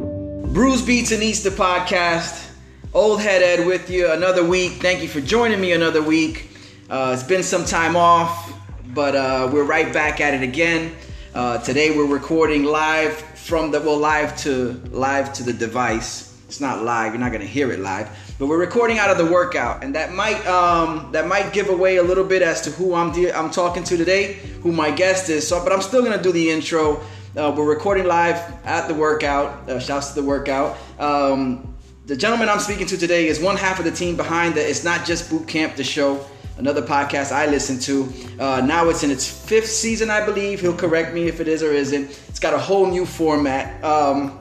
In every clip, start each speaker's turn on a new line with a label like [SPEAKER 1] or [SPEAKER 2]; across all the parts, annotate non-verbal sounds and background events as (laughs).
[SPEAKER 1] Bruce Beats and Easter podcast. Old Head Ed with you another week. Thank you for joining me another week. Uh, it's been some time off, but uh, we're right back at it again. Uh, today we're recording live from the well, live to live to the device. It's not live; you're not gonna hear it live, but we're recording out of the workout, and that might um, that might give away a little bit as to who I'm de- I'm talking to today, who my guest is. So, but I'm still gonna do the intro. Uh, we're recording live at the workout. Uh, shouts to the workout. Um, the gentleman I'm speaking to today is one half of the team behind the It's Not Just Boot Camp, the show, another podcast I listen to. Uh, now it's in its fifth season, I believe. He'll correct me if it is or isn't. It's got a whole new format. Um,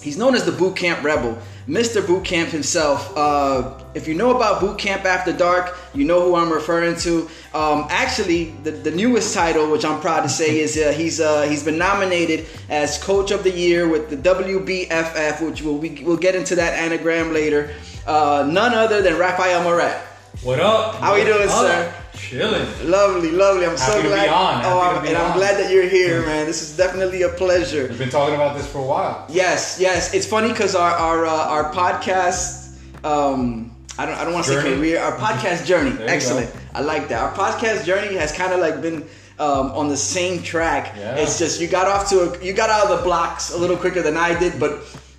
[SPEAKER 1] he's known as the Boot Camp Rebel, Mr. Boot Camp himself. Uh, if you know about Boot Camp After Dark, you know who I'm referring to. Um, actually, the, the newest title, which I'm proud to say, is uh, he's uh, he's been nominated as Coach of the Year with the WBFF, which we'll, we, we'll get into that anagram later. Uh, none other than Rafael Moret.
[SPEAKER 2] What up?
[SPEAKER 1] How
[SPEAKER 2] What
[SPEAKER 1] you doing,
[SPEAKER 2] up?
[SPEAKER 1] sir?
[SPEAKER 2] Chilling.
[SPEAKER 1] Lovely, lovely. I'm so
[SPEAKER 2] Happy to be
[SPEAKER 1] glad.
[SPEAKER 2] on.
[SPEAKER 1] Oh,
[SPEAKER 2] Happy to
[SPEAKER 1] I'm-
[SPEAKER 2] be
[SPEAKER 1] and I'm
[SPEAKER 2] on.
[SPEAKER 1] glad that you're here,
[SPEAKER 2] (laughs)
[SPEAKER 1] man. This is definitely a pleasure.
[SPEAKER 2] We've been talking about this for a while.
[SPEAKER 1] Yes, yes. It's funny because our our uh, our podcast. Um, I don't I don't want to say
[SPEAKER 2] Journey.
[SPEAKER 1] career. Our podcast
[SPEAKER 2] (laughs)
[SPEAKER 1] journey.
[SPEAKER 2] There you
[SPEAKER 1] Excellent.
[SPEAKER 2] go.
[SPEAKER 1] I like that. Our podcast journey has kind of like been. Um, on the same track.
[SPEAKER 2] Yeah.
[SPEAKER 1] It's just you got off to a, you got out of the blocks a little quicker than I did, but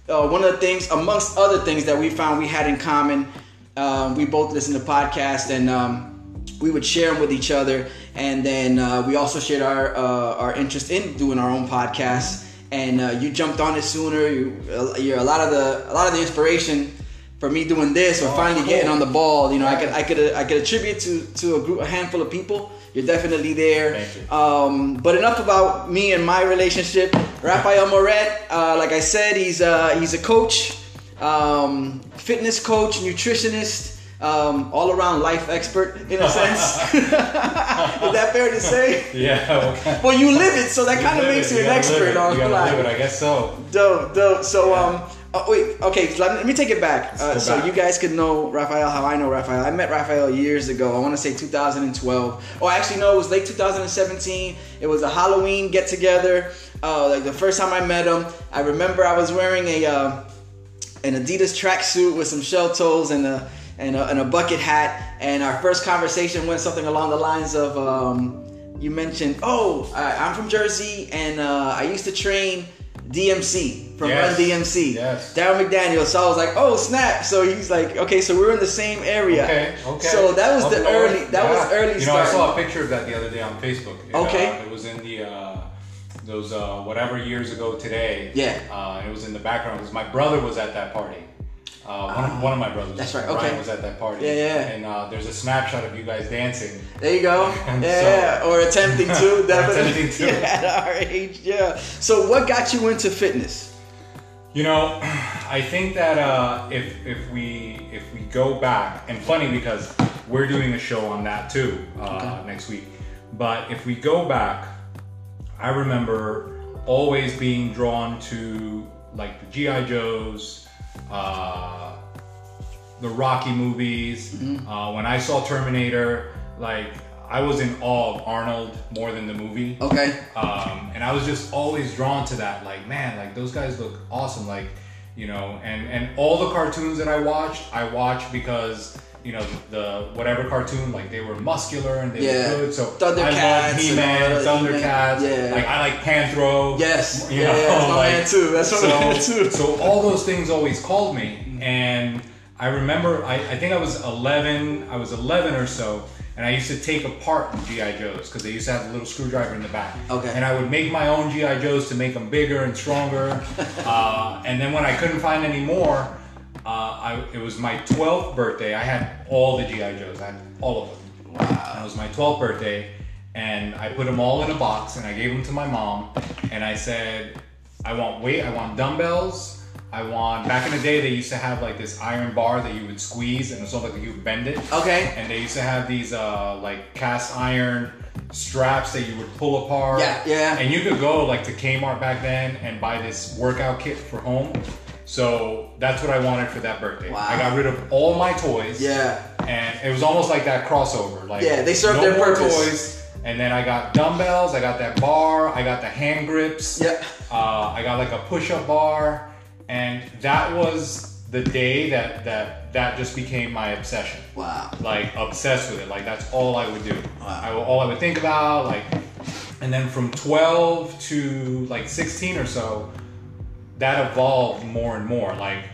[SPEAKER 1] uh, one of the things, amongst other things, that we found we had in common, um, we both listened to podcasts and um, we would share them with each other, and then uh, we also shared our uh, our interest in doing our own podcast. And uh, you jumped on it sooner. You, you're a lot of the a lot of the inspiration for me doing this or
[SPEAKER 2] Oh,
[SPEAKER 1] finally getting
[SPEAKER 2] cool.
[SPEAKER 1] on the ball. You know, I could
[SPEAKER 2] Right.
[SPEAKER 1] I could I could attribute to to a group a handful of people. You're definitely there.
[SPEAKER 2] Thank you.
[SPEAKER 1] Um, but enough about me and my relationship. Rafael Moret, uh, like I said, he's uh, he's a coach, um, fitness coach, nutritionist, um, all around life expert in a sense.
[SPEAKER 2] (laughs)
[SPEAKER 1] (laughs) Is that fair to say?
[SPEAKER 2] (laughs) Yeah. Okay.
[SPEAKER 1] Well, you live it, so that
[SPEAKER 2] You
[SPEAKER 1] kind of
[SPEAKER 2] live
[SPEAKER 1] makes
[SPEAKER 2] it.
[SPEAKER 1] you an
[SPEAKER 2] gotta live
[SPEAKER 1] expert
[SPEAKER 2] it.
[SPEAKER 1] on
[SPEAKER 2] You gotta live it.
[SPEAKER 1] life.
[SPEAKER 2] I guess so.
[SPEAKER 1] Dope, dope. So, um, oh, wait, okay, so let let me take it back. Uh,
[SPEAKER 2] go
[SPEAKER 1] so
[SPEAKER 2] back.
[SPEAKER 1] you guys could know Raphael how I know Raphael. I met Raphael years ago. I want to say 2012. Oh, actually, no, it was late 2017. It was a Halloween get together. Uh, like the first time I met him, I remember I was wearing a uh, an Adidas tracksuit with some shell toes and a, and a and a bucket hat. And our first conversation went something along the lines of, um, "You mentioned, oh, I, I'm from Jersey, and uh, I used to train DMC from
[SPEAKER 2] Yes.
[SPEAKER 1] Run DMC,
[SPEAKER 2] Yes.
[SPEAKER 1] Daryl McDaniel." So I was like, "Oh, snap!" So he's like, "Okay, so we're in the same area."
[SPEAKER 2] Okay. Okay.
[SPEAKER 1] So that was
[SPEAKER 2] Up
[SPEAKER 1] the
[SPEAKER 2] north.
[SPEAKER 1] early. That
[SPEAKER 2] Yeah.
[SPEAKER 1] was early.
[SPEAKER 2] You know,
[SPEAKER 1] start.
[SPEAKER 2] I saw a picture of that the other day on Facebook. It,
[SPEAKER 1] Okay.
[SPEAKER 2] uh, it was in the uh, those uh, whatever years ago today.
[SPEAKER 1] Yeah.
[SPEAKER 2] Uh, it was in the background because my brother was at that party. Uh, one, of, one of my brothers.
[SPEAKER 1] Ah. That's right,
[SPEAKER 2] Brian
[SPEAKER 1] okay.
[SPEAKER 2] was at that party.
[SPEAKER 1] Yeah, yeah.
[SPEAKER 2] And uh, there's a snapshot of you guys dancing.
[SPEAKER 1] There you
[SPEAKER 2] (laughs)
[SPEAKER 1] go.
[SPEAKER 2] And
[SPEAKER 1] Yeah, or attempting to.
[SPEAKER 2] (laughs) Or
[SPEAKER 1] Definitely.
[SPEAKER 2] attempting to.
[SPEAKER 1] (laughs) Yeah, at our age. Yeah. So what got you into fitness?
[SPEAKER 2] You know, (clears throat) I think that uh, if if we if we go back, and funny because we're doing a show on that too uh, next week. But if we go back, I remember always being drawn to like the GI Joes, uh, the Rocky movies. Uh, when I saw Terminator, like I was in awe of Arnold more than the movie
[SPEAKER 1] Okay.
[SPEAKER 2] um, and I was just always drawn to that. Like, man, like those guys look awesome. Like, you know, and and all the cartoons that I watched, I watched because you know the whatever cartoon, like they were muscular and they
[SPEAKER 1] Yeah.
[SPEAKER 2] were good. So I
[SPEAKER 1] Thundercats
[SPEAKER 2] love
[SPEAKER 1] and
[SPEAKER 2] He-Man,
[SPEAKER 1] all that,
[SPEAKER 2] Thundercats.
[SPEAKER 1] He-Man. Yeah.
[SPEAKER 2] Like I like Panthro.
[SPEAKER 1] Yes.
[SPEAKER 2] You
[SPEAKER 1] Yeah,
[SPEAKER 2] know,
[SPEAKER 1] yeah, that's my
[SPEAKER 2] like-
[SPEAKER 1] man too. That's my man too.
[SPEAKER 2] so all those things always called me and i remember I, I think i was 11 i was 11 or so and i used to take apart the gi joes because they used to have a little screwdriver in the back
[SPEAKER 1] Okay.
[SPEAKER 2] and i would make my own gi joes to make them bigger and stronger uh, and then when i couldn't find any more uh, I, it was my 12th birthday i had all the gi joes i had all of them and it was my 12th birthday and i put them all in a box and i gave them to my mom and i said i want weight i want dumbbells i want back in the day they used to have like this iron bar that you would squeeze and it's all like you would bend it
[SPEAKER 1] Okay.
[SPEAKER 2] and they used to have these uh, like cast iron straps that you would pull apart.
[SPEAKER 1] Yeah, yeah.
[SPEAKER 2] And you could go like to Kmart back then and buy this workout kit for home. So that's what I wanted for that birthday.
[SPEAKER 1] Wow.
[SPEAKER 2] I got rid of all my toys.
[SPEAKER 1] Yeah.
[SPEAKER 2] And it was almost like that crossover. Like
[SPEAKER 1] Yeah, they served
[SPEAKER 2] no
[SPEAKER 1] their
[SPEAKER 2] more
[SPEAKER 1] purpose.
[SPEAKER 2] Toys. And then I got dumbbells. I got that bar. I got the hand grips.
[SPEAKER 1] Yep.
[SPEAKER 2] Uh, I got like a push-up bar, and that was the day that that that just became my obsession.
[SPEAKER 1] Wow.
[SPEAKER 2] Like obsessed with it. Like that's all I would do.
[SPEAKER 1] Wow.
[SPEAKER 2] I would, all I would think about. Like, and then from 12 to like 16 or so, that evolved more and more. Like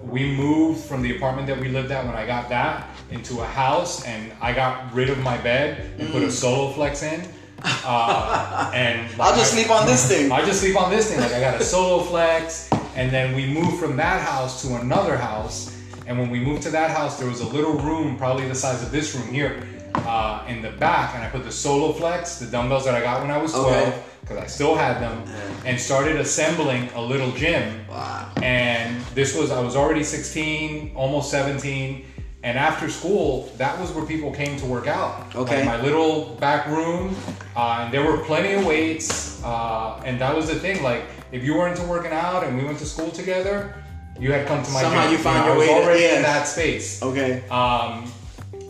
[SPEAKER 2] we moved from the apartment that we lived at when I got that into a house, and I got rid of my bed and put a solo flex in.
[SPEAKER 1] (laughs)
[SPEAKER 2] Uh, and
[SPEAKER 1] Mm. I'll just
[SPEAKER 2] I-
[SPEAKER 1] sleep on this thing.
[SPEAKER 2] I just sleep on this thing. Like I got a solo flex, and then we moved from that house to another house. And when we moved to that house, there was a little room, probably the size of this room here, uh, in the back. And I put the solo flex, the dumbbells that I got when I was
[SPEAKER 1] Okay.
[SPEAKER 2] 12, because I still had them, and started assembling a little gym.
[SPEAKER 1] Wow.
[SPEAKER 2] And this was, I was already 16, almost 17. And after school, that was where people came to work out.
[SPEAKER 1] Okay.
[SPEAKER 2] Like, my little back room, uh, and there were plenty of weights. Uh, and that was the thing. Like, if you were into working out and we went to school together, you had come to my
[SPEAKER 1] Somehow
[SPEAKER 2] gym.
[SPEAKER 1] you found
[SPEAKER 2] know,
[SPEAKER 1] your
[SPEAKER 2] I was
[SPEAKER 1] way to-
[SPEAKER 2] already
[SPEAKER 1] yeah.
[SPEAKER 2] in that space.
[SPEAKER 1] Okay.
[SPEAKER 2] Um,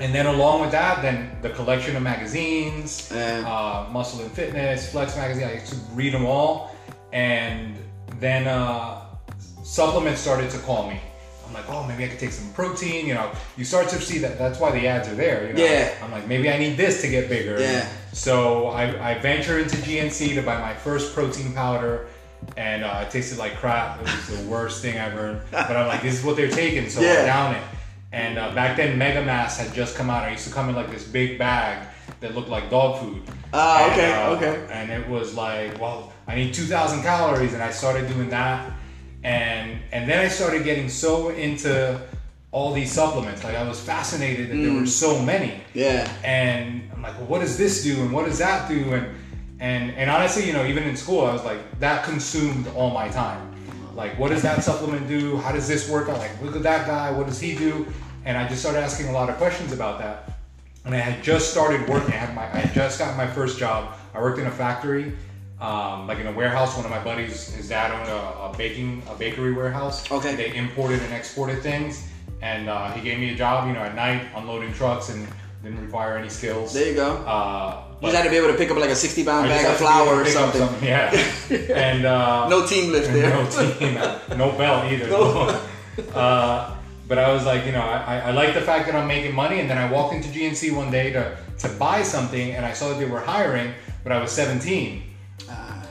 [SPEAKER 2] and then along with that, then the collection of magazines,
[SPEAKER 1] Yeah.
[SPEAKER 2] uh, Muscle and Fitness, Flex magazine. I used to read them all, and then uh, supplements started to call me. I'm like, oh, maybe I could take some protein. You know, you start to see that. That's why the ads are there. You know?
[SPEAKER 1] Yeah.
[SPEAKER 2] I'm like, maybe I need this to get bigger.
[SPEAKER 1] Yeah.
[SPEAKER 2] So I, I venture into GNC to buy my first protein powder, and uh, it tasted like crap. It was the worst thing I've ever. But I'm like, this is what they're taking, so
[SPEAKER 1] Yeah.
[SPEAKER 2] I down it. And uh, back then, Mega Mass had just come out. I used to come in like this big bag that looked like dog food.
[SPEAKER 1] Ah,
[SPEAKER 2] And,
[SPEAKER 1] okay,
[SPEAKER 2] uh,
[SPEAKER 1] okay.
[SPEAKER 2] And it was like, well, I need 2,000 calories, and I started doing that. And and then I started getting so into all these supplements. Like I was fascinated that there were so many
[SPEAKER 1] Mm. Yeah.
[SPEAKER 2] and I'm like, well, what does this do and what does that do and and and honestly, you know, even in school, I was like, that consumed all my time. Like, what does that supplement do? How does this work? out? like, look at that guy. What does he do? And I just started asking a lot of questions about that. And I had just started working. I had my I had just got my first job. I worked in a factory, um, like in a warehouse. One of my buddies, his dad owned a, a baking a bakery warehouse.
[SPEAKER 1] Okay.
[SPEAKER 2] They imported and exported things, and uh, he gave me a job. You know, at night unloading trucks and didn't require any skills.
[SPEAKER 1] There you go.
[SPEAKER 2] Uh, but
[SPEAKER 1] You just had to be able to pick up like a 60 pound
[SPEAKER 2] I just
[SPEAKER 1] bag of
[SPEAKER 2] had to be able to
[SPEAKER 1] flour or
[SPEAKER 2] pick up
[SPEAKER 1] something. (laughs)
[SPEAKER 2] Yeah, and uh,
[SPEAKER 1] No team lift there.
[SPEAKER 2] no team, no bell either. (laughs) uh, but I was like, you know, I, I- I like the fact that I'm making money. And then I walked into GNC one day to, to buy something and I saw that they were hiring, but I was 17.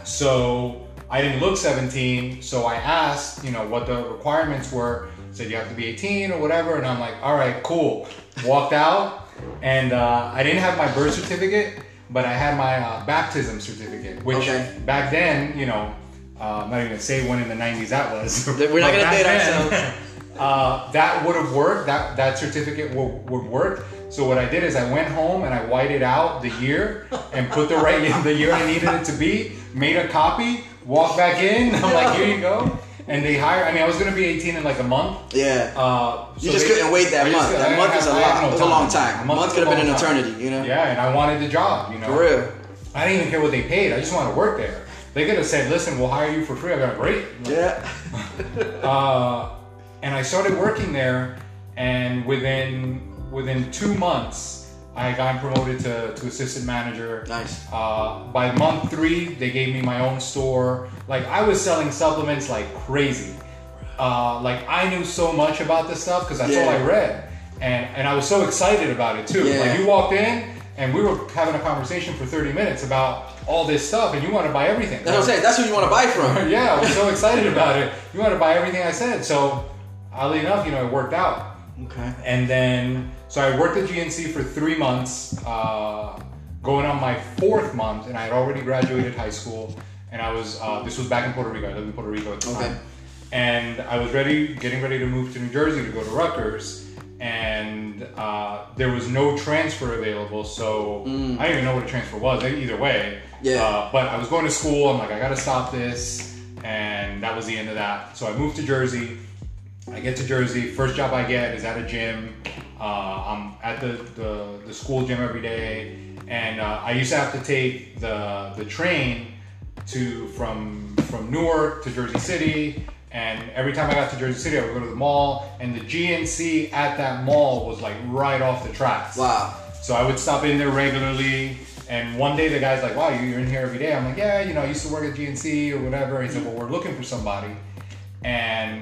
[SPEAKER 2] So I didn't look 17. So I asked, you know, what the requirements were. Said you have to be 18 or whatever. And I'm like, all right, cool. Walked out, and uh, I didn't have my birth certificate, but I had my uh, baptism certificate, which
[SPEAKER 1] Okay.
[SPEAKER 2] back then, you know, uh, I'm not even gonna say when in the 90s that was. (laughs)
[SPEAKER 1] We're not
[SPEAKER 2] But
[SPEAKER 1] gonna
[SPEAKER 2] back
[SPEAKER 1] date
[SPEAKER 2] then, (laughs)
[SPEAKER 1] ourselves.
[SPEAKER 2] Uh, that would have worked. That that certificate would, would work. So what I did is I went home and I whited out the year and put the right the year I needed it to be. Made a copy, walked back in. I'm like, here you go. And they hired. I mean, I was gonna be 18 in like a month.
[SPEAKER 1] (laughs) Yeah.
[SPEAKER 2] Uh,
[SPEAKER 1] You
[SPEAKER 2] so
[SPEAKER 1] just
[SPEAKER 2] they-
[SPEAKER 1] couldn't wait that
[SPEAKER 2] I just
[SPEAKER 1] month.
[SPEAKER 2] couldn't-
[SPEAKER 1] That
[SPEAKER 2] I
[SPEAKER 1] month
[SPEAKER 2] had-
[SPEAKER 1] is a
[SPEAKER 2] I had
[SPEAKER 1] lot.
[SPEAKER 2] no
[SPEAKER 1] It was a long time. A month
[SPEAKER 2] is
[SPEAKER 1] could
[SPEAKER 2] a
[SPEAKER 1] have been
[SPEAKER 2] long
[SPEAKER 1] an
[SPEAKER 2] time.
[SPEAKER 1] eternity, you know?
[SPEAKER 2] Yeah, and I wanted the job. You know,
[SPEAKER 1] For real.
[SPEAKER 2] I didn't even care what they paid. I just wanted to work there. They could have said, "Listen, we'll hire you for free." I got great.
[SPEAKER 1] Yeah.
[SPEAKER 2] Uh, and I started working there, and within within two months, I got promoted to, to assistant manager.
[SPEAKER 1] Nice.
[SPEAKER 2] Uh, by month three, they gave me my own store. Like I was selling supplements like crazy. Uh, like I knew so much about this stuff because that's all
[SPEAKER 1] Yeah.
[SPEAKER 2] I read, and and I was so excited about it too.
[SPEAKER 1] Yeah.
[SPEAKER 2] Like you walked in. And we were having a conversation for 30 minutes about all this stuff, and you want to buy everything.
[SPEAKER 1] That's what I'm saying. That's what you want to buy from.
[SPEAKER 2] (laughs) Yeah, I was so excited about it. You want to buy everything I said. So, oddly enough, you know, it worked out.
[SPEAKER 1] Okay.
[SPEAKER 2] And then, so I worked at GNC for three months, uh, going on my fourth month, and I had already graduated high school. And I was, uh, this was back in Puerto Rico. I lived in Puerto Rico at the
[SPEAKER 1] Okay.
[SPEAKER 2] time. And I was ready, getting ready to move to New Jersey to go to Rutgers. And uh, there was no transfer available, so I didn't even know what a transfer was. e-, Either way,
[SPEAKER 1] Mm. Yeah.
[SPEAKER 2] Uh, but I was going to school. I'm like, I gotta stop this, and that was the end of that. So I moved to Jersey. I get to Jersey. First job I get is at a gym. Uh, I'm at the, the, the school gym every day, and uh, I used to have to take the the train to from from Newark to Jersey City. And every time I got to Jersey City, I would go to the mall, and the GNC at that mall was like right off the tracks.
[SPEAKER 1] Wow.
[SPEAKER 2] So I would stop in there regularly. And one day the guy's like, wow, you- you're in here every day. I'm like, yeah, you know, I used to work at GNC or whatever. He said, well, we're looking for somebody. and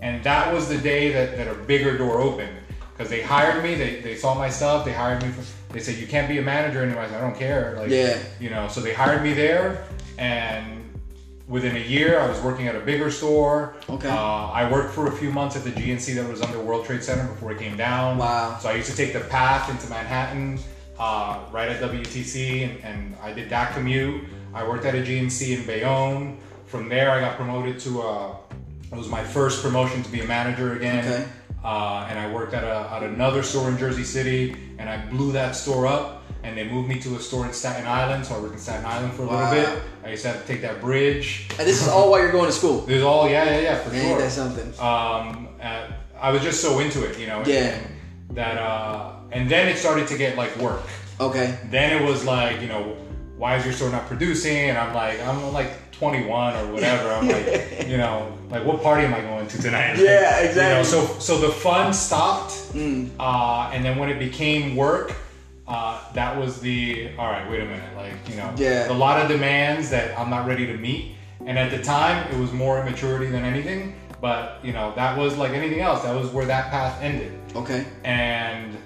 [SPEAKER 2] and that was the day that, that a bigger door opened because they hired me they, they saw my stuff they hired me for, they said you can't be a manager anymore I, said, I don't care like
[SPEAKER 1] Yeah.
[SPEAKER 2] you know so they hired me there and within a year i was working at a bigger store
[SPEAKER 1] Okay.
[SPEAKER 2] uh, i worked for a few months at the gnc that was under world trade center before it came down
[SPEAKER 1] Wow.
[SPEAKER 2] so i used to take the path into manhattan uh, right at wtc and, and i did that commute i worked at a gnc in bayonne from there i got promoted to uh, it was my first promotion to be a manager again
[SPEAKER 1] Okay.
[SPEAKER 2] uh, and I worked at, a, at another store in Jersey City, and I blew that store up, and they moved me to a store in Staten Island, so I worked in Staten Island for a
[SPEAKER 1] Wow.
[SPEAKER 2] little bit. I used to have to take that bridge.
[SPEAKER 1] And this is all while you're going to school.
[SPEAKER 2] There's all, yeah, yeah, (laughs) yeah, for
[SPEAKER 1] Ain't
[SPEAKER 2] sure.
[SPEAKER 1] that something?
[SPEAKER 2] um, uh, I was just so into it, you know.
[SPEAKER 1] Yeah.
[SPEAKER 2] and That uh, and then it started to get like work.
[SPEAKER 1] Okay.
[SPEAKER 2] Then it was like, you know, why is your store not producing? And I'm like, I'm like 21 or whatever. I'm
[SPEAKER 1] (laughs)
[SPEAKER 2] like, you know, like what party am I going to tonight?
[SPEAKER 1] Yeah,
[SPEAKER 2] Like, (laughs) You know,
[SPEAKER 1] exactly. Mm.
[SPEAKER 2] so so the fun stopped, uh, and then when it became work, uh, that was the all right. Wait a minute, like you know,
[SPEAKER 1] Yeah.
[SPEAKER 2] a lot of demands that I'm not ready to meet. And at the time, it was more immaturity than anything. But you know, that was like anything else. That was where that path ended
[SPEAKER 1] Okay.
[SPEAKER 2] and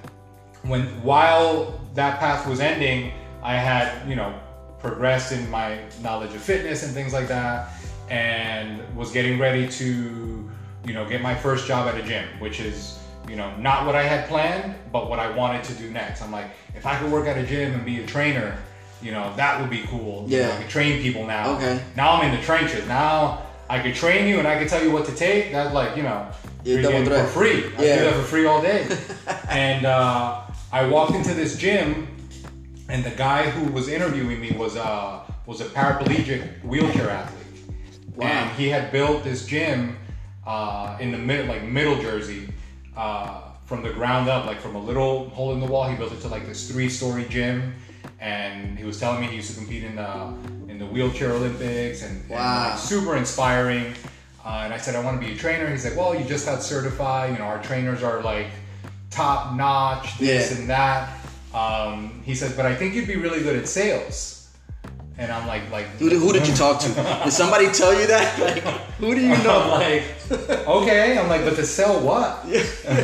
[SPEAKER 2] when while that path was ending i had you know progressed in my knowledge of fitness and things like that and was getting ready to you know get my first job at a gym which is you know not what i had planned but what i wanted to do next i'm like if i could work at a gym and be a trainer you know that would be cool You know,
[SPEAKER 1] Yeah.
[SPEAKER 2] i could train people now
[SPEAKER 1] Okay.
[SPEAKER 2] now i'm in the trenches now i could train you and i could tell you what to take that's like you know
[SPEAKER 1] You're
[SPEAKER 2] you're
[SPEAKER 1] double
[SPEAKER 2] getting for
[SPEAKER 1] threat.
[SPEAKER 2] free i
[SPEAKER 1] Yeah.
[SPEAKER 2] do that for free all
[SPEAKER 1] (laughs)
[SPEAKER 2] day and uh, i walked into this gym and the guy who was interviewing me was uh was a paraplegic wheelchair athlete
[SPEAKER 1] Wow.
[SPEAKER 2] and he had built this gym uh, in the mid like middle jersey uh, from the ground up like from a little hole in the wall he built it to like this three story gym and he was telling me he used to compete in the in the wheelchair olympics and, and, like,
[SPEAKER 1] Wow.
[SPEAKER 2] super inspiring uh, and i said i want to be a trainer he's like well you just got certified you know our trainers are like top notch this
[SPEAKER 1] Yeah.
[SPEAKER 2] and that um, he says but i think you'd be really good at sales and i'm like like
[SPEAKER 1] Who did, who did you talk to? Did somebody tell you that? (laughs) Like, who do you
[SPEAKER 2] (laughs) (laughs) I'm
[SPEAKER 1] know?
[SPEAKER 2] like, okay. I'm like, but to sell what?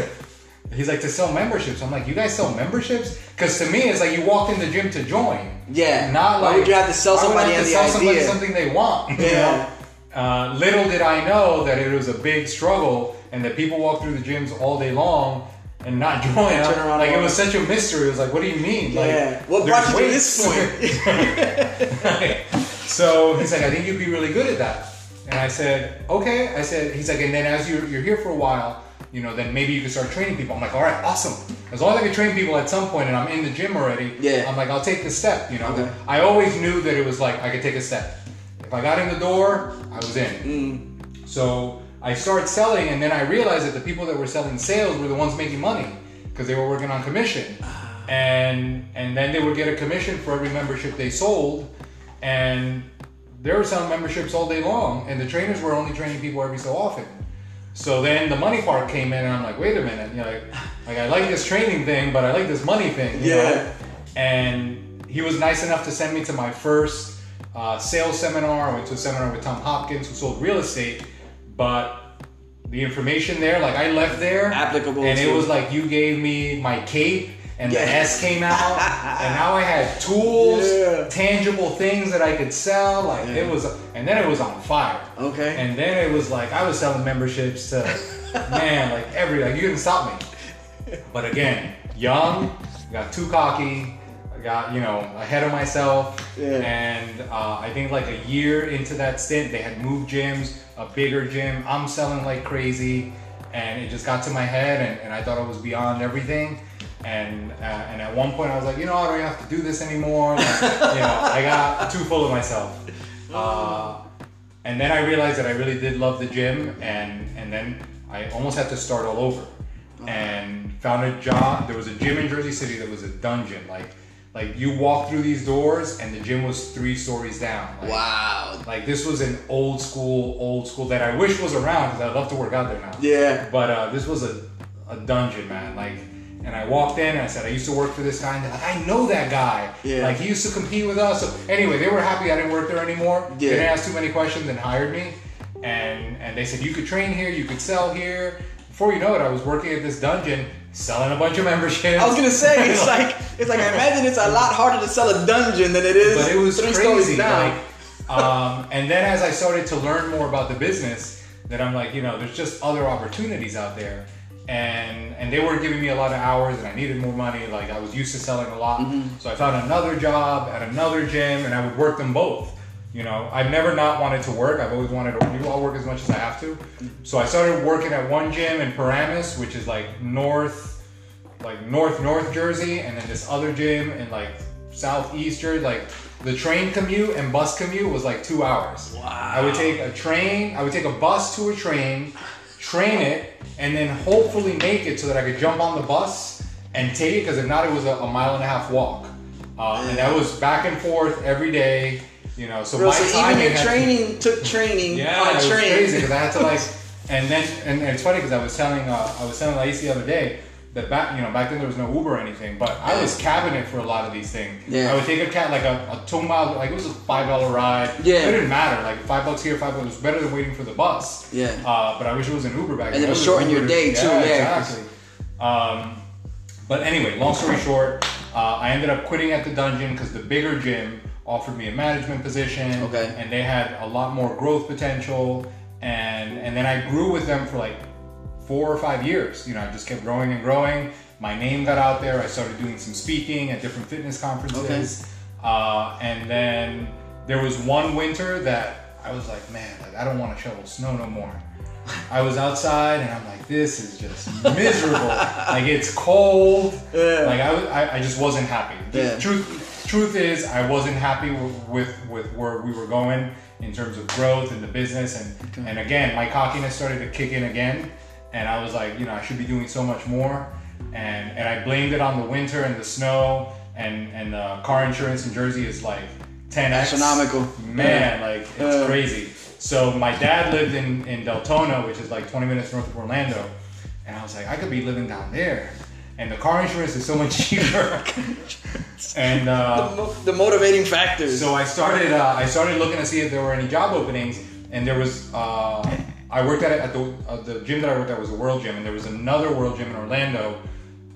[SPEAKER 2] (laughs) He's like, to sell memberships. I'm like, you guys sell memberships? Because to me, it's like you walked in the gym to join.
[SPEAKER 1] Yeah.
[SPEAKER 2] Not
[SPEAKER 1] Why
[SPEAKER 2] like
[SPEAKER 1] would you have to sell
[SPEAKER 2] why would
[SPEAKER 1] somebody
[SPEAKER 2] I have
[SPEAKER 1] on
[SPEAKER 2] to
[SPEAKER 1] the
[SPEAKER 2] sell somebody
[SPEAKER 1] idea?
[SPEAKER 2] something they want. you
[SPEAKER 1] Yeah.
[SPEAKER 2] know? Uh, little did I know that it was a big struggle and that people walk through the gyms all day long and not (laughs) join.
[SPEAKER 1] Turn around
[SPEAKER 2] like
[SPEAKER 1] and
[SPEAKER 2] it was such a mystery. It was like, what do you mean? Like,
[SPEAKER 1] Yeah. What brought
[SPEAKER 2] there's
[SPEAKER 1] you to
[SPEAKER 2] weights.
[SPEAKER 1] this point?
[SPEAKER 2] so he's like, I think you'd be really good at that. And I said, okay. I said, he's like, and then as you're, you're here for a while, you know, then maybe you can start training people. I'm like, all right, awesome. As long as I can train people at some point and I'm in the gym already,
[SPEAKER 1] Yeah.
[SPEAKER 2] I'm like, I'll take the step, you know.
[SPEAKER 1] Okay.
[SPEAKER 2] I always knew that it was like, I could take a step. If I got in the door, I was in.
[SPEAKER 1] Mm.
[SPEAKER 2] So I started selling, and then I realized that the people that were selling sales were the ones making money because they were working on commission,
[SPEAKER 1] Ah.
[SPEAKER 2] and and then they would get a commission for every membership they sold, and they were selling memberships all day long, and the trainers were only training people every so often. So then the money part came in, and I'm like, wait a minute, you know, like, like I like this training thing, but I like this money thing, you know?
[SPEAKER 1] Yeah.
[SPEAKER 2] and he was nice enough to send me to my first uh, sales seminar. I went to a seminar with Tom Hopkins, who sold real estate, but the information there, like I left there,
[SPEAKER 1] Applicable
[SPEAKER 2] and it
[SPEAKER 1] to-
[SPEAKER 2] was like you gave me my cape. And
[SPEAKER 1] Yeah.
[SPEAKER 2] the S
[SPEAKER 1] (laughs)
[SPEAKER 2] came out, and now I had tools,
[SPEAKER 1] Yeah.
[SPEAKER 2] tangible things that I could sell. Like it was, and then it was on fire.
[SPEAKER 1] Okay.
[SPEAKER 2] And then it was like I was selling memberships to, man, like every like you couldn't stop me. But again, young, got too cocky, I got you know ahead of myself,
[SPEAKER 1] Yeah.
[SPEAKER 2] and uh, I think like a year into that stint, they had moved gyms, a bigger gym. I'm selling like crazy, and it just got to my head, and, and I thought I was beyond everything. And uh, and at one point, I was like, you know, I don't even have to do this anymore. Like, you know, I got too full of myself. Uh, and then I realized that I really did love the gym, and and then I almost had to start all over, and found a job. There was a gym in Jersey City that was a dungeon. Like, like you walk through these doors, and the gym was three stories down. (laughs) Like,
[SPEAKER 1] Wow.
[SPEAKER 2] Like this was an old school, old school that I wish was around because I love to work out there now.
[SPEAKER 1] Yeah.
[SPEAKER 2] But uh, this was a, a dungeon, man. Like, and I walked in and I said, I used to work for this guy. And they're like, I know that guy.
[SPEAKER 1] Yeah.
[SPEAKER 2] Like, he used to compete with us. So anyway, they were happy I didn't work there anymore.
[SPEAKER 1] Yeah.
[SPEAKER 2] They didn't ask too many questions and hired me. and and they said you could train here, you could sell here. Before you know it, I was working at this dungeon selling a bunch of memberships.
[SPEAKER 1] I was gonna say
[SPEAKER 2] (laughs)
[SPEAKER 1] it's like it's like I imagine it's a lot harder to sell a dungeon than it is.
[SPEAKER 2] but it was
[SPEAKER 1] three
[SPEAKER 2] crazy.
[SPEAKER 1] stories down.
[SPEAKER 2] Like, um, and then as I started to learn more about the business, that I'm like, you know, there's just other opportunities out there, and and they were giving me a lot of hours, and I needed more money. Like I was used to selling a lot,
[SPEAKER 1] Mm-hmm.
[SPEAKER 2] so I found another job at another gym, and I would work them both. You know, I've never not wanted to work. I've always wanted to do all work as much as I have to.
[SPEAKER 1] Mm-hmm.
[SPEAKER 2] So I started working at one gym in Paramus, which is like north like north north Jersey, and then this other gym in like southeast Jersey. Like the train commute and bus commute was like two hours. Wow. I would take a train. I would take a bus to a train, train it, and then hopefully make it so that I could jump on the bus and take it. Because if not, it was a, a mile and a half walk, uh, and that was back and forth every day. You know, so
[SPEAKER 1] Bro,
[SPEAKER 2] my
[SPEAKER 1] so even
[SPEAKER 2] timing
[SPEAKER 1] your
[SPEAKER 2] had to-
[SPEAKER 1] training took training
[SPEAKER 2] yeah,
[SPEAKER 1] on a
[SPEAKER 2] it was
[SPEAKER 1] train.
[SPEAKER 2] crazy because I had to like, and then and, and it's funny because I was telling uh, I was telling Lacey the other day that back you know back then there was no Uber or anything, but I was cabbing it for a lot of these things.
[SPEAKER 1] Yeah.
[SPEAKER 2] I would take a cat like a, a two mile like it was a five dollar ride.
[SPEAKER 1] Yeah.
[SPEAKER 2] it didn't matter like five bucks here, five bucks it was better than waiting for the bus.
[SPEAKER 1] Yeah.
[SPEAKER 2] uh, but I wish it was an Uber back
[SPEAKER 1] And
[SPEAKER 2] then.
[SPEAKER 1] it
[SPEAKER 2] I
[SPEAKER 1] would
[SPEAKER 2] was
[SPEAKER 1] shorten your
[SPEAKER 2] Ubered-
[SPEAKER 1] day, too, yeah.
[SPEAKER 2] exactly. Um, but anyway, long story short, uh, I ended up quitting at the dungeon because the bigger gym offered me a management position,
[SPEAKER 1] Okay.
[SPEAKER 2] and they had a lot more growth potential. And and then I grew with them for like four or five years. You know, I just kept growing and growing. My name got out there. I started doing some speaking at different fitness conferences. Uh, and then there was one winter that I was like, man, like I don't want to shovel snow no more. I was outside and I'm like, this is
[SPEAKER 1] (laughs)
[SPEAKER 2] just miserable. like it's cold.
[SPEAKER 1] Yeah.
[SPEAKER 2] Like I, was- I, I just wasn't happy. The
[SPEAKER 1] Yeah.
[SPEAKER 2] Truth, truth is, I wasn't happy with, with with where we were going in terms of growth and the business and and again, my cockiness started to kick in again, and I was like, you know, I should be doing so much more, and and I blamed it on the winter and the snow and and the car insurance in Jersey is like 10x
[SPEAKER 1] Astronomical.
[SPEAKER 2] man like it's
[SPEAKER 1] Yeah.
[SPEAKER 2] crazy so my dad lived in in deltona which is like 20 minutes north of orlando and i was like i could be living down there and the car insurance is so much (laughs) cheaper and uh,
[SPEAKER 1] Mo- (laughs) The motivating factors.
[SPEAKER 2] so I started. Uh, I started looking to see if there were any job openings, and there was. Uh, I worked at, at the uh, the gym that I worked at was a World Gym, and there was another World Gym in Orlando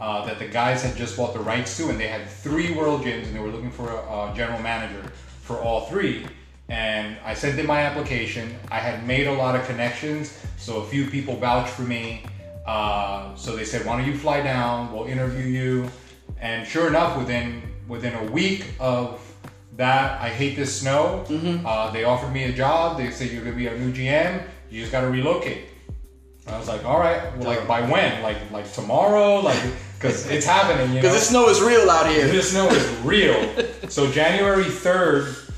[SPEAKER 2] uh, that the guys had just bought the rights to, and they had three World Gyms, and they were looking for a, a general manager for all three. And I sent in my application. I had made a lot of connections, so a few people vouched for me. Uh, so they said, "Why don't you fly down? We'll interview you." And sure enough, within within a week of that I hate this snow. Uh, they offered me a job. They said you're gonna be a new GM. You just gotta relocate. I was like, all right. Well, like by when? Like like tomorrow? Like because it's
[SPEAKER 1] (laughs)
[SPEAKER 2] happening. You know?
[SPEAKER 1] Because the snow is real out here.
[SPEAKER 2] This snow is real. so January 3rd,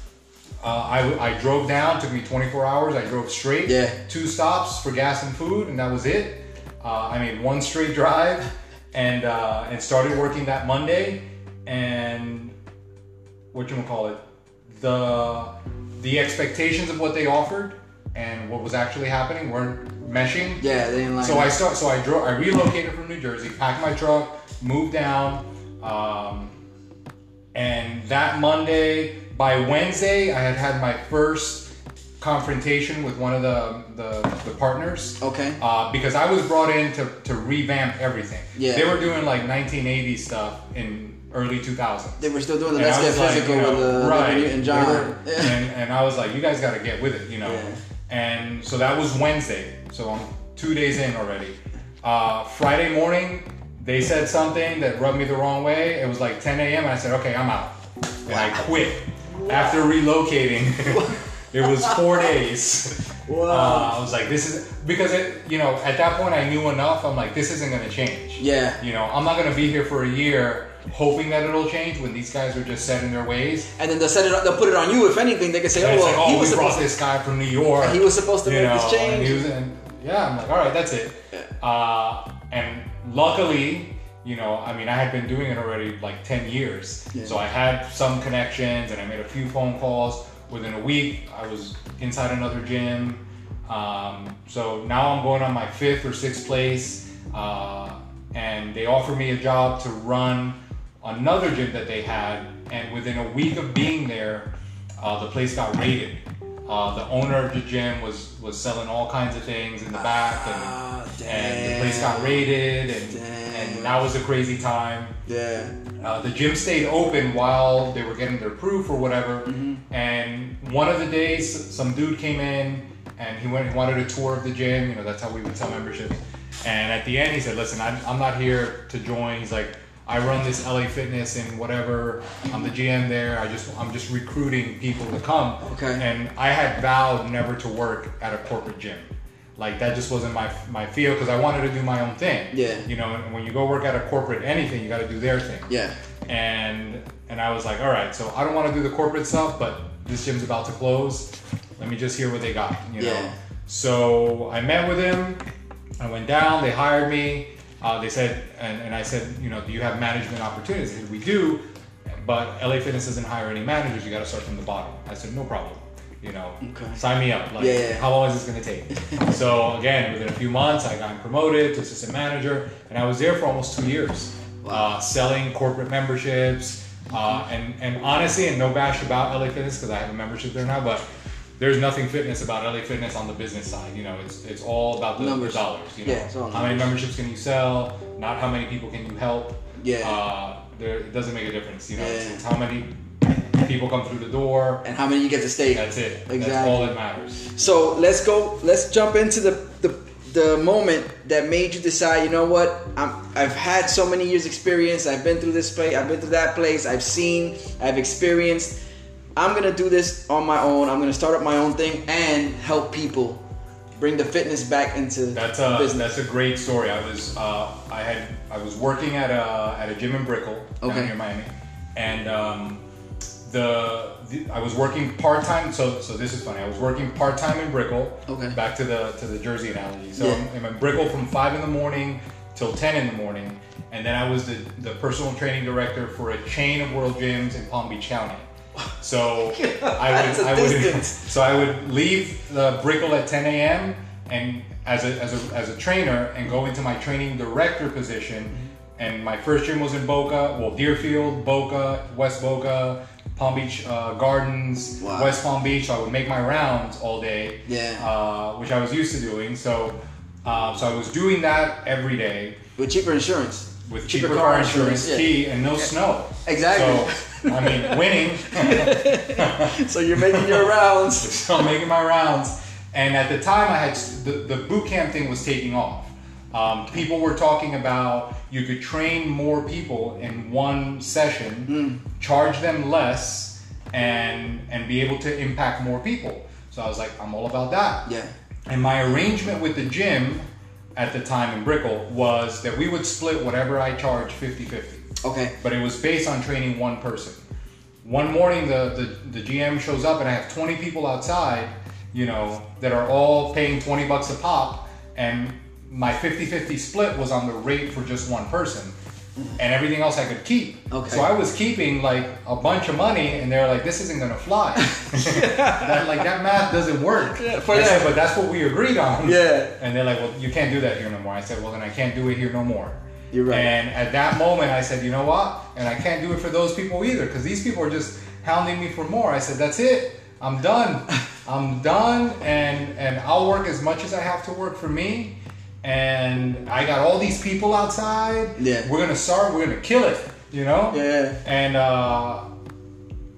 [SPEAKER 2] uh, I, I drove down. Took me 24 hours. I drove straight.
[SPEAKER 1] Yeah.
[SPEAKER 2] Two stops for gas and food, and that was it. Uh, I made one straight drive, and uh, and started working that Monday. And what you gonna call it? The the expectations of what they offered and what was actually happening weren't
[SPEAKER 1] (laughs)
[SPEAKER 2] meshing.
[SPEAKER 1] Yeah, they didn't like
[SPEAKER 2] So I start. So I drove. I relocated from New Jersey, packed my truck, moved down, um, and that Monday, by Wednesday, I had had my first confrontation with one of the the, the partners.
[SPEAKER 1] Okay.
[SPEAKER 2] Uh, because I was brought in to, to revamp everything.
[SPEAKER 1] Yeah.
[SPEAKER 2] They were doing like 1980s stuff in early 2000s.
[SPEAKER 1] They were still doing the
[SPEAKER 2] And
[SPEAKER 1] Let's
[SPEAKER 2] I
[SPEAKER 1] Get
[SPEAKER 2] was like,
[SPEAKER 1] Physical
[SPEAKER 2] you know,
[SPEAKER 1] with uh, Olivia
[SPEAKER 2] right.
[SPEAKER 1] Newton-John.
[SPEAKER 2] They were-
[SPEAKER 1] (laughs) Yeah.
[SPEAKER 2] and, and I was like, you guys got to get with it, you know.
[SPEAKER 1] Yeah.
[SPEAKER 2] And so that was Wednesday. So I'm two days in already. Uh, Friday morning, they said something that rubbed me the wrong way. It was like 10 a.m. And I said, okay, I'm out. And I quit after relocating. (laughs) it was four days.
[SPEAKER 1] Wow.
[SPEAKER 2] Uh, I was like, this is because it, you know, at that point I knew enough. I'm like, this isn't gonna change.
[SPEAKER 1] Yeah.
[SPEAKER 2] You know, I'm not gonna be here for a year hoping that it'll change when these guys are just set in their ways.
[SPEAKER 1] And then they'll set it up, they'll put it on you. If anything, they could say,
[SPEAKER 2] And
[SPEAKER 1] oh,
[SPEAKER 2] it's
[SPEAKER 1] well,
[SPEAKER 2] like, oh,
[SPEAKER 1] he
[SPEAKER 2] we
[SPEAKER 1] was supposed
[SPEAKER 2] brought this guy from New York.
[SPEAKER 1] He was supposed to
[SPEAKER 2] you
[SPEAKER 1] make this
[SPEAKER 2] know,
[SPEAKER 1] change.
[SPEAKER 2] And he was, and yeah, I'm like, all right, that's it. Uh, and luckily, you know, I mean, I had been doing it already like 10 years. So I had some connections and I made a few phone calls. Within a week, I was inside another gym. Um, so now I'm going on my fifth or sixth place. Uh, and they offered me a job to run another gym that they had. And within a week of being there, uh, the place got raided. Uh, the owner of the gym was was selling all kinds of things in the back,
[SPEAKER 1] Ah,
[SPEAKER 2] and, and the place
[SPEAKER 1] damn.
[SPEAKER 2] got raided, and
[SPEAKER 1] Damn.
[SPEAKER 2] and that was a crazy time.
[SPEAKER 1] Yeah.
[SPEAKER 2] Uh, the gym stayed open while they were getting their proof or whatever.
[SPEAKER 1] Mm-hmm.
[SPEAKER 2] And one of the days, some dude came in and he went. He wanted a tour of the gym. You know, that's how we would sell memberships. And at the end, he said, "Listen, I'm, I'm not here to join." He's like, "I run this LA Fitness and whatever. I'm the GM there. I just I'm just recruiting people to come."
[SPEAKER 1] Okay.
[SPEAKER 2] And I had vowed never to work at a corporate gym. Like that just wasn't my my field because I wanted to do my own thing.
[SPEAKER 1] Yeah.
[SPEAKER 2] You know, and when you go work at a corporate anything, you got to do their thing
[SPEAKER 1] Yeah.
[SPEAKER 2] and and I was like, all right, so I don't want to do the corporate stuff, but this gym's about to close. Let me just hear what they got, you know.
[SPEAKER 1] Yeah.
[SPEAKER 2] So I met with him. I went down. They hired me. Uh, they said, and, and I said, you know, do you have management opportunities? They said, we do, but LA Fitness doesn't hire any managers. You got to start from the bottom. I said, no problem. You know,
[SPEAKER 1] Okay.
[SPEAKER 2] sign me up. Like,
[SPEAKER 1] Yeah, yeah.
[SPEAKER 2] how long is this gonna
[SPEAKER 1] (laughs)
[SPEAKER 2] take? so again, within a few months, I got promoted to assistant manager, and I was there for almost two years, uh, selling corporate memberships. Uh, and and honestly, and no bash about LA Fitness because I have a membership there now, but there's nothing fitness about LA Fitness on the business side. You know, it's it's all about the
[SPEAKER 1] Numbers.
[SPEAKER 2] dollars. You know,
[SPEAKER 1] Yeah, it's all
[SPEAKER 2] how many memberships can you sell? Not how many people can you help.
[SPEAKER 1] Yeah.
[SPEAKER 2] Uh, there, it doesn't make a difference. You know, it's,
[SPEAKER 1] Yeah.
[SPEAKER 2] it's how many people come through the door.
[SPEAKER 1] And how many you get to stay?
[SPEAKER 2] That's it. That's
[SPEAKER 1] Exactly.
[SPEAKER 2] all that matters.
[SPEAKER 1] So let's go. Let's jump into the the, the moment that made you decide. You know what? I'm, I've had so many years experience. I've been through this place. I've been through that place. I've seen. I've experienced. I'm gonna do this on my own. I'm gonna start up my own thing and help people bring the fitness back into
[SPEAKER 2] That's uh, a
[SPEAKER 1] business.
[SPEAKER 2] that's a great story. I was uh, I had I was working at a at a gym in Brickell
[SPEAKER 1] Okay.
[SPEAKER 2] down here in Miami, and um, the, the I was working part time. So so this is funny. I was working part time in Brickell.
[SPEAKER 1] Okay.
[SPEAKER 2] Back to the to the Jersey analogy. So
[SPEAKER 1] Yeah.
[SPEAKER 2] I'm, I'm in Brickell from five in the morning till ten in the morning, and then I was the the personal training director for a chain of world gyms in Palm Beach County.
[SPEAKER 1] (laughs)
[SPEAKER 2] So I
[SPEAKER 1] That's
[SPEAKER 2] would
[SPEAKER 1] a
[SPEAKER 2] I would
[SPEAKER 1] distance.
[SPEAKER 2] so I would leave the Brickell at 10 a.m. and as a, as a as a trainer and go into my training director
[SPEAKER 1] Mm-hmm.
[SPEAKER 2] position. And my first gym was in Boca, well Deerfield, Boca, West Boca, Palm Beach uh, Gardens,
[SPEAKER 1] Wow.
[SPEAKER 2] West Palm Beach. So I would make my rounds all day,
[SPEAKER 1] Yeah.
[SPEAKER 2] uh, which I was used to doing. So uh, so I was doing that every day
[SPEAKER 1] with cheaper insurance.
[SPEAKER 2] with cheaper, car, insurance,
[SPEAKER 1] yeah.
[SPEAKER 2] key, and no snow.
[SPEAKER 1] Exactly.
[SPEAKER 2] So I mean,
[SPEAKER 1] (laughs)
[SPEAKER 2] winning.
[SPEAKER 1] So you're making
[SPEAKER 2] (laughs)
[SPEAKER 1] your rounds.
[SPEAKER 2] so I'm making my rounds. And at the time, I had the, the boot camp thing was taking off. Um, people were talking about you could train more people in one session, charge them less, and and be able to impact more people. So I was like, I'm all about that.
[SPEAKER 1] Yeah.
[SPEAKER 2] And my arrangement with the gym at the time in Brickell was that we would split whatever I charged 50 50
[SPEAKER 1] Okay.
[SPEAKER 2] but it was based on training one person. One morning, the, the, the GM shows up, and I have 20 people outside, you know, that are all paying 20 bucks a pop, and my 50 50 split was on the rate for just one person, and everything else I could keep.
[SPEAKER 1] Okay.
[SPEAKER 2] So I was keeping like a bunch of money, and they're like, this isn't gonna
[SPEAKER 1] (laughs)
[SPEAKER 2] fly. that, like, that math doesn't work.
[SPEAKER 1] Yeah, for
[SPEAKER 2] I said,
[SPEAKER 1] that.
[SPEAKER 2] but that's what we agreed on.
[SPEAKER 1] Yeah.
[SPEAKER 2] And they're like, well, you can't do that here no more. I said, well, then I can't do it here no more.
[SPEAKER 1] You're right.
[SPEAKER 2] And at that moment, I said, you know what? And I can't do it for those people either because these people are just hounding me for more. I said, that's it. I'm done. I'm done, and and I'll work as much as I have to work for me. And I got all these people outside.
[SPEAKER 1] Yeah.
[SPEAKER 2] We're gonna start. We're gonna kill it. You know.
[SPEAKER 1] Yeah.
[SPEAKER 2] And uh,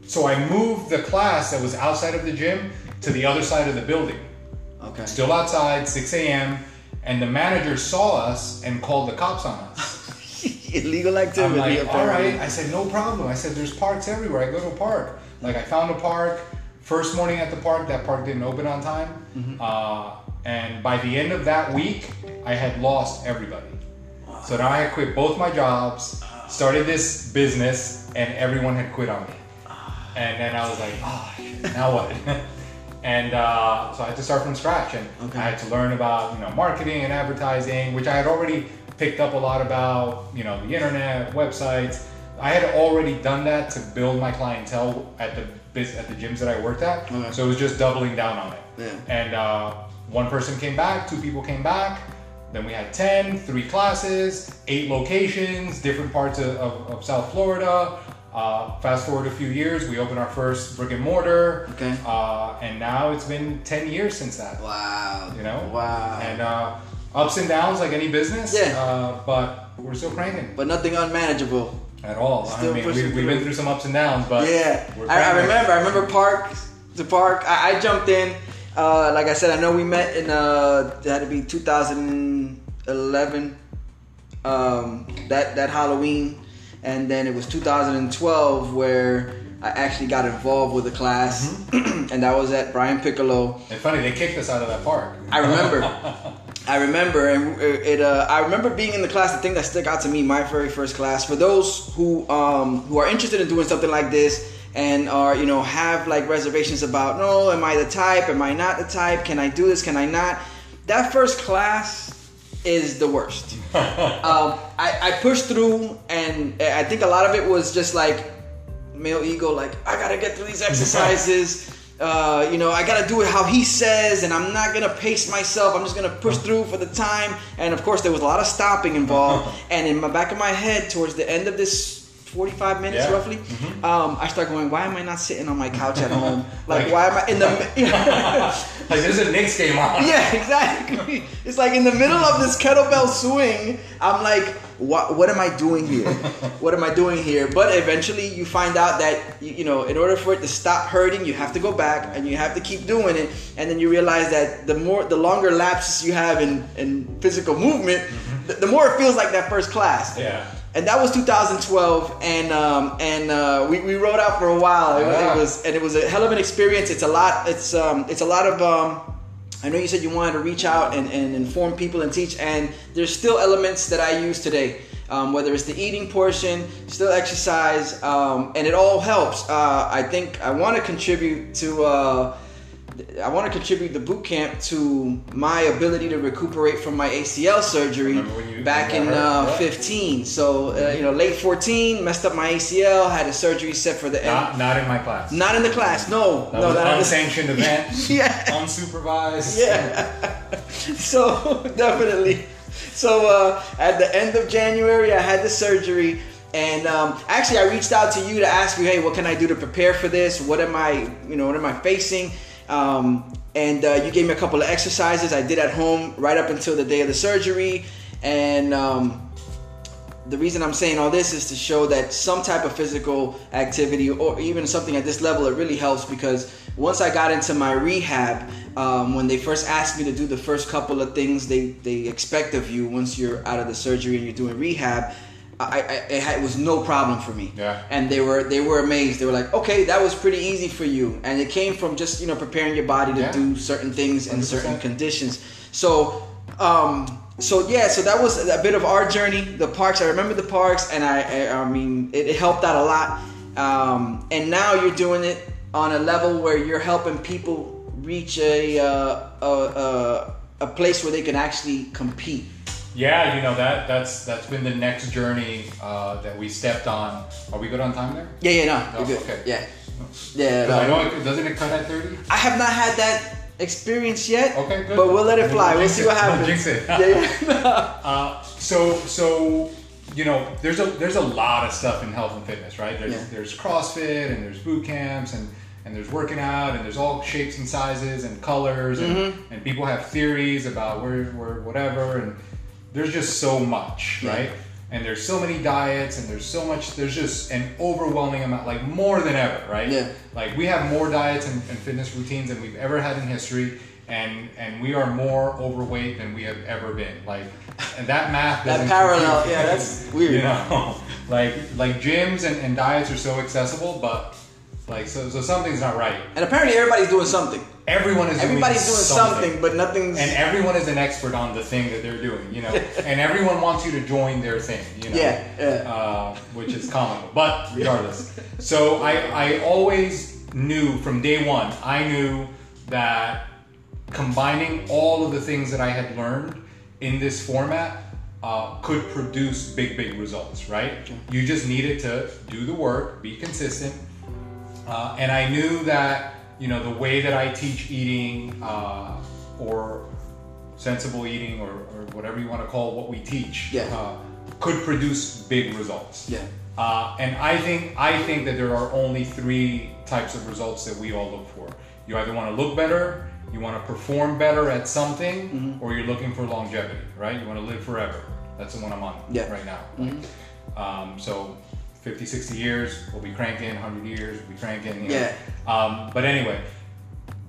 [SPEAKER 2] so I moved the class that was outside of the gym to the other side of the building
[SPEAKER 1] Okay. (laughs)
[SPEAKER 2] still outside, 6 a.m., and the manager saw us and called the cops on us.
[SPEAKER 1] Illegal
[SPEAKER 2] I'm
[SPEAKER 1] activity.
[SPEAKER 2] like, all
[SPEAKER 1] apparently.
[SPEAKER 2] right. I said, no problem. I said, there's parks everywhere. I go to a park. Like, I found a park. First morning at the park, that park didn't open on time.
[SPEAKER 1] Mm-hmm.
[SPEAKER 2] Uh, and by the end of that week, I had lost everybody. So now I had quit both my jobs, started this business, and everyone had quit on me.
[SPEAKER 1] Ah.
[SPEAKER 2] And then I was like,
[SPEAKER 1] (laughs)
[SPEAKER 2] oh, shit, now what? (laughs) and uh, so I had to start from scratch, and
[SPEAKER 1] Okay.
[SPEAKER 2] I had to learn about you know marketing and advertising, which I had already picked up a lot about you know the internet, websites. I had already done that to build my clientele at the bus- at the gyms that I worked at.
[SPEAKER 1] Okay.
[SPEAKER 2] So it was just doubling down on it.
[SPEAKER 1] Yeah.
[SPEAKER 2] And uh, one person came back, two people came back. Then we had 10, three classes, eight locations, different parts of, of, of South Florida, Uh, fast forward a few years, we opened our first brick and mortar.
[SPEAKER 1] Okay.
[SPEAKER 2] Uh, and now it's been 10 years since that.
[SPEAKER 1] Wow.
[SPEAKER 2] You know?
[SPEAKER 1] Wow.
[SPEAKER 2] And uh, ups and downs like any business.
[SPEAKER 1] Yeah.
[SPEAKER 2] Uh, but we're still cranking
[SPEAKER 1] but nothing unmanageable.
[SPEAKER 2] at all.
[SPEAKER 1] Still
[SPEAKER 2] I mean,
[SPEAKER 1] pushing
[SPEAKER 2] we, we've
[SPEAKER 1] through.
[SPEAKER 2] been through some ups and downs, but
[SPEAKER 1] yeah,
[SPEAKER 2] we're
[SPEAKER 1] I, I
[SPEAKER 2] cranking.
[SPEAKER 1] remember. I remember Park, the Park. I, I jumped in. Uh, like I said, I know we met in uh, that would be 2011. Um, that that Halloween, and then it was 2012 where I actually got involved with the class, (clears throat)
[SPEAKER 2] Mm-hmm.
[SPEAKER 1] and that was at Brian Piccolo.
[SPEAKER 2] And funny, they kicked us out of that
[SPEAKER 1] (laughs)
[SPEAKER 2] park. (laughs)
[SPEAKER 1] I remember. I remember, and it. Uh, I remember being in the class. The thing that stuck out to me, my very first class. For those who um, who are interested in doing something like this and are you know have like reservations about, no, am I the type? Am I not the type? Can I do this? Can I not? That first class is the worst. um, I, I pushed through, and I think a lot of it was just like male ego like i gotta get through these exercises uh, you know i gotta do it how he says and i'm not gonna pace myself i'm just gonna push through for the time and of course there was a lot of stopping involved and in my back of my head towards the end of this 45 minutes
[SPEAKER 2] Yeah.
[SPEAKER 1] roughly um, i start going why am i not sitting on my couch at home like,
[SPEAKER 2] Like-
[SPEAKER 1] why am i in (laughs) the
[SPEAKER 2] like, there's a Knicks game
[SPEAKER 1] (laughs)
[SPEAKER 2] on.
[SPEAKER 1] Yeah, exactly. It's like in the middle of this kettlebell swing, I'm like, what, what am I doing here? What am I doing here? But eventually you find out that, you, you know, in order for it to stop hurting, you have to go back and you have to keep doing it. And then you realize that the more, the longer lapses you have in, in physical movement, the, the more it feels like that first class.
[SPEAKER 2] (laughs) Yeah.
[SPEAKER 1] And that was 2012, and um, and uh, we, we rode out for a while. It, was,
[SPEAKER 2] Yeah.
[SPEAKER 1] it was and it was a hell of an experience. It's a lot. It's um, it's a lot of um, I know you said you wanted to reach out and, and inform people and teach, and there's still elements that I use today. Um, whether it's the eating portion, still exercise, um, and it all helps. Uh, I think I want to contribute to. Uh, I want to contribute the boot camp to my ability to recuperate from my ACL surgery
[SPEAKER 2] Remember when you-
[SPEAKER 1] back
[SPEAKER 2] when
[SPEAKER 1] in
[SPEAKER 2] that hurt?
[SPEAKER 1] uh,
[SPEAKER 2] Yeah.
[SPEAKER 1] 15. So uh, you know, late 14, messed up my ACL, had a surgery set for the end.
[SPEAKER 2] Not, not in my class.
[SPEAKER 1] Not in the class, no,
[SPEAKER 2] that
[SPEAKER 1] no,
[SPEAKER 2] was
[SPEAKER 1] not in the-
[SPEAKER 2] unsanctioned
[SPEAKER 1] (laughs)
[SPEAKER 2] event.
[SPEAKER 1] Yeah.
[SPEAKER 2] Unsupervised.
[SPEAKER 1] Yeah. (laughs) so (laughs) definitely. So uh, at the end of January, I had the surgery, and um, actually, I reached out to you to ask you, hey, what can I do to prepare for this? What am I, you know, what am I facing? Um, and uh, you gave me a couple of exercises I did at home right up until the day of the surgery, and. Um, the reason I'm saying all this is to show that some type of physical activity or even something at this level, it really helps because once I got into my rehab, um, when they first asked me to do the first couple of things they, they expect of you once you're out of the surgery and you're doing rehab, I, I, it, had, it was no problem for me.
[SPEAKER 2] Yeah.
[SPEAKER 1] And they were they were amazed. They were like, okay, that was pretty easy for you. And it came from just you know preparing your body to
[SPEAKER 2] Yeah.
[SPEAKER 1] do certain things in certain
[SPEAKER 2] 100%.
[SPEAKER 1] conditions. So, um, so yeah, so that was a bit of our journey. The parks, I remember the parks, and I, I, I mean, it, it helped out a lot. Um, and now you're doing it on a level where you're helping people reach a uh, a, a, a place where they can actually compete.
[SPEAKER 2] Yeah, you know that that's that's been the next journey uh, that we stepped on. Are we good on time there?
[SPEAKER 1] Yeah, yeah, no,
[SPEAKER 2] No,
[SPEAKER 1] you're good.
[SPEAKER 2] okay.
[SPEAKER 1] Yeah, yeah.
[SPEAKER 2] 'Cause I
[SPEAKER 1] no.
[SPEAKER 2] know it, doesn't it cut at thirty?
[SPEAKER 1] I have not had that experience yet.
[SPEAKER 2] Okay, good.
[SPEAKER 1] But we'll let it
[SPEAKER 2] Then
[SPEAKER 1] fly.
[SPEAKER 2] don't
[SPEAKER 1] We'll
[SPEAKER 2] jinx
[SPEAKER 1] see
[SPEAKER 2] it.
[SPEAKER 1] what
[SPEAKER 2] Don't
[SPEAKER 1] happens.
[SPEAKER 2] (laughs) jinx it.
[SPEAKER 1] Yeah,
[SPEAKER 2] (laughs)
[SPEAKER 1] yeah.
[SPEAKER 2] Uh, so so you know there's a there's a lot of stuff in health and fitness, right? There's
[SPEAKER 1] Yeah.
[SPEAKER 2] there's CrossFit and there's boot camps and and there's working out and there's all shapes and sizes and colors and,
[SPEAKER 1] Mm-hmm.
[SPEAKER 2] and people have theories about where where whatever and there's just so much,
[SPEAKER 1] Yeah.
[SPEAKER 2] right? And there's so many diets and there's so much there's just an overwhelming amount like more than ever, right?
[SPEAKER 1] Yeah.
[SPEAKER 2] Like we have more diets and, and fitness routines than we've ever had in history, and and we are more overweight than we have ever been. Like, and that math.
[SPEAKER 1] That
[SPEAKER 2] doesn't
[SPEAKER 1] parallel,
[SPEAKER 2] compute.
[SPEAKER 1] yeah, that's weird.
[SPEAKER 2] (laughs) You know, like like gyms and, and diets are so accessible, but like so so something's not right.
[SPEAKER 1] and apparently everybody's doing something.
[SPEAKER 2] Everyone is
[SPEAKER 1] Everybody's
[SPEAKER 2] doing
[SPEAKER 1] doing something, but nothing's.
[SPEAKER 2] and everyone is an expert on the thing that they're doing,
[SPEAKER 1] (laughs)
[SPEAKER 2] you know, and everyone wants you to join their thing, you know,
[SPEAKER 1] Yeah, yeah.
[SPEAKER 2] Uh, which is comical.
[SPEAKER 1] (laughs)
[SPEAKER 2] But regardless, so I, I always knew from day one, I knew that combining all of the things that I had learned in this format uh, could produce big, big results, right? You just needed to do the work, be consistent, uh, and I knew that you know the way that I teach eating uh, or sensible eating or, or whatever you want to call what we teach
[SPEAKER 1] Yeah.
[SPEAKER 2] uh, could produce big results.
[SPEAKER 1] Yeah.
[SPEAKER 2] Uh, and I think I think that there are only three types of results that we all look for. You either want to look better, you want to perform better at something,
[SPEAKER 1] Mm-hmm.
[SPEAKER 2] or you're looking for longevity, right? You want to live forever. That's the one I'm on
[SPEAKER 1] Yeah. Mm-hmm.
[SPEAKER 2] right now. Like, um, so 50, 60 years, we'll be cranking. 100 years, we'll be cranking. you know. Um, but anyway,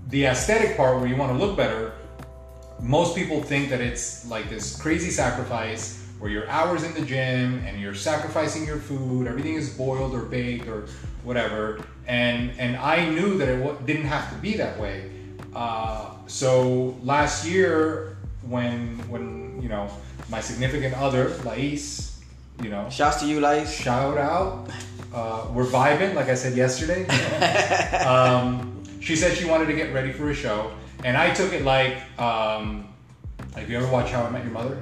[SPEAKER 2] the aesthetic part where you want to look better, most people think that it's like this crazy sacrifice where you're hours in the gym and you're sacrificing your food, everything is boiled or baked or whatever. And and I knew that it w- didn't have to be that way. Uh, so last year, when when you know my significant other Lais, you know,
[SPEAKER 1] Shouts to you, Lice.
[SPEAKER 2] shout out. Uh, we're vibing, like I said yesterday. um, she said she wanted to get ready for a show, and I took it like, um, like you ever watch How I Met Your Mother?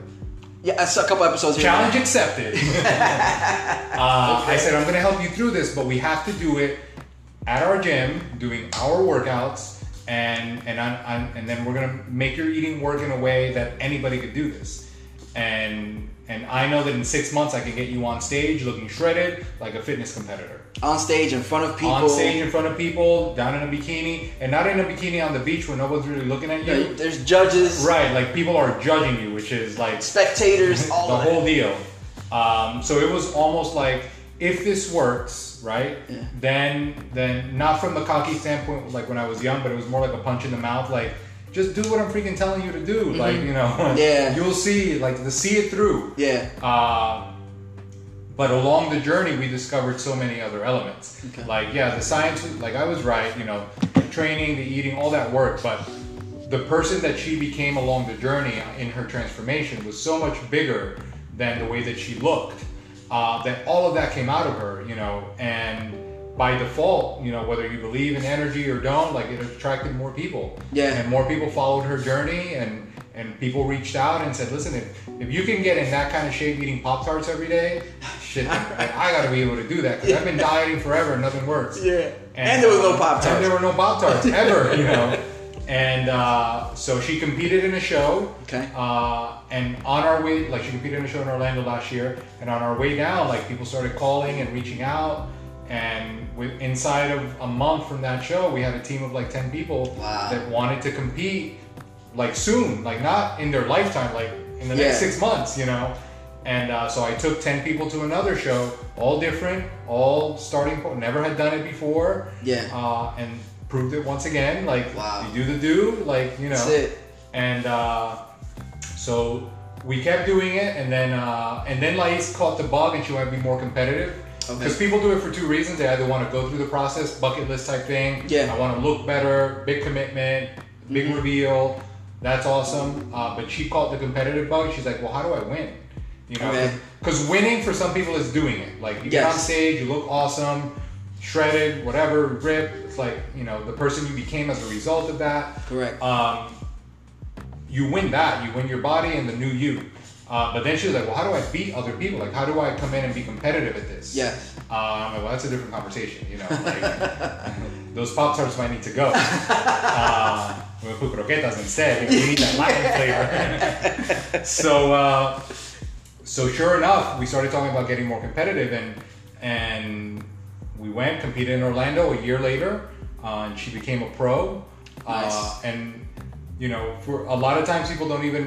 [SPEAKER 1] Yeah, I saw a couple episodes. here.
[SPEAKER 2] Challenge accepted. uh, I said I'm gonna help you through this, but we have to do it at our gym, doing our workouts, and and I'm, I'm, and then we're gonna make your eating work in a way that anybody could do this. And and I know that in six months I can get you on stage looking shredded like a fitness competitor
[SPEAKER 1] On stage in front of people.
[SPEAKER 2] on stage in front of people, down in a bikini, and not in a bikini on the beach where no one's really looking at
[SPEAKER 1] There-
[SPEAKER 2] you.
[SPEAKER 1] There's judges,
[SPEAKER 2] Right, like people are judging you, which is like (laughs)
[SPEAKER 1] spectators, all
[SPEAKER 2] the
[SPEAKER 1] of it.
[SPEAKER 2] whole deal. Um, so it was almost like if this works, right? Then then not from the cocky standpoint, like when I was young, but it was more like a punch in the mouth, like just do what I'm freaking telling you to do, like you know,
[SPEAKER 1] Mm-hmm.
[SPEAKER 2] (laughs)
[SPEAKER 1] Yeah.
[SPEAKER 2] you'll see, like the see it through.
[SPEAKER 1] Yeah.
[SPEAKER 2] Uh, but along the journey, we discovered so many other elements.
[SPEAKER 1] Okay.
[SPEAKER 2] Like, yeah, the science, was- like I was right, you know, the training, the eating, all that work. But the person that she became along the journey in her transformation was so much bigger than the way that she looked. Uh, that all of that came out of her, you know, and by default, you know, whether you believe in energy or don't, like it attracted more people.
[SPEAKER 1] Yeah.
[SPEAKER 2] And more people followed her journey and and people reached out and said listen if, if you can get in that kind of shape eating pop tarts every day
[SPEAKER 1] (laughs)
[SPEAKER 2] shit I, I gotta be able to do that because i've been dieting forever and nothing works
[SPEAKER 1] Yeah. And there was no
[SPEAKER 2] uh,
[SPEAKER 1] Pop-Tarts.
[SPEAKER 2] and there were no pop
[SPEAKER 1] (laughs)
[SPEAKER 2] tarts ever you know and uh, so she competed in a show
[SPEAKER 1] Okay.
[SPEAKER 2] uh, and on our way like she competed in a show in orlando last year and on our way down like people started calling and reaching out and with, inside of a month from that show we had a team of like 10 people
[SPEAKER 1] Wow.
[SPEAKER 2] that wanted to compete like soon, like not in their lifetime, like in the next
[SPEAKER 1] Yeah.
[SPEAKER 2] six months, you know. And uh, so I took ten people to another show, all different, all starting point, never had done it before.
[SPEAKER 1] Yeah.
[SPEAKER 2] Uh, and proved it once again, like
[SPEAKER 1] Wow.
[SPEAKER 2] you do the do, like you know.
[SPEAKER 1] That's it.
[SPEAKER 2] And uh, so we kept doing it, and then uh, and then Lais caught the bug, and she wanted to be more competitive.
[SPEAKER 1] Okay.
[SPEAKER 2] Because people do it for two reasons: they either want to go through the process, bucket list type thing.
[SPEAKER 1] Yeah. Mm-hmm.
[SPEAKER 2] I want to look better, big commitment, big reveal. That's awesome. Uh, but she caught the competitive bug. She's like, "Well, how do I win?" You know,
[SPEAKER 1] Okay.
[SPEAKER 2] because winning for some people is doing it. Like you get
[SPEAKER 1] Yes.
[SPEAKER 2] on stage, you look awesome, shredded, whatever, ripped. It's like you know the person you became as a result of that
[SPEAKER 1] Correct.
[SPEAKER 2] um, you win that. You win your body and the new you. Uh, but then she was like, well, how do I beat other people? Like, how do I come in and be competitive at this?
[SPEAKER 1] Yes.
[SPEAKER 2] Um, I'm like, well, that's a different conversation, you know. Like, (laughs) those Pop Tarts might need to go. Uh, we'll put croquetas instead. We need that Latin flavor. so, uh, so sure enough, we started talking about getting more competitive, and and we went competed in Orlando a year later, uh, and she became a pro. Uh,
[SPEAKER 1] Nice.
[SPEAKER 2] and you know, for a lot of times people don't even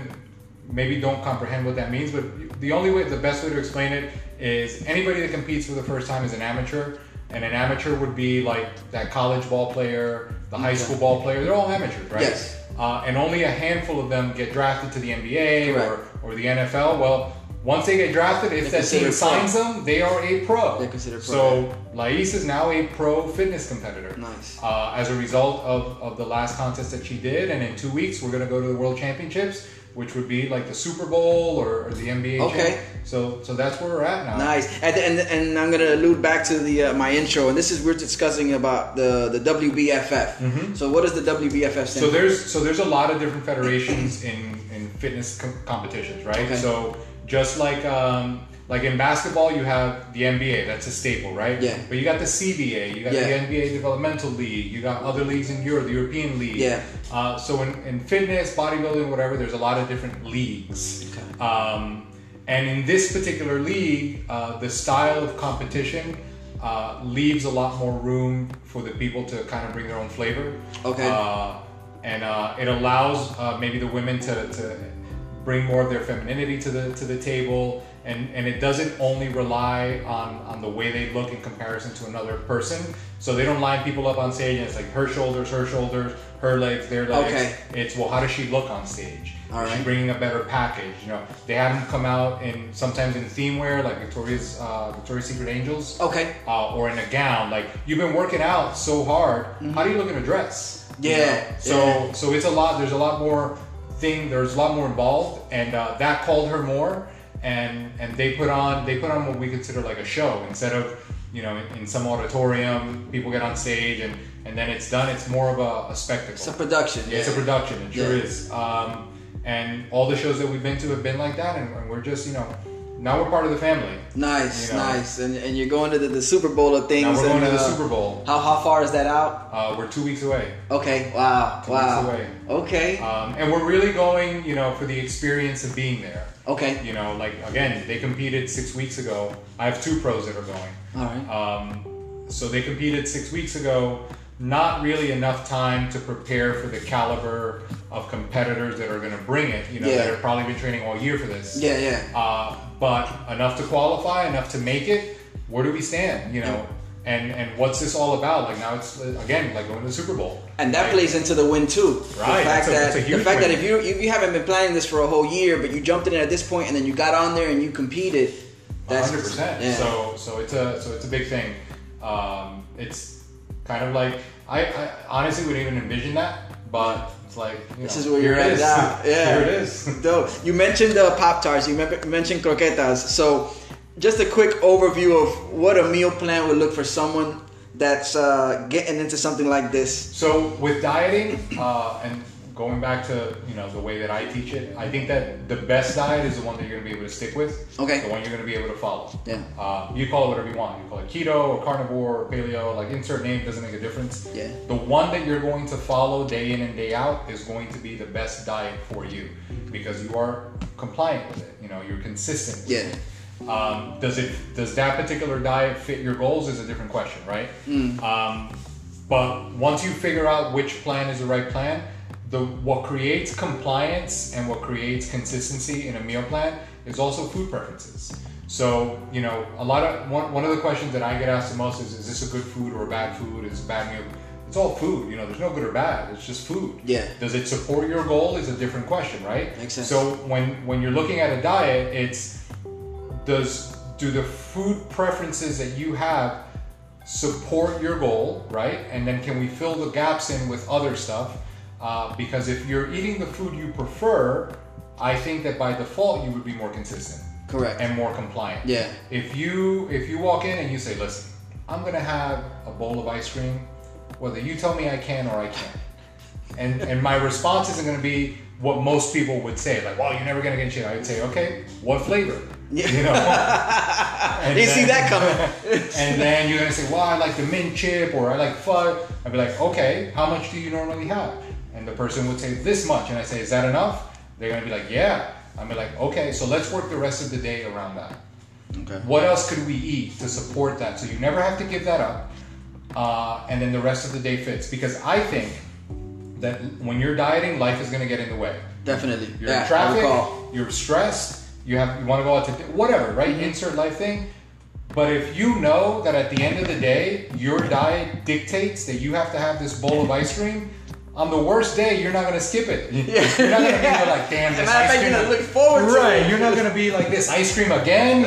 [SPEAKER 2] maybe don't comprehend what that means. But the only way, the best way to explain it is anybody that competes for the first time is an amateur, and an amateur would be like that college ball player, the high school ball player. They're all amateurs, right?
[SPEAKER 1] Yes.
[SPEAKER 2] Uh, and only a handful of them get drafted to the NBA
[SPEAKER 1] Correct.
[SPEAKER 2] or, or the NFL. Well, once they get drafted, if
[SPEAKER 1] They're
[SPEAKER 2] that team
[SPEAKER 1] considered pro.
[SPEAKER 2] signs them, they are a pro.
[SPEAKER 1] They're considered pro,
[SPEAKER 2] So Lais is now a pro fitness competitor.
[SPEAKER 1] Nice.
[SPEAKER 2] Uh, as a result of, of the last contest that she did, and in two weeks we're gonna go to the World Championships, which would be like the Super Bowl or, or the NBA. champ.
[SPEAKER 1] Okay.
[SPEAKER 2] So so that's where we're at now.
[SPEAKER 1] Nice. And, and, and I'm gonna allude back to the uh, my intro, and this is we're discussing about the the WBFF. So what does the WBFF stand?
[SPEAKER 2] Mm-hmm. So
[SPEAKER 1] for?
[SPEAKER 2] there's so there's a lot of different federations in in fitness com- competitions, right?
[SPEAKER 1] Okay.
[SPEAKER 2] So just like um, like in basketball, you have the NBA. That's a staple, right?
[SPEAKER 1] Yeah.
[SPEAKER 2] But you got the CBA, you got
[SPEAKER 1] Yeah.
[SPEAKER 2] the NBA Developmental League, you got other leagues in Europe, the European League.
[SPEAKER 1] Yeah.
[SPEAKER 2] Uh, so in, in fitness, bodybuilding, whatever, there's a lot of different leagues.
[SPEAKER 1] Okay.
[SPEAKER 2] Um, And in this particular league, uh, the style of competition uh, leaves a lot more room for the people to kind of bring their own flavor.
[SPEAKER 1] Okay.
[SPEAKER 2] Uh, and uh, it allows uh, maybe the women to, to bring more of their femininity to the to the table, and, and it doesn't only rely on, on the way they look in comparison to another person. So they don't line people up on stage and it's like her shoulders, her shoulders, her legs, their legs.
[SPEAKER 1] Okay.
[SPEAKER 2] It's well, how does she look on stage?
[SPEAKER 1] All
[SPEAKER 2] Is she
[SPEAKER 1] right.
[SPEAKER 2] bringing a better package? You know, they have them come out in sometimes in theme wear like Victoria's uh, Victoria's Secret Angels
[SPEAKER 1] Okay.
[SPEAKER 2] uh, or in a gown. Like you've been working out so hard. How do you look in a dress? You
[SPEAKER 1] Yeah,
[SPEAKER 2] know? So
[SPEAKER 1] yeah.
[SPEAKER 2] so it's a lot. There's a lot more thing. There's a lot more involved, and uh, that called her more. And and they put on they put on what we consider like a show instead of you know in, in some auditorium people get on stage and and then it's done. It's more of a, a spectacle.
[SPEAKER 1] It's a production.
[SPEAKER 2] Yeah, it's a production. It sure
[SPEAKER 1] Yeah.
[SPEAKER 2] is. Um, and all the shows that we've been to have been like that, and, and we're just you know now we're part of the family.
[SPEAKER 1] Nice,
[SPEAKER 2] you know.
[SPEAKER 1] nice. And, and you're going to the, the Super Bowl of things.
[SPEAKER 2] Now we're
[SPEAKER 1] and,
[SPEAKER 2] going to the
[SPEAKER 1] uh,
[SPEAKER 2] Super Bowl.
[SPEAKER 1] How, how far is that out?
[SPEAKER 2] Uh, we're two weeks away.
[SPEAKER 1] Okay, wow,
[SPEAKER 2] Two
[SPEAKER 1] wow.
[SPEAKER 2] weeks away.
[SPEAKER 1] Okay,
[SPEAKER 2] Um, and we're really going, you know, for the experience of being there.
[SPEAKER 1] okay.
[SPEAKER 2] You know, like again, they competed six weeks ago. I have two pros that are going.
[SPEAKER 1] All right.
[SPEAKER 2] Um, so they competed six weeks ago. Not really enough time to prepare for the caliber of competitors that are going to bring it. You know,
[SPEAKER 1] Yeah.
[SPEAKER 2] that have probably been training all year for this.
[SPEAKER 1] Yeah, yeah.
[SPEAKER 2] Uh, but enough to qualify, enough to make it. Where do we stand? You know, and and what's this all about? Like now, it's uh, again like going to the Super Bowl.
[SPEAKER 1] And that
[SPEAKER 2] Like,
[SPEAKER 1] plays into the win too. The
[SPEAKER 2] Right,
[SPEAKER 1] fact
[SPEAKER 2] that's a-
[SPEAKER 1] that
[SPEAKER 2] that's a
[SPEAKER 1] the
[SPEAKER 2] huge
[SPEAKER 1] fact that
[SPEAKER 2] win.
[SPEAKER 1] if you if you haven't been planning this for a whole year, but you jumped in at this point and then you got on there and you competed, that's
[SPEAKER 2] hundred percent.
[SPEAKER 1] yeah.
[SPEAKER 2] So so it's a so it's a big thing. Um, it's kind of like I, I honestly wouldn't even envision that, but it's like you
[SPEAKER 1] This
[SPEAKER 2] know,
[SPEAKER 1] is where
[SPEAKER 2] here
[SPEAKER 1] you're
[SPEAKER 2] it
[SPEAKER 1] at
[SPEAKER 2] is.
[SPEAKER 1] now. Yeah,
[SPEAKER 2] (laughs) here it is.
[SPEAKER 1] Dope. You mentioned uh, pop tarts. You remember, mentioned croquetas. So, just a quick overview of what a meal plan would look for someone that's uh, getting into something like this.
[SPEAKER 2] So with dieting uh, and going back to you know the way that I teach it, I think that the best diet is the one that you're going to be able to stick with.
[SPEAKER 1] Okay.
[SPEAKER 2] The one you're going to be able to follow.
[SPEAKER 1] Yeah.
[SPEAKER 2] Uh, you call it whatever you want. You call it keto or carnivore or paleo. Like insert name doesn't make a difference.
[SPEAKER 1] Yeah.
[SPEAKER 2] The one that you're going to follow day in and day out is going to be the best diet for you because you are compliant with it. You know you're consistent. with
[SPEAKER 1] Yeah.
[SPEAKER 2] it. Um, does it does that particular diet fit your goals is a different question, right? Um, but once you figure out which plan is the right plan, the what creates compliance and what creates consistency in a meal plan is also food preferences. So you know, a lot of one, one of the questions that I get asked the most is, is this a good food or a bad food? Is it a bad meal? It's all food. You know, there's no good or bad. It's just food.
[SPEAKER 1] Yeah.
[SPEAKER 2] Does it support your goal? Is a different question, right?
[SPEAKER 1] Makes sense.
[SPEAKER 2] So when when you're looking at a diet, it's does do the food preferences that you have support your goal right and then can we fill the gaps in with other stuff uh, because if you're eating the food you prefer i think that by default you would be more consistent
[SPEAKER 1] Correct.
[SPEAKER 2] and more compliant
[SPEAKER 1] Yeah.
[SPEAKER 2] if you if you walk in and you say listen i'm gonna have a bowl of ice cream whether you tell me i can or i can't and and my response isn't going to be what most people would say, like, "Wow, you're never going to get shit." I would say, "Okay, what flavor?"
[SPEAKER 1] Yeah. (laughs)
[SPEAKER 2] You know. And
[SPEAKER 1] Didn't see that
[SPEAKER 2] (laughs)
[SPEAKER 1] coming.
[SPEAKER 2] and then you're gonna say, "Well, I like the mint chip or I like fud." I'd be like, "Okay, how much do you normally have?" And the person would say, "This much." And I say, "Is that enough?" They're gonna be like, "Yeah." I'm like, "Okay, so let's work the rest of the day around that."
[SPEAKER 1] okay.
[SPEAKER 2] What else could we eat to support that? So you never have to give that up, uh, and then the rest of the day fits. Because I think that when you're dieting, life is gonna get in the way.
[SPEAKER 1] Definitely.
[SPEAKER 2] You're
[SPEAKER 1] yeah.
[SPEAKER 2] in
[SPEAKER 1] I
[SPEAKER 2] traffic.
[SPEAKER 1] recall. Mm-hmm.
[SPEAKER 2] You're stressed. You have you want to go out to di- whatever, right? Insert life thing. But if you know that at the end of the day, your diet dictates that you have to have this bowl of ice cream, on the worst day, you're not going to skip
[SPEAKER 1] (laughs)
[SPEAKER 2] it. You're not going to be like, damn,
[SPEAKER 1] As a matter of
[SPEAKER 2] this ice
[SPEAKER 1] fact,
[SPEAKER 2] cream.
[SPEAKER 1] you're gonna look forward to
[SPEAKER 2] right.
[SPEAKER 1] it.
[SPEAKER 2] You're not going to be like this ice cream again. you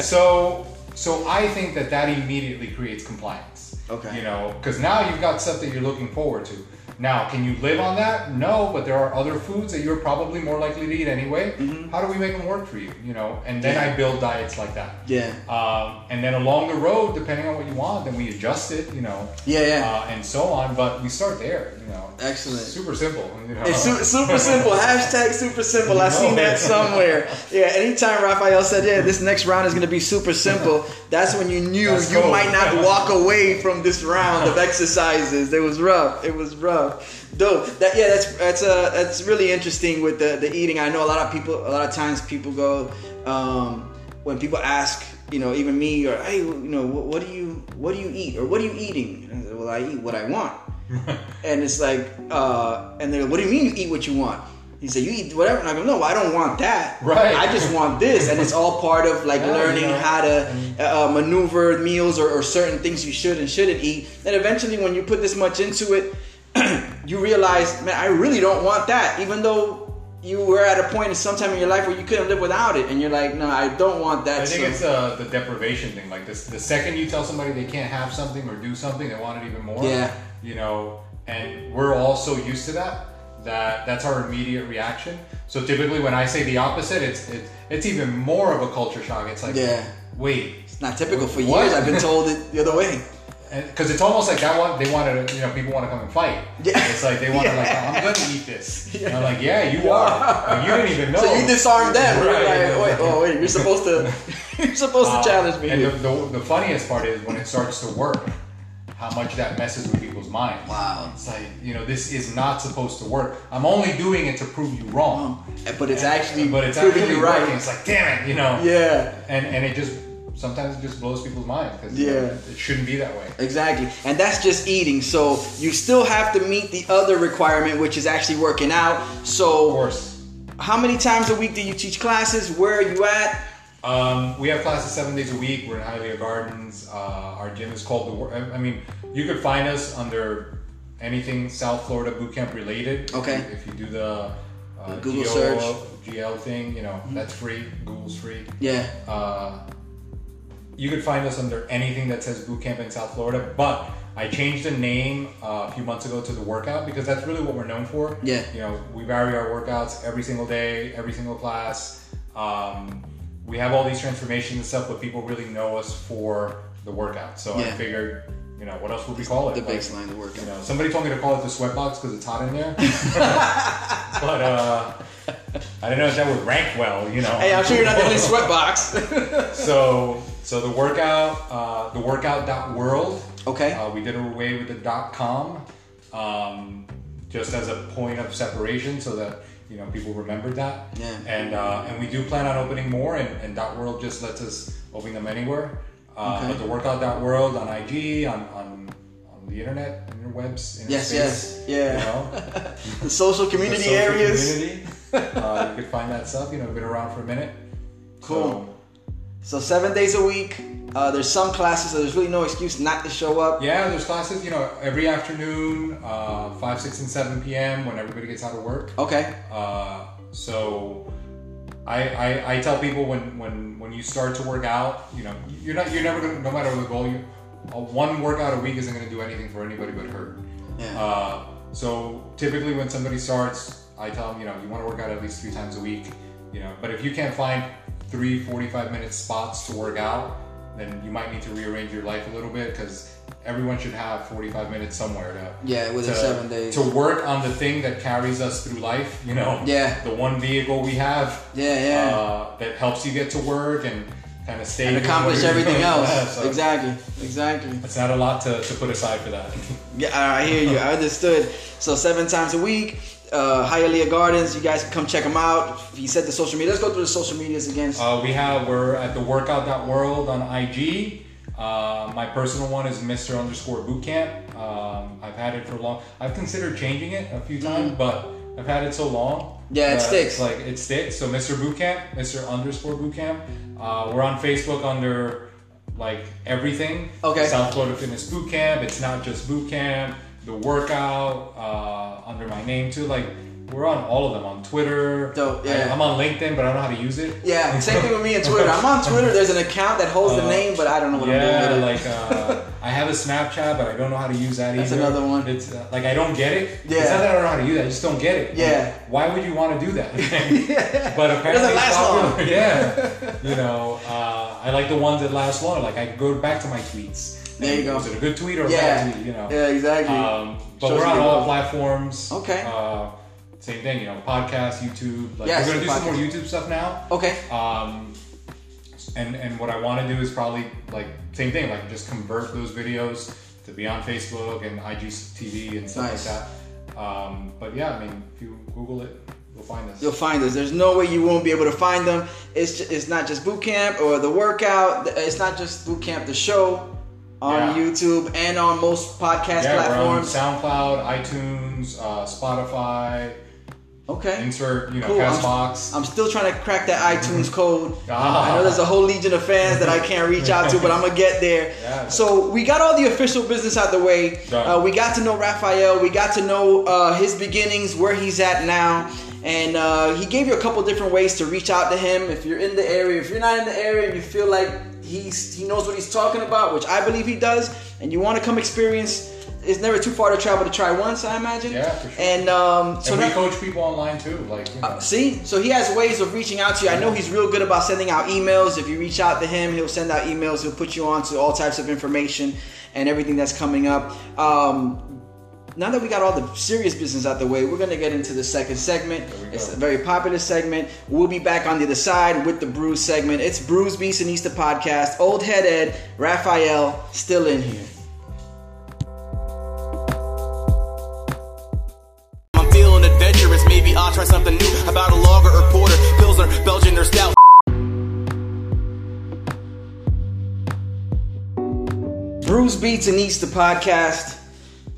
[SPEAKER 1] (laughs)
[SPEAKER 2] so, so I think that that immediately creates compliance.
[SPEAKER 1] Okay.
[SPEAKER 2] You know, because now you've got stuff that you're looking forward to. Now, can you live on that? No, but there are other foods that you're probably more likely to eat anyway.
[SPEAKER 1] Mm-hmm.
[SPEAKER 2] How do we make them work for you? You know, and then I build diets like that.
[SPEAKER 1] Yeah.
[SPEAKER 2] Um, and then along the road, depending on what you want, then we adjust it. You know.
[SPEAKER 1] Yeah, yeah.
[SPEAKER 2] Uh, and so on, but we start there. You know.
[SPEAKER 1] Excellent.
[SPEAKER 2] Super simple. you know.
[SPEAKER 1] It's su- super simple. Hashtag super simple. I
[SPEAKER 2] No.
[SPEAKER 1] seen
[SPEAKER 2] (laughs)
[SPEAKER 1] that somewhere. Yeah, anytime Raphael said, yeah, this next round is going to be super simple, that's when you knew
[SPEAKER 2] That's
[SPEAKER 1] you
[SPEAKER 2] cold. (laughs)
[SPEAKER 1] might not walk away from this round of exercises. It was rough. It was rough. Wow, dope. That yeah, that's that's uh that's really interesting with the the eating. I know a lot of people. A lot of times people go um, when people ask, you know, even me or hey, you know, what, what do you what do you eat or what are you eating? And I said, well, I eat what I
[SPEAKER 2] (laughs)
[SPEAKER 1] want. and it's like, uh, and they're, what do you mean you eat what you want? He said, you eat whatever. And I go, no, I don't want that.
[SPEAKER 2] Right.
[SPEAKER 1] I just want this. And it's all part of like
[SPEAKER 2] Yeah,
[SPEAKER 1] learning
[SPEAKER 2] you know.
[SPEAKER 1] how to uh, maneuver meals or, or certain things you should and shouldn't eat. And eventually, when you put this much into it, (clears throat) you realize, man, I really don't want that. Even though you were at a point in sometime in your life where you couldn't live without it, and you're like, no, I don't want that.
[SPEAKER 2] I think
[SPEAKER 1] so-
[SPEAKER 2] it's uh, the deprivation thing. Like this, the second you tell somebody they can't have something or do something, they want it even more.
[SPEAKER 1] Yeah.
[SPEAKER 2] You know, and we're all so used to that that that's our immediate reaction. So typically, when I say the opposite, it's it's, it's even more of a culture shock. It's like,
[SPEAKER 1] Yeah.
[SPEAKER 2] wait,
[SPEAKER 1] it's not typical. For
[SPEAKER 2] What?
[SPEAKER 1] years, I've been told it the other
[SPEAKER 2] (laughs)
[SPEAKER 1] way.
[SPEAKER 2] because it's almost like that one. They want to, you know, people want to come and fight.
[SPEAKER 1] (laughs) Yeah.
[SPEAKER 2] It's like they want to, like, I'm gonna eat
[SPEAKER 1] (laughs)
[SPEAKER 2] this. And I'm like, yeah, you are. Like, you didn't even know.
[SPEAKER 1] So you disarm them. Right.
[SPEAKER 2] (laughs) Right.
[SPEAKER 1] Like, wait, oh wait, you're supposed to, (laughs) you're
[SPEAKER 2] (laughs)
[SPEAKER 1] supposed
[SPEAKER 2] Uh,
[SPEAKER 1] to challenge me.
[SPEAKER 2] And the,
[SPEAKER 1] here.
[SPEAKER 2] the, the funniest part is when it starts to work, how much that messes with people's minds.
[SPEAKER 1] Wow.
[SPEAKER 2] It's like, you know, this is not supposed to work. I'm only doing it to prove you wrong.
[SPEAKER 1] Um, but it's actually
[SPEAKER 2] but it's
[SPEAKER 1] proving
[SPEAKER 2] actually
[SPEAKER 1] you right.
[SPEAKER 2] working. It's like, damn it, you know.
[SPEAKER 1] Yeah,
[SPEAKER 2] And and it just sometimes it just blows people's minds because
[SPEAKER 1] Yeah.
[SPEAKER 2] it shouldn't be that way.
[SPEAKER 1] exactly. And that's just eating. So you still have to meet the other requirement, which is actually working out.
[SPEAKER 2] Of
[SPEAKER 1] So
[SPEAKER 2] course.
[SPEAKER 1] how many times a week do you teach classes? Where are you at?
[SPEAKER 2] Um, we have classes seven days a week. We're in Hialeah Gardens. Uh, our gym is called the. Wor- I I mean, you could find us under anything South Florida boot camp related.
[SPEAKER 1] Okay.
[SPEAKER 2] If you do the uh,
[SPEAKER 1] Google
[SPEAKER 2] GO,
[SPEAKER 1] search.
[SPEAKER 2] GL thing, you know that's free. Google's free.
[SPEAKER 1] Yeah.
[SPEAKER 2] Uh, you could find us under anything that says boot camp in South Florida. But I changed the name uh, a few months ago to the workout because that's really what we're known for.
[SPEAKER 1] Yeah.
[SPEAKER 2] You know, we vary our workouts every single day, every single class. Um, we have all these transformations and stuff, but people really know us for the workout. So I
[SPEAKER 1] Yeah.
[SPEAKER 2] figured, you know, what else would we call it?
[SPEAKER 1] The
[SPEAKER 2] Like,
[SPEAKER 1] baseline, the
[SPEAKER 2] you
[SPEAKER 1] workout.
[SPEAKER 2] know, somebody told me to call it the sweatbox because it's hot
[SPEAKER 1] (laughs)
[SPEAKER 2] in there. but uh, I don't know if that would rank well, you know.
[SPEAKER 1] Hey, I'm sure you're not the only sweatbox. (laughs)
[SPEAKER 2] So, so the workout, uh, the workout.world.
[SPEAKER 1] Okay.
[SPEAKER 2] Uh, we did away with the dot com, um, just as a point of separation, so that you know people remembered that.
[SPEAKER 1] Yeah.
[SPEAKER 2] And uh, and we do plan on opening more, and, and dot world just lets us open them anywhere. Uh,
[SPEAKER 1] Okay.
[SPEAKER 2] But the workout.world on IG, on on, on the internet, interwebs,
[SPEAKER 1] Yes,
[SPEAKER 2] interspace,
[SPEAKER 1] yes, yeah.
[SPEAKER 2] You
[SPEAKER 1] (laughs)
[SPEAKER 2] know,
[SPEAKER 1] the social
[SPEAKER 2] the
[SPEAKER 1] community
[SPEAKER 2] social
[SPEAKER 1] areas.
[SPEAKER 2] Community. uh, you can find that stuff. You know, been around for a minute.
[SPEAKER 1] Cool.
[SPEAKER 2] So,
[SPEAKER 1] So seven days a week. Uh, there's some classes, so there's really no excuse not to show up.
[SPEAKER 2] Yeah, there's classes, you know, every afternoon, uh, 5, 6, and 7 p.m. when everybody gets out of work.
[SPEAKER 1] Okay.
[SPEAKER 2] Uh, so I, I, I tell people when, when, when you start to work out, you know, you're not, you're never going to, no matter the goal, you, uh, one workout a week isn't going to do anything for anybody but hurt.
[SPEAKER 1] Yeah.
[SPEAKER 2] Uh, so typically when somebody starts, I tell them, you know, you want to work out at least three times a week, you know, but if you can't find three 45 minute spots to work out, then you might need to rearrange your life a little bit because everyone should have 45 minutes somewhere to,
[SPEAKER 1] Yeah, within
[SPEAKER 2] to,
[SPEAKER 1] seven days.
[SPEAKER 2] to work on the thing that carries us through life, you know,
[SPEAKER 1] Yeah.
[SPEAKER 2] the one vehicle we have
[SPEAKER 1] Yeah, yeah.
[SPEAKER 2] uh, that helps you get to work and kind of stay
[SPEAKER 1] and
[SPEAKER 2] with
[SPEAKER 1] accomplish
[SPEAKER 2] what you're
[SPEAKER 1] everything
[SPEAKER 2] doing.
[SPEAKER 1] else.
[SPEAKER 2] (laughs) Yeah, so
[SPEAKER 1] Exactly, exactly.
[SPEAKER 2] It's not a lot to, to put aside for that. (laughs)
[SPEAKER 1] Yeah, I hear you. I understood. So seven times a week, uh, Hialeah Gardens. You guys can come check them out. He said the social media. Let's go through the social medias again.
[SPEAKER 2] Uh, we have we're at the workout.world on IG. Uh, my personal one is Mr. Underscore Bootcamp. Um, I've had it for long. I've considered changing it a few times, but I've had it so long.
[SPEAKER 1] Mm-hmm. Yeah, it
[SPEAKER 2] that
[SPEAKER 1] sticks.
[SPEAKER 2] it's Like it sticks. So Mr. Bootcamp, Mr. Underscore Bootcamp. Uh, we're on Facebook under like everything.
[SPEAKER 1] Okay.
[SPEAKER 2] South Florida Fitness Bootcamp. It's not just Bootcamp. The workout uh, under my name too. Like we're on all of them on Twitter.
[SPEAKER 1] Dope,
[SPEAKER 2] I-
[SPEAKER 1] yeah.
[SPEAKER 2] I'm on LinkedIn, but I don't know how to use it.
[SPEAKER 1] yeah, same thing with me and Twitter. I'm on Twitter. There's an account that holds the name, but I don't know what I'm
[SPEAKER 2] Uh, Yeah,
[SPEAKER 1] doing with it.
[SPEAKER 2] like uh, I have a Snapchat, but I don't know how to use that
[SPEAKER 1] That's
[SPEAKER 2] either.
[SPEAKER 1] another one.
[SPEAKER 2] It's uh, like I don't get it.
[SPEAKER 1] Yeah.
[SPEAKER 2] It's not that I don't know how to use it. I just don't get it.
[SPEAKER 1] Yeah.
[SPEAKER 2] Like, why would you want to do
[SPEAKER 1] (laughs)
[SPEAKER 2] that? (laughs) But apparently, it's
[SPEAKER 1] last (laughs)
[SPEAKER 2] popular.
[SPEAKER 1] long.
[SPEAKER 2] yeah. You know, uh, I like the ones that last long. Like I can go back to my tweets.
[SPEAKER 1] There you go.
[SPEAKER 2] Was it a good tweet or a
[SPEAKER 1] yeah,
[SPEAKER 2] bad tweet? You know.
[SPEAKER 1] yeah, exactly.
[SPEAKER 2] Um, but
[SPEAKER 1] Shows
[SPEAKER 2] we're
[SPEAKER 1] you
[SPEAKER 2] on
[SPEAKER 1] the
[SPEAKER 2] all
[SPEAKER 1] love.
[SPEAKER 2] platforms.
[SPEAKER 1] Okay.
[SPEAKER 2] Uh, same thing, you know, podcast, YouTube. Like
[SPEAKER 1] Yes,
[SPEAKER 2] we're gonna do some
[SPEAKER 1] podcast.
[SPEAKER 2] more YouTube stuff now.
[SPEAKER 1] okay.
[SPEAKER 2] Um, and and what I want to do is probably like same thing, like just convert those videos to be on Facebook and IGTV and stuff
[SPEAKER 1] Nice.
[SPEAKER 2] like that. Um, but yeah, I mean, if you Google it, you'll find us.
[SPEAKER 1] You'll find us. There's no way you won't be able to find them. It's ju- it's not just boot camp or the workout. It's not just boot camp. The show on
[SPEAKER 2] Yeah.
[SPEAKER 1] YouTube and on most podcast
[SPEAKER 2] yeah,
[SPEAKER 1] platforms.
[SPEAKER 2] we're on SoundCloud, iTunes, uh, Spotify,
[SPEAKER 1] okay.
[SPEAKER 2] insert, you know,
[SPEAKER 1] Cool.
[SPEAKER 2] Castbox.
[SPEAKER 1] I'm still trying to crack that iTunes code.
[SPEAKER 2] Ah.
[SPEAKER 1] I know there's a whole legion of fans that I can't reach out to, but I'm gonna get there.
[SPEAKER 2] (laughs) Yeah.
[SPEAKER 1] So we got all the official business out the way.
[SPEAKER 2] Done.
[SPEAKER 1] Uh, we got to know Raphael. We got to know uh, his beginnings, where he's at now, and uh, he gave you a couple different ways to reach out to him if you're in the area. If you're not in the area and you feel like he's he knows what he's talking about, which I believe he does, and you want to come experience. It's never too far to travel to try once, I imagine.
[SPEAKER 2] Yeah, for sure.
[SPEAKER 1] And um, so
[SPEAKER 2] and we
[SPEAKER 1] that-
[SPEAKER 2] coach people online too. Like, you know,
[SPEAKER 1] Uh, See, so he has ways of reaching out to you. I know he's real good about sending out emails. If you reach out to him, he'll send out emails. He'll put you on to all types of information and everything that's coming up. Um, now that we got all the serious business out the way, we're gonna get into the second segment.
[SPEAKER 2] There we
[SPEAKER 1] It's
[SPEAKER 2] go.
[SPEAKER 1] a very popular segment. We'll be back on the other side with the Bruise segment. It's Bruise Beast and Easter podcast. Old Head Ed, Raphael, still in here.
[SPEAKER 3] I'm feeling adventurous. Maybe I'll try something new about a lager or porter, pilsner, Belgian or stout.
[SPEAKER 1] Bruce Beats and Eats, the podcast.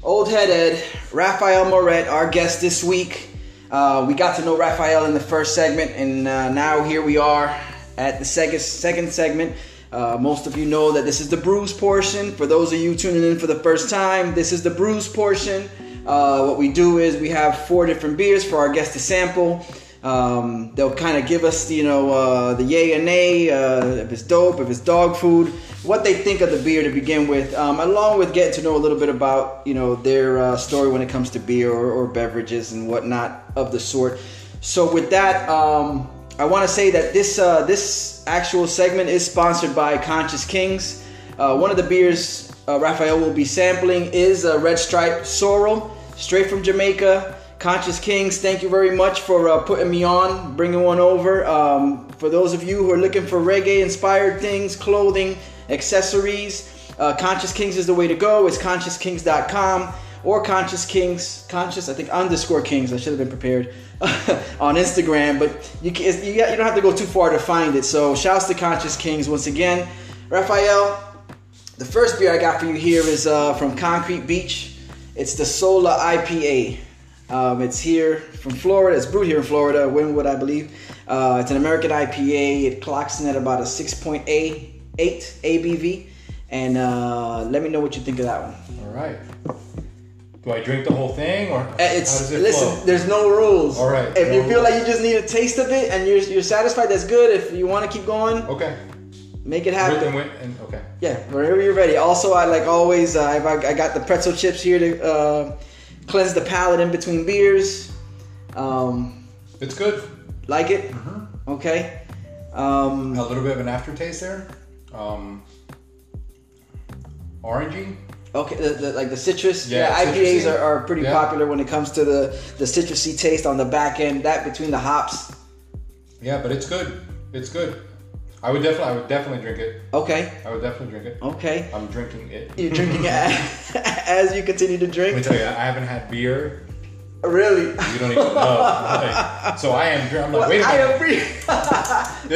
[SPEAKER 1] Old Head Ed, Raphael Moret, our guest this week. Uh, we got to know Raphael in the first segment, and uh, now here we are at the second, second segment. Uh, most of you know that this is the bruise portion. For those of you tuning in for the first time, this is the bruise portion. Uh, what we do is we have four different beers for our guest to sample. Um, they'll kind of give us, you know, uh, the yay and nay, uh, if it's dope, if it's dog food, what they think of the beer to begin with, um, along with getting to know a little bit about, you know, their uh, story when it comes to beer or, or beverages and whatnot of the sort. So with that, um, I want to say that this uh, this actual segment is sponsored by Conscious Kings. Uh, one of the beers uh, Raphael will be sampling is uh, Red Stripe Sorrel, straight from Jamaica. Conscious Kings, thank you very much for uh, putting me on, bringing one over. Um, for those of you who are looking for reggae inspired things, clothing, accessories, uh, Conscious Kings is the way to go. It's consciouskings.com or Conscious Kings, Conscious, I think underscore Kings. I should have been prepared (laughs) on Instagram, but you, can, you, you don't have to go too far to find it. So, shouts to Conscious Kings once again. Raphael, the first beer I got for you here is uh, from Concrete Beach. It's the Sola IPA. Um, it's here from Florida. It's brewed here in Florida, Wynwood, I believe. Uh, it's an American IPA. It clocks in at about a 6.8 8 ABV. And uh, let me know what you think of that one.
[SPEAKER 2] all right. Do I drink the whole thing or
[SPEAKER 1] Uh,
[SPEAKER 2] how
[SPEAKER 1] It's
[SPEAKER 2] does it
[SPEAKER 1] listen.
[SPEAKER 2] flow?
[SPEAKER 1] There's no rules.
[SPEAKER 2] All right,
[SPEAKER 1] If
[SPEAKER 2] no
[SPEAKER 1] you feel
[SPEAKER 2] rules.
[SPEAKER 1] like you just need a taste of it and you're you're satisfied, that's good. If you want to keep going,
[SPEAKER 2] Okay.
[SPEAKER 1] make it happen.
[SPEAKER 2] With and with and okay.
[SPEAKER 1] Yeah, whenever you're ready. Also, I like always. Uh, I've, I got the pretzel chips here to uh, cleanse the palate in between beers. Um,
[SPEAKER 2] It's good.
[SPEAKER 1] like it?
[SPEAKER 2] Uh-huh.
[SPEAKER 1] Okay. Um,
[SPEAKER 2] A little bit of an aftertaste there. Um, orangey.
[SPEAKER 1] okay. The, the, like the citrus.
[SPEAKER 2] Yeah,
[SPEAKER 1] Yeah, IPAs
[SPEAKER 2] citrusy.
[SPEAKER 1] are, are pretty
[SPEAKER 2] Yeah.
[SPEAKER 1] popular when it comes to the the citrusy taste on the back end. That between the hops.
[SPEAKER 2] Yeah, but it's good. It's good. I would definitely, I would definitely drink it.
[SPEAKER 1] Okay.
[SPEAKER 2] I would definitely drink it.
[SPEAKER 1] Okay.
[SPEAKER 2] I'm drinking it.
[SPEAKER 1] You're
[SPEAKER 2] (laughs)
[SPEAKER 1] drinking (laughs) as, as you continue to
[SPEAKER 2] Let me
[SPEAKER 1] drink.
[SPEAKER 2] tell you, I haven't had beer.
[SPEAKER 1] Really.
[SPEAKER 2] You don't even know. Like, so I am. dr- I'm like, wait a
[SPEAKER 1] (laughs) I
[SPEAKER 2] minute.
[SPEAKER 1] agree.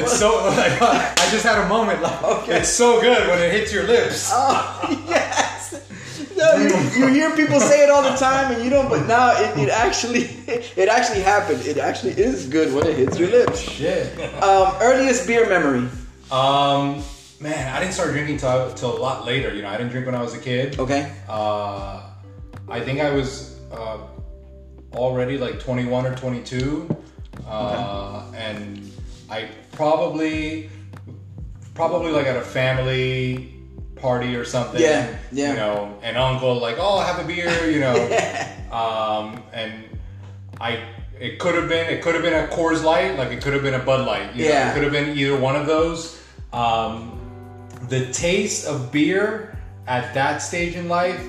[SPEAKER 2] It's so. (laughs) Like, I just had a moment. Like,
[SPEAKER 1] Okay.
[SPEAKER 2] it's so good when it hits your lips.
[SPEAKER 1] Oh, (laughs) yes. No, you, you hear people say it all the time, and you don't. But now it, it actually (laughs) it actually happened. It actually is good when it hits your lips. (laughs)
[SPEAKER 2] Shit.
[SPEAKER 1] Um, earliest beer memory.
[SPEAKER 2] Um, man, I didn't start drinking till, till a lot later. You know, I didn't drink when I was a kid.
[SPEAKER 1] Okay.
[SPEAKER 2] Uh, I think I was uh, already like 21 or 22, uh, and I probably, probably like at a family party or something.
[SPEAKER 1] Yeah, yeah.
[SPEAKER 2] You know, an uncle like, oh, have a beer.
[SPEAKER 1] (laughs)
[SPEAKER 2] You know, um, and I. It could have been. It could have been a Coors Light. Like it could have been a Bud Light. You know,
[SPEAKER 1] Yeah.
[SPEAKER 2] it could have been either one of those. Um, the taste of beer at that stage in life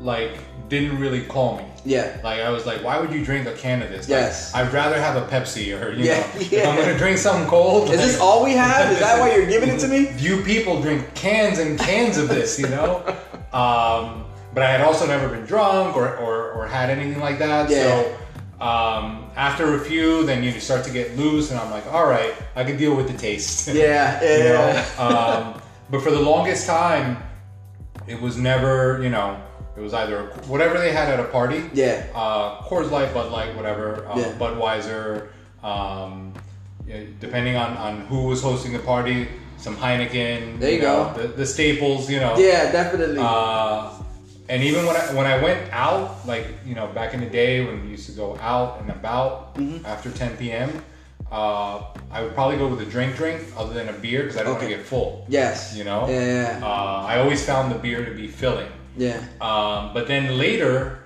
[SPEAKER 2] like didn't really call me
[SPEAKER 1] Mm-hmm. Yeah.
[SPEAKER 2] like i was like why would you drink a can of this
[SPEAKER 1] Yes.
[SPEAKER 2] like, i'd rather have a pepsi or you
[SPEAKER 1] Yeah,
[SPEAKER 2] know if
[SPEAKER 1] yeah.
[SPEAKER 2] i'm gonna drink something cold
[SPEAKER 1] Is this
[SPEAKER 2] like,
[SPEAKER 1] all we have? Is that why you're giving it to me? (laughs)
[SPEAKER 2] you people drink cans and cans of this you know um But I had also never been drunk or, or, or had anything like that. So um, after a few, then you start to get loose, and I'm like, all right, I can deal with the taste. (laughs)
[SPEAKER 1] Yeah, yeah,
[SPEAKER 2] You know?
[SPEAKER 1] yeah.
[SPEAKER 2] (laughs) um, but for the longest time, it was never, you know, it was either whatever they had at a party.
[SPEAKER 1] Yeah.
[SPEAKER 2] Uh, Coors Light, Bud Light, whatever. Uh,
[SPEAKER 1] Yeah.
[SPEAKER 2] Budweiser. Um, yeah, depending on, on who was hosting the party, some Heineken.
[SPEAKER 1] There you
[SPEAKER 2] know,
[SPEAKER 1] go.
[SPEAKER 2] the, the staples, you know.
[SPEAKER 1] Yeah, definitely.
[SPEAKER 2] Uh, and even when I, when I went out, like you know, back in the day when we used to go out and about
[SPEAKER 1] Mm-hmm.
[SPEAKER 2] after 10 p.m., uh, I would probably go with a drink, drink other than a beer because I don't want
[SPEAKER 1] Okay.
[SPEAKER 2] to get full.
[SPEAKER 1] yes.
[SPEAKER 2] You know.
[SPEAKER 1] Yeah. Yeah.
[SPEAKER 2] Uh, I always found the beer to be filling.
[SPEAKER 1] yeah.
[SPEAKER 2] Um, but then later,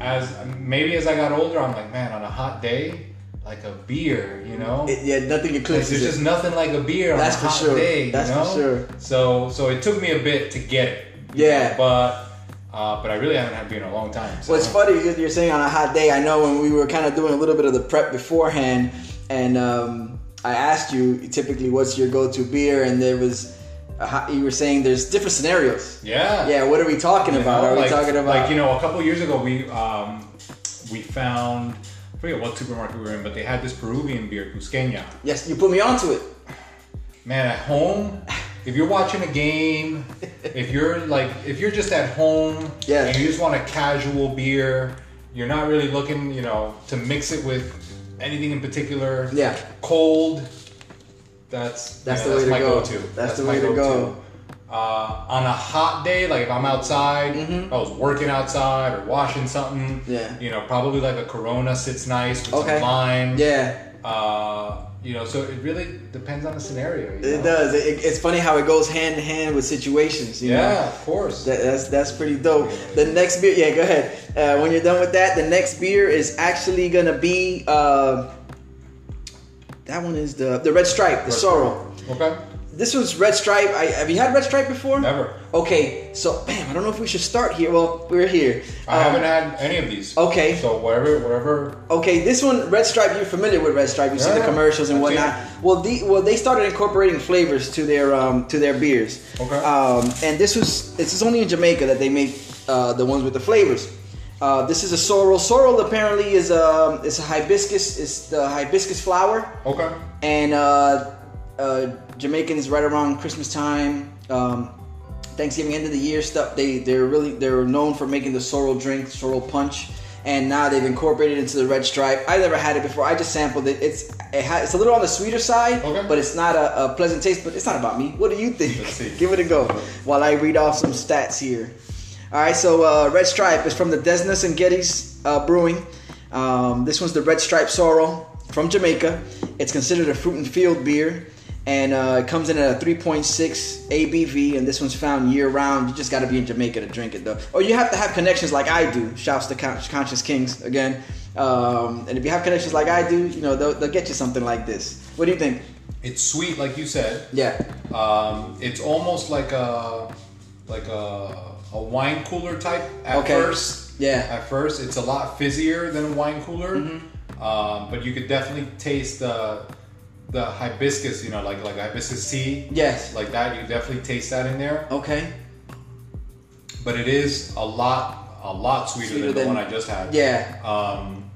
[SPEAKER 2] as maybe as I got older, I'm like, man, on a hot day, like a beer, you know.
[SPEAKER 1] It- yeah, nothing
[SPEAKER 2] Like,
[SPEAKER 1] eclipses
[SPEAKER 2] there's just
[SPEAKER 1] it.
[SPEAKER 2] nothing like a beer on
[SPEAKER 1] That's
[SPEAKER 2] a
[SPEAKER 1] for
[SPEAKER 2] hot
[SPEAKER 1] sure.
[SPEAKER 2] day. you
[SPEAKER 1] That's for
[SPEAKER 2] know?
[SPEAKER 1] sure.
[SPEAKER 2] So so it took me a bit to get it. you
[SPEAKER 1] Yeah.
[SPEAKER 2] know, But uh, but I really haven't had beer in a long time. So.
[SPEAKER 1] What's funny is you're saying on a hot day. I know when we were kind of doing a little bit of the prep beforehand, and um, I asked you typically what's your go-to beer, and there was a hot, you were saying there's different scenarios.
[SPEAKER 2] Yeah.
[SPEAKER 1] Yeah, what are we talking
[SPEAKER 2] You
[SPEAKER 1] about?
[SPEAKER 2] know,
[SPEAKER 1] are we
[SPEAKER 2] like-
[SPEAKER 1] talking about
[SPEAKER 2] like you know a couple years ago we um, we found I forget what supermarket we were in, but they had this Peruvian beer, Cusqueña.
[SPEAKER 1] Yes, you put me onto it.
[SPEAKER 2] Man, at home, if you're watching a game, if you're like, if you're just at home
[SPEAKER 1] Yeah.
[SPEAKER 2] and you just want a casual beer, you're not really looking, you know, to mix it with anything in particular.
[SPEAKER 1] Yeah.
[SPEAKER 2] Cold. That's
[SPEAKER 1] That's
[SPEAKER 2] yeah,
[SPEAKER 1] the way to
[SPEAKER 2] my
[SPEAKER 1] go.
[SPEAKER 2] to
[SPEAKER 1] That's the way to go.
[SPEAKER 2] Uh, on a hot day, like if I'm outside, if I was working outside or washing something.
[SPEAKER 1] Mm-hmm. Yeah.
[SPEAKER 2] You know, probably like a Corona sits nice with
[SPEAKER 1] Okay.
[SPEAKER 2] some lime.
[SPEAKER 1] Yeah,
[SPEAKER 2] Uh, you know, so it really depends on the scenario. you
[SPEAKER 1] it
[SPEAKER 2] know?
[SPEAKER 1] does. It, it's funny how it goes hand in hand with situations. You Know?
[SPEAKER 2] Yeah, of course.
[SPEAKER 1] That, that's that's pretty dope. The next beer, yeah, go ahead. Uh, when you're done with that, the next beer is actually gonna be uh, that one is the the Red Stripe, the Sorrel.
[SPEAKER 2] okay.
[SPEAKER 1] This one's Red Stripe. I, have you had Red Stripe before?
[SPEAKER 2] Never.
[SPEAKER 1] Okay, so bam, I don't know if we should start here. Well, we're here.
[SPEAKER 2] I
[SPEAKER 1] Um,
[SPEAKER 2] haven't had any of these.
[SPEAKER 1] okay.
[SPEAKER 2] So whatever, whatever.
[SPEAKER 1] Okay, this one, Red Stripe. You're familiar with Red Stripe. You've seen the
[SPEAKER 2] Yeah,
[SPEAKER 1] commercials and
[SPEAKER 2] I've seen
[SPEAKER 1] whatnot. Well, the, well, they started incorporating flavors to their um, to their beers.
[SPEAKER 2] Okay.
[SPEAKER 1] Um, and this was this is only in Jamaica that they make uh, the ones with the flavors. Uh, this is a sorrel. Sorrel apparently is a is a hibiscus. It's the hibiscus flower
[SPEAKER 2] Okay.
[SPEAKER 1] and uh, uh, Jamaicans right around Christmas time, um, Thanksgiving, end of the year stuff. They they're really they're known for making the sorrel drink, sorrel punch, and now they've incorporated it into the red stripe. I never had it before. I just sampled it. It's it ha- it's a little on the sweeter side,
[SPEAKER 2] Okay.
[SPEAKER 1] but it's not a, a pleasant taste. But it's not about me. What do you think?
[SPEAKER 2] Let's see.
[SPEAKER 1] Give it a go while I read off some stats here. All right, so uh, Red Stripe is from the Desnas and Getty's uh, Brewing. Um, this one's the Red Stripe Sorrel from Jamaica. It's considered a fruit and field beer, and uh, it comes in at a 3.6 ABV. And this one's found year round. You just got to be in Jamaica to drink it, though, or you have to have connections like I do. Shouts to Con- Conscious Kings again. Um, and if you have connections like I do, you know they'll, they'll get you something like this. What do you think?
[SPEAKER 2] It's sweet, like you said.
[SPEAKER 1] Yeah,
[SPEAKER 2] Um, it's almost like a like a, a wine cooler type at
[SPEAKER 1] Okay.
[SPEAKER 2] first.
[SPEAKER 1] Yeah.
[SPEAKER 2] At first, it's a lot fizzier than a wine cooler,
[SPEAKER 1] Mm-hmm.
[SPEAKER 2] um, but you could definitely taste the the hibiscus. You know, like like hibiscus tea.
[SPEAKER 1] Yes.
[SPEAKER 2] Like that, you could definitely taste that in there.
[SPEAKER 1] Okay.
[SPEAKER 2] But it is a lot a lot sweeter,
[SPEAKER 1] Sweeter
[SPEAKER 2] than,
[SPEAKER 1] than-
[SPEAKER 2] the one I just had.
[SPEAKER 1] Yeah.
[SPEAKER 2] um,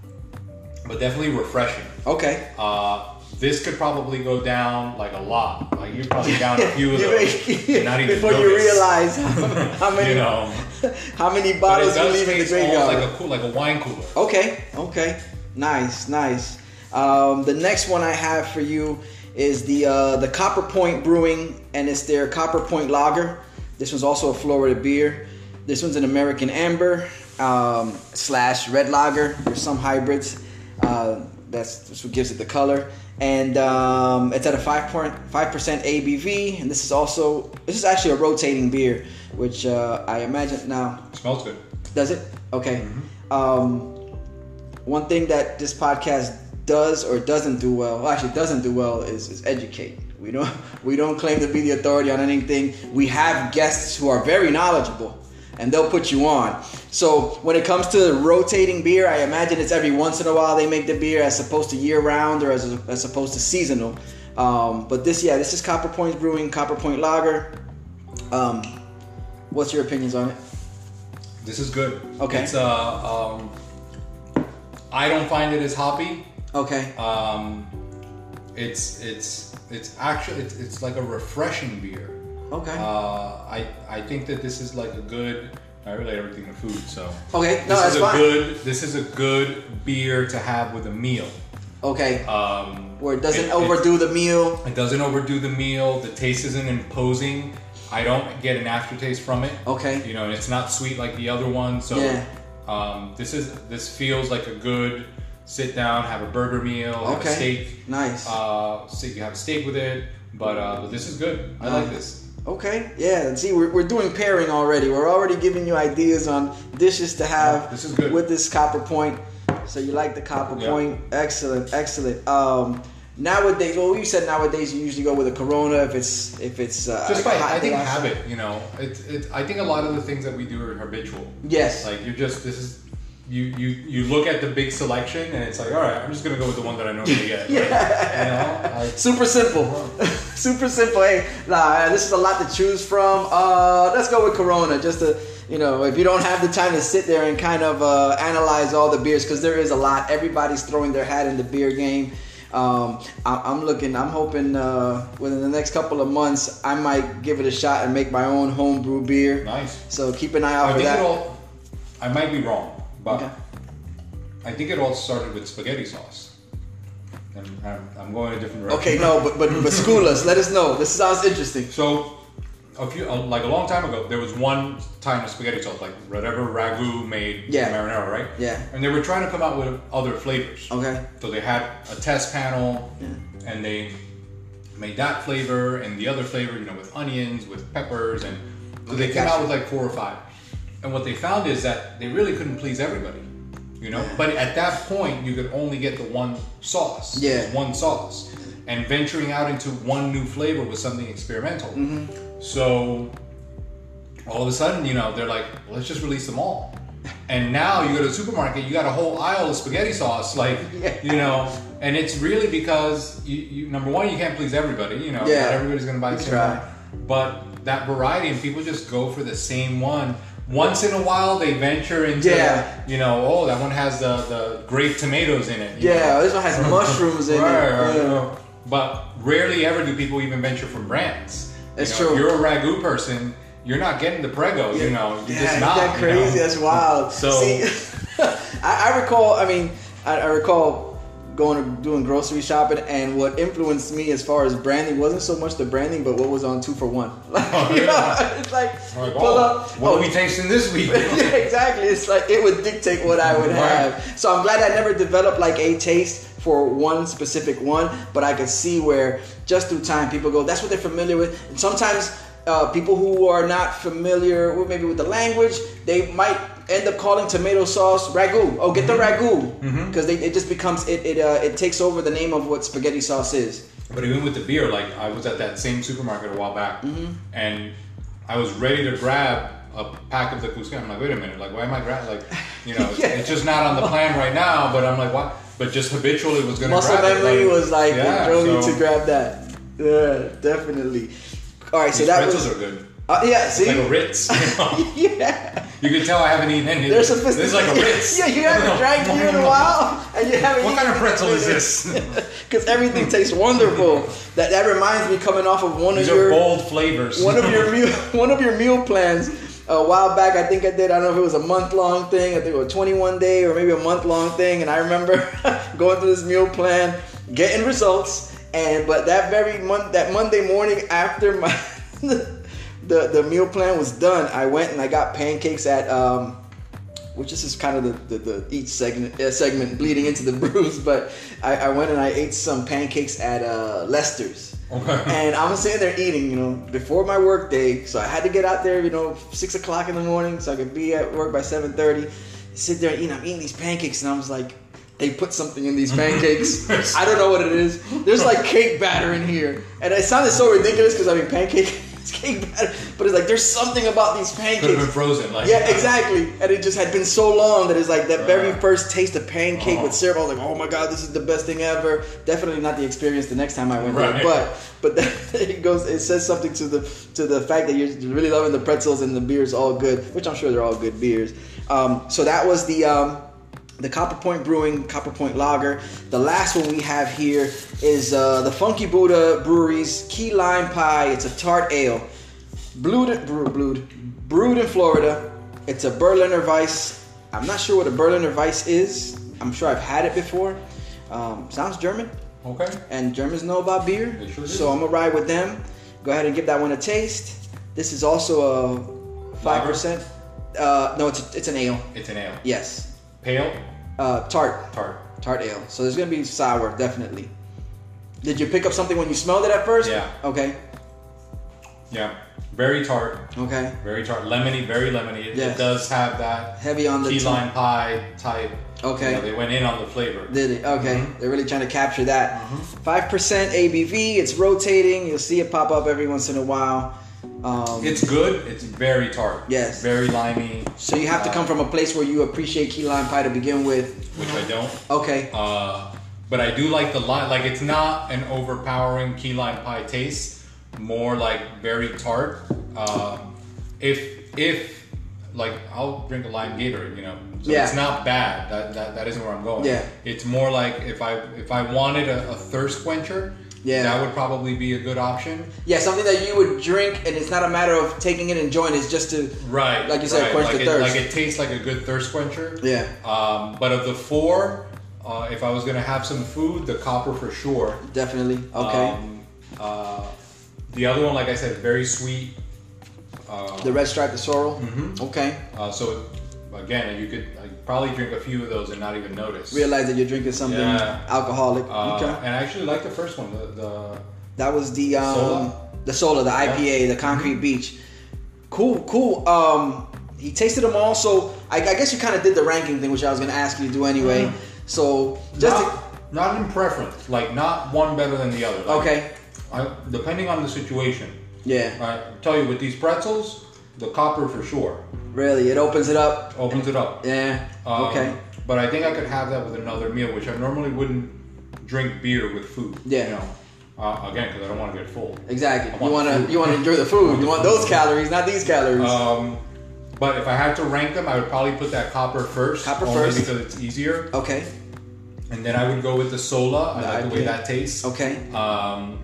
[SPEAKER 2] but definitely refreshing.
[SPEAKER 1] Okay.
[SPEAKER 2] Uh, this could probably go down like a lot. Like you're probably down a
[SPEAKER 1] (laughs)
[SPEAKER 2] few of
[SPEAKER 1] You
[SPEAKER 2] those.
[SPEAKER 1] make-
[SPEAKER 2] and not even
[SPEAKER 1] (laughs) before you
[SPEAKER 2] notice.
[SPEAKER 1] realize how, how many
[SPEAKER 2] (laughs) you know.
[SPEAKER 1] (laughs) how many
[SPEAKER 2] But it
[SPEAKER 1] bottles you
[SPEAKER 2] does
[SPEAKER 1] leave in the
[SPEAKER 2] taste almost
[SPEAKER 1] graveyard.
[SPEAKER 2] like a cool, like a wine cooler.
[SPEAKER 1] okay, okay, nice, nice. Um, the next one I have for you is the uh, the Copper Point Brewing, and it's their Copper Point Lager. This one's also a Florida beer. This one's an American Amber um, slash Red Lager. There's some hybrids. Uh, that's, that's what gives it the color. And um, it's at a 5.5% ABV. And this is also, this is actually a rotating beer, which uh, I imagine now,
[SPEAKER 2] It smells good.
[SPEAKER 1] does it? Okay. Um, one thing that this podcast does or doesn't do well, well actually doesn't do well, is, is educate. We don't (laughs) we don't claim to be the authority on anything. We have guests who are very knowledgeable, and they'll put you on. So when it comes to rotating beer, I imagine it's every once in a while they make the beer as opposed to year round or as, as opposed to seasonal. Um, but this, yeah, this is Copper Point Brewing, Copper Point Lager. Um, what's your opinions on it?
[SPEAKER 2] This is good.
[SPEAKER 1] Okay.
[SPEAKER 2] It's uh, um, I don't find it as hoppy.
[SPEAKER 1] Okay.
[SPEAKER 2] Um, it's it's it's actually it's, it's like a refreshing beer.
[SPEAKER 1] okay.
[SPEAKER 2] Uh, I I think that this is like a good. I relate everything to food, so
[SPEAKER 1] Okay, no,
[SPEAKER 2] this
[SPEAKER 1] that's
[SPEAKER 2] is a
[SPEAKER 1] fine.
[SPEAKER 2] good. This is a good beer to have with a meal.
[SPEAKER 1] okay.
[SPEAKER 2] Um,
[SPEAKER 1] Where it doesn't
[SPEAKER 2] it-
[SPEAKER 1] overdo the meal.
[SPEAKER 2] It doesn't overdo the meal. The taste isn't imposing. I don't get an aftertaste from it.
[SPEAKER 1] Okay.
[SPEAKER 2] You know, and it's not sweet like the other one. So
[SPEAKER 1] Yeah.
[SPEAKER 2] um, this is this feels like a good sit down, have a burger meal, have
[SPEAKER 1] Okay.
[SPEAKER 2] a steak.
[SPEAKER 1] Nice.
[SPEAKER 2] Uh, so you have a steak with it, but uh, but this is good. I like
[SPEAKER 1] Nice.
[SPEAKER 2] this.
[SPEAKER 1] Okay. Yeah. See, we're, we're doing pairing already. We're already giving you ideas on dishes to have
[SPEAKER 2] This is good.
[SPEAKER 1] with this copper point. So you like the copper
[SPEAKER 2] Yeah.
[SPEAKER 1] point? Excellent. Excellent. Um, nowadays, well, you said nowadays you usually go with a Corona if it's if it's uh,
[SPEAKER 2] Just by
[SPEAKER 1] like a hot
[SPEAKER 2] I think
[SPEAKER 1] day outside.
[SPEAKER 2] habit, you know, it's it's. I think a lot of the things that we do are habitual.
[SPEAKER 1] Yes.
[SPEAKER 2] Like you're just this is. You, you, you look at the big selection and it's like all right I'm just gonna go with the one that I know I'm gonna
[SPEAKER 1] (laughs)
[SPEAKER 2] get. yeah. You know, I-
[SPEAKER 1] Super simple. (laughs) Super simple. Hey, nah, this is a lot to choose from. Uh, let's go with Corona, just to, you know, if you don't have the time to sit there and kind of uh, analyze all the beers, because there is a lot. Everybody's throwing their hat in the beer game. Um, I, I'm looking, I'm hoping uh, within the next couple of months, I might give it a shot and make my own homebrew beer.
[SPEAKER 2] Nice.
[SPEAKER 1] So keep an eye out
[SPEAKER 2] I
[SPEAKER 1] for
[SPEAKER 2] think
[SPEAKER 1] that.
[SPEAKER 2] it all. I might be wrong, but
[SPEAKER 1] Okay.
[SPEAKER 2] I think it all started with spaghetti sauce. And I'm, I'm going a different direction.
[SPEAKER 1] okay, no, but, but, but school us. Let us know. This sounds interesting.
[SPEAKER 2] So, a few uh, like a long time ago, there was one time of spaghetti sauce, like whatever ragu made
[SPEAKER 1] Yeah.
[SPEAKER 2] marinara, right?
[SPEAKER 1] Yeah.
[SPEAKER 2] And they were trying to come out with other flavors.
[SPEAKER 1] Okay.
[SPEAKER 2] So they had a test panel, and they made that flavor and the other flavor, you know, with onions, with peppers, and so they
[SPEAKER 1] Okay,
[SPEAKER 2] came
[SPEAKER 1] gotcha.
[SPEAKER 2] out with like four or five. And what they found is that they really couldn't please everybody, you know. But at that point, you could only get the one sauce,
[SPEAKER 1] Yeah.
[SPEAKER 2] one sauce, and venturing out into one new flavor was something experimental.
[SPEAKER 1] Mm-hmm.
[SPEAKER 2] So all of a sudden, you know, they're like, let's just release them all. And now you go to the supermarket, you got a whole aisle of spaghetti sauce, like
[SPEAKER 1] (laughs) Yeah.
[SPEAKER 2] you know. And it's really because you, you number one, you can't please everybody, you know.
[SPEAKER 1] Yeah.
[SPEAKER 2] Not everybody's gonna buy the
[SPEAKER 1] You
[SPEAKER 2] same
[SPEAKER 1] try.
[SPEAKER 2] one. But that variety and people just go for the same one. Once in a while, they venture into,
[SPEAKER 1] Yeah.
[SPEAKER 2] you know, oh, that one has the, the grape tomatoes in it. you
[SPEAKER 1] Yeah,
[SPEAKER 2] know.
[SPEAKER 1] this one
[SPEAKER 2] (laughs)
[SPEAKER 1] has mushrooms in
[SPEAKER 2] Right,
[SPEAKER 1] it.
[SPEAKER 2] right,
[SPEAKER 1] Yeah.
[SPEAKER 2] right. But rarely ever do people even venture from brands. You
[SPEAKER 1] That's
[SPEAKER 2] know,
[SPEAKER 1] true.
[SPEAKER 2] if You're a ragu person. You're not getting the prego. You know, you're
[SPEAKER 1] yeah,
[SPEAKER 2] just
[SPEAKER 1] ain't
[SPEAKER 2] not.
[SPEAKER 1] that
[SPEAKER 2] you know?
[SPEAKER 1] crazy? That's wild.
[SPEAKER 2] So-
[SPEAKER 1] See, (laughs) I, I recall. I mean, I, I recall going to doing grocery shopping, and what influenced me as far as branding wasn't so much the branding, but what was on two for one. (laughs) Like,
[SPEAKER 2] Oh,
[SPEAKER 1] you know,
[SPEAKER 2] yeah.
[SPEAKER 1] it's like
[SPEAKER 2] Like,
[SPEAKER 1] pull
[SPEAKER 2] oh,
[SPEAKER 1] up.
[SPEAKER 2] What
[SPEAKER 1] oh,
[SPEAKER 2] are we tasting this week?
[SPEAKER 1] (laughs) yeah, exactly. It's like it would dictate what I would
[SPEAKER 2] Right.
[SPEAKER 1] have. So I'm glad I never developed like a taste for one specific one, but I could see where just through time people go, that's what they're familiar with. And sometimes uh, people who are not familiar with maybe with the language, they might end up calling tomato sauce ragu. Oh, get the
[SPEAKER 2] Mm-hmm.
[SPEAKER 1] ragu because it just becomes it it uh, it takes over the name of what spaghetti sauce is.
[SPEAKER 2] But even with the beer, like I was at that same supermarket a while back,
[SPEAKER 1] Mm-hmm.
[SPEAKER 2] and I was ready to grab a pack of the Cuscan. I'm like, wait a minute, like why am I grabbing? Like, you
[SPEAKER 1] (laughs)
[SPEAKER 2] know, it's,
[SPEAKER 1] Yeah.
[SPEAKER 2] it's just not on the plan right now. But I'm like, what? But just habitually was going to
[SPEAKER 1] Muscle
[SPEAKER 2] grab it,
[SPEAKER 1] memory was like
[SPEAKER 2] yeah,
[SPEAKER 1] it drove
[SPEAKER 2] so
[SPEAKER 1] you to grab that. Yeah, definitely. All right, so
[SPEAKER 2] These
[SPEAKER 1] that
[SPEAKER 2] pretzels
[SPEAKER 1] was
[SPEAKER 2] are good.
[SPEAKER 1] uh, yeah. See,
[SPEAKER 2] Like a Ritz. You, know?
[SPEAKER 1] (laughs) yeah.
[SPEAKER 2] You can tell I haven't eaten any. of
[SPEAKER 1] They're
[SPEAKER 2] this. This
[SPEAKER 1] sophisticated.
[SPEAKER 2] is like a
[SPEAKER 1] (laughs)
[SPEAKER 2] Ritz.
[SPEAKER 1] yeah, you haven't drank beer in a while, and you haven't.
[SPEAKER 2] What
[SPEAKER 1] eaten
[SPEAKER 2] kind of pretzel is
[SPEAKER 1] (laughs) anything.
[SPEAKER 2] this?
[SPEAKER 1] Because everything tastes wonderful. That that reminds me, coming off of one
[SPEAKER 2] These
[SPEAKER 1] of
[SPEAKER 2] are
[SPEAKER 1] your
[SPEAKER 2] bold
[SPEAKER 1] (laughs)
[SPEAKER 2] flavors.
[SPEAKER 1] one
[SPEAKER 2] (laughs)
[SPEAKER 1] of your meal one of your meal plans a while back. I think I did. I don't know if it was a month long thing. I think it was a 21 day or maybe a month long thing. And I remember (laughs) going through this meal plan, getting results, and but that very month that Monday morning after my (laughs) the the meal plan was done, I went and I got pancakes at. Um, which this is kind of the, the, the each segment uh, segment bleeding into the (laughs) bruise, but I, I went and I ate some pancakes at uh, Lester's.
[SPEAKER 2] Okay.
[SPEAKER 1] And I'm sitting there eating, you know, before my work day, so I had to get out there, you know, six o'clock in the morning, so I could be at work by seven thirty. Sit there and eat. I'm eating these pancakes, and I was like, they put something in these
[SPEAKER 2] (laughs)
[SPEAKER 1] pancakes. I don't know what it is. There's like cake batter in here, and it sounded so ridiculous because I mean pancake (laughs) it's getting better. But it's like there's something about these
[SPEAKER 2] Could have been
[SPEAKER 1] pancakes.
[SPEAKER 2] frozen. Like uh,
[SPEAKER 1] Yeah, exactly. And it just had been so long that it's like that very
[SPEAKER 2] Right.
[SPEAKER 1] first taste of pancake with
[SPEAKER 2] Uh-huh.
[SPEAKER 1] syrup. I was like, oh my god, this is the best thing ever. Definitely not the experience the next time I went there,
[SPEAKER 2] Right.
[SPEAKER 1] but but that, (laughs) it goes. It says something to the to the fact that you're really loving the pretzels and the beers all good, which I'm sure they're all good beers. Um, so that was the. Um, the Copper Point Brewing Copper Point Lager. The last one we have here is uh, the Funky Buddha Brewery's Key Lime Pie. It's a tart ale brewed, brew, brewed, brewed in Florida. It's a Berliner Weiss. I'm not sure what a Berliner Weiss is. I'm sure I've had it before. Um, sounds German,
[SPEAKER 2] Okay.
[SPEAKER 1] and Germans know about beer,
[SPEAKER 2] They sure
[SPEAKER 1] so
[SPEAKER 2] do.
[SPEAKER 1] I'm gonna ride with them. Go ahead and give that one a taste. This is also a five percent. Uh, no, it's it's an ale.
[SPEAKER 2] It's an ale.
[SPEAKER 1] Yes,
[SPEAKER 2] Pale,
[SPEAKER 1] uh, tart,
[SPEAKER 2] tart.
[SPEAKER 1] tart ale. So there's gonna be sour, definitely. Did you pick up something when you smelled it at first?
[SPEAKER 2] Yeah.
[SPEAKER 1] Okay.
[SPEAKER 2] Yeah. Very tart.
[SPEAKER 1] Okay.
[SPEAKER 2] Very tart. Lemony. Very lemony. It,
[SPEAKER 1] Yes.
[SPEAKER 2] it does have that
[SPEAKER 1] Heavy on the
[SPEAKER 2] key
[SPEAKER 1] tongue.
[SPEAKER 2] lime pie type.
[SPEAKER 1] Okay.
[SPEAKER 2] You know, they went in on the flavor.
[SPEAKER 1] Did it? Okay.
[SPEAKER 2] Mm-hmm.
[SPEAKER 1] They're really trying to capture that. 5% ABV. It's rotating. You'll see it pop up every once in a while. Um,
[SPEAKER 2] it's good. It's very tart.
[SPEAKER 1] Yes.
[SPEAKER 2] Very limey,
[SPEAKER 1] so you have to come from a place where you appreciate key lime pie to begin with.
[SPEAKER 2] which I don't.
[SPEAKER 1] Okay.
[SPEAKER 2] Uh, but I do like the lime. Like it's not an overpowering key lime pie taste. More like very tart. Um, if if like I'll drink a lime Gatorade, you know. So
[SPEAKER 1] Yeah.
[SPEAKER 2] It's not bad. That, that that isn't where I'm going.
[SPEAKER 1] Yeah.
[SPEAKER 2] It's more like if I if I wanted a, a thirst quencher.
[SPEAKER 1] Yeah.
[SPEAKER 2] That would probably be a good option.
[SPEAKER 1] Yeah, something that you would drink, and it's not a matter of taking it and enjoying. It's just to
[SPEAKER 2] Right.
[SPEAKER 1] Like you said,
[SPEAKER 2] right.
[SPEAKER 1] quench
[SPEAKER 2] like
[SPEAKER 1] the
[SPEAKER 2] it,
[SPEAKER 1] thirst.
[SPEAKER 2] Like it tastes like a good thirst quencher.
[SPEAKER 1] Yeah.
[SPEAKER 2] Um, but of the four, uh, if I was gonna have some food, the copper for sure.
[SPEAKER 1] definitely. Okay.
[SPEAKER 2] Um, uh, the other one, like I said, very sweet. Uh,
[SPEAKER 1] the red stripe, the sorrel. Mm-hmm. Okay.
[SPEAKER 2] uh, so again, you could like, probably drink a few of those and not even notice.
[SPEAKER 1] Realize that you're drinking something
[SPEAKER 2] Yeah.
[SPEAKER 1] alcoholic.
[SPEAKER 2] Uh,
[SPEAKER 1] okay.
[SPEAKER 2] And I actually like the first one. The, the
[SPEAKER 1] That was the um,
[SPEAKER 2] Sola.
[SPEAKER 1] the sola, the IPA, the Concrete
[SPEAKER 2] Mm-hmm.
[SPEAKER 1] Beach. Cool, cool. Um, he tasted them all, so I, I guess you kind of did the ranking thing, which I was gonna ask you to do anyway.
[SPEAKER 2] Mm-hmm.
[SPEAKER 1] So just to-
[SPEAKER 2] not, not in preference, like not one better than the other. Like,
[SPEAKER 1] okay,
[SPEAKER 2] I, depending on the situation.
[SPEAKER 1] yeah,
[SPEAKER 2] I tell you, with these pretzels, the copper for sure
[SPEAKER 1] really, it opens it up.
[SPEAKER 2] opens it up.
[SPEAKER 1] Yeah,
[SPEAKER 2] Um,
[SPEAKER 1] okay,
[SPEAKER 2] But I think I could have that with another meal, which I normally wouldn't drink beer with food.
[SPEAKER 1] Yeah.
[SPEAKER 2] You know, uh, again, because I don't want to get full.
[SPEAKER 1] exactly.
[SPEAKER 2] I
[SPEAKER 1] you
[SPEAKER 2] want
[SPEAKER 1] wanna
[SPEAKER 2] food.
[SPEAKER 1] you wanna enjoy the food. You want those calories, not these calories.
[SPEAKER 2] Um, but if I had to rank them, I would probably put that copper first.
[SPEAKER 1] Copper
[SPEAKER 2] only
[SPEAKER 1] first.
[SPEAKER 2] because it's easier.
[SPEAKER 1] okay,
[SPEAKER 2] And then I would go with the sola. I
[SPEAKER 1] The
[SPEAKER 2] like the way
[SPEAKER 1] IPA.
[SPEAKER 2] that tastes.
[SPEAKER 1] okay.
[SPEAKER 2] Um,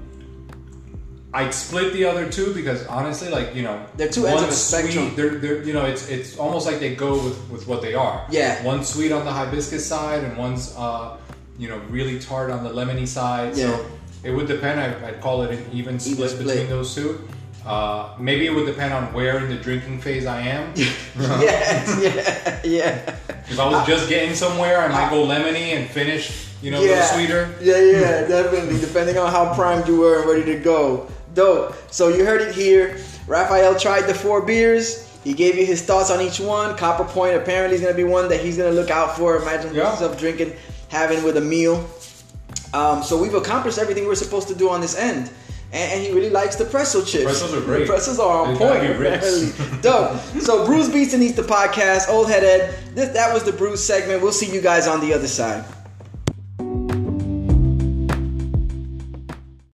[SPEAKER 2] I'd split the other two because honestly, like you know,
[SPEAKER 1] They're two ends
[SPEAKER 2] one's
[SPEAKER 1] of the spectrum.
[SPEAKER 2] Sweet, they're, they're you know, it's it's almost like they go with with what they are.
[SPEAKER 1] Yeah.
[SPEAKER 2] One's sweet on the hibiscus side, and one's uh, you know, really tart on the lemony side.
[SPEAKER 1] Yeah.
[SPEAKER 2] So it would depend. I, I'd call it an even split,
[SPEAKER 1] split.
[SPEAKER 2] between those two. Uh, maybe it would depend on where in the drinking phase I
[SPEAKER 1] (laughs)
[SPEAKER 2] am. Uh-huh.
[SPEAKER 1] yes, yeah, yeah.
[SPEAKER 2] if I
[SPEAKER 1] Uh,
[SPEAKER 2] was just getting somewhere, I might go lemony and finish, you know, a little sweeter.
[SPEAKER 1] Yeah, yeah, definitely. Depending on how primed you were and ready to go. Dope. So you heard it here. Raphael tried the four beers. He gave you his thoughts on each one. Copper Point apparently is gonna be one that he's gonna look out for. Imagine
[SPEAKER 2] Yeah.
[SPEAKER 1] yourself drinking, having with a meal. Um, so we've accomplished everything we're supposed to do on this end. And, and he really likes the pretzel chips.
[SPEAKER 2] Pretzels are great.
[SPEAKER 1] Pretzels are on
[SPEAKER 2] They gotta
[SPEAKER 1] point.
[SPEAKER 2] be Ritz. (laughs)
[SPEAKER 1] apparently. Dope. So Bruce Beats and Eats the podcast. Old Head Ed. This, that was the Bruce segment. We'll see you guys on the other side.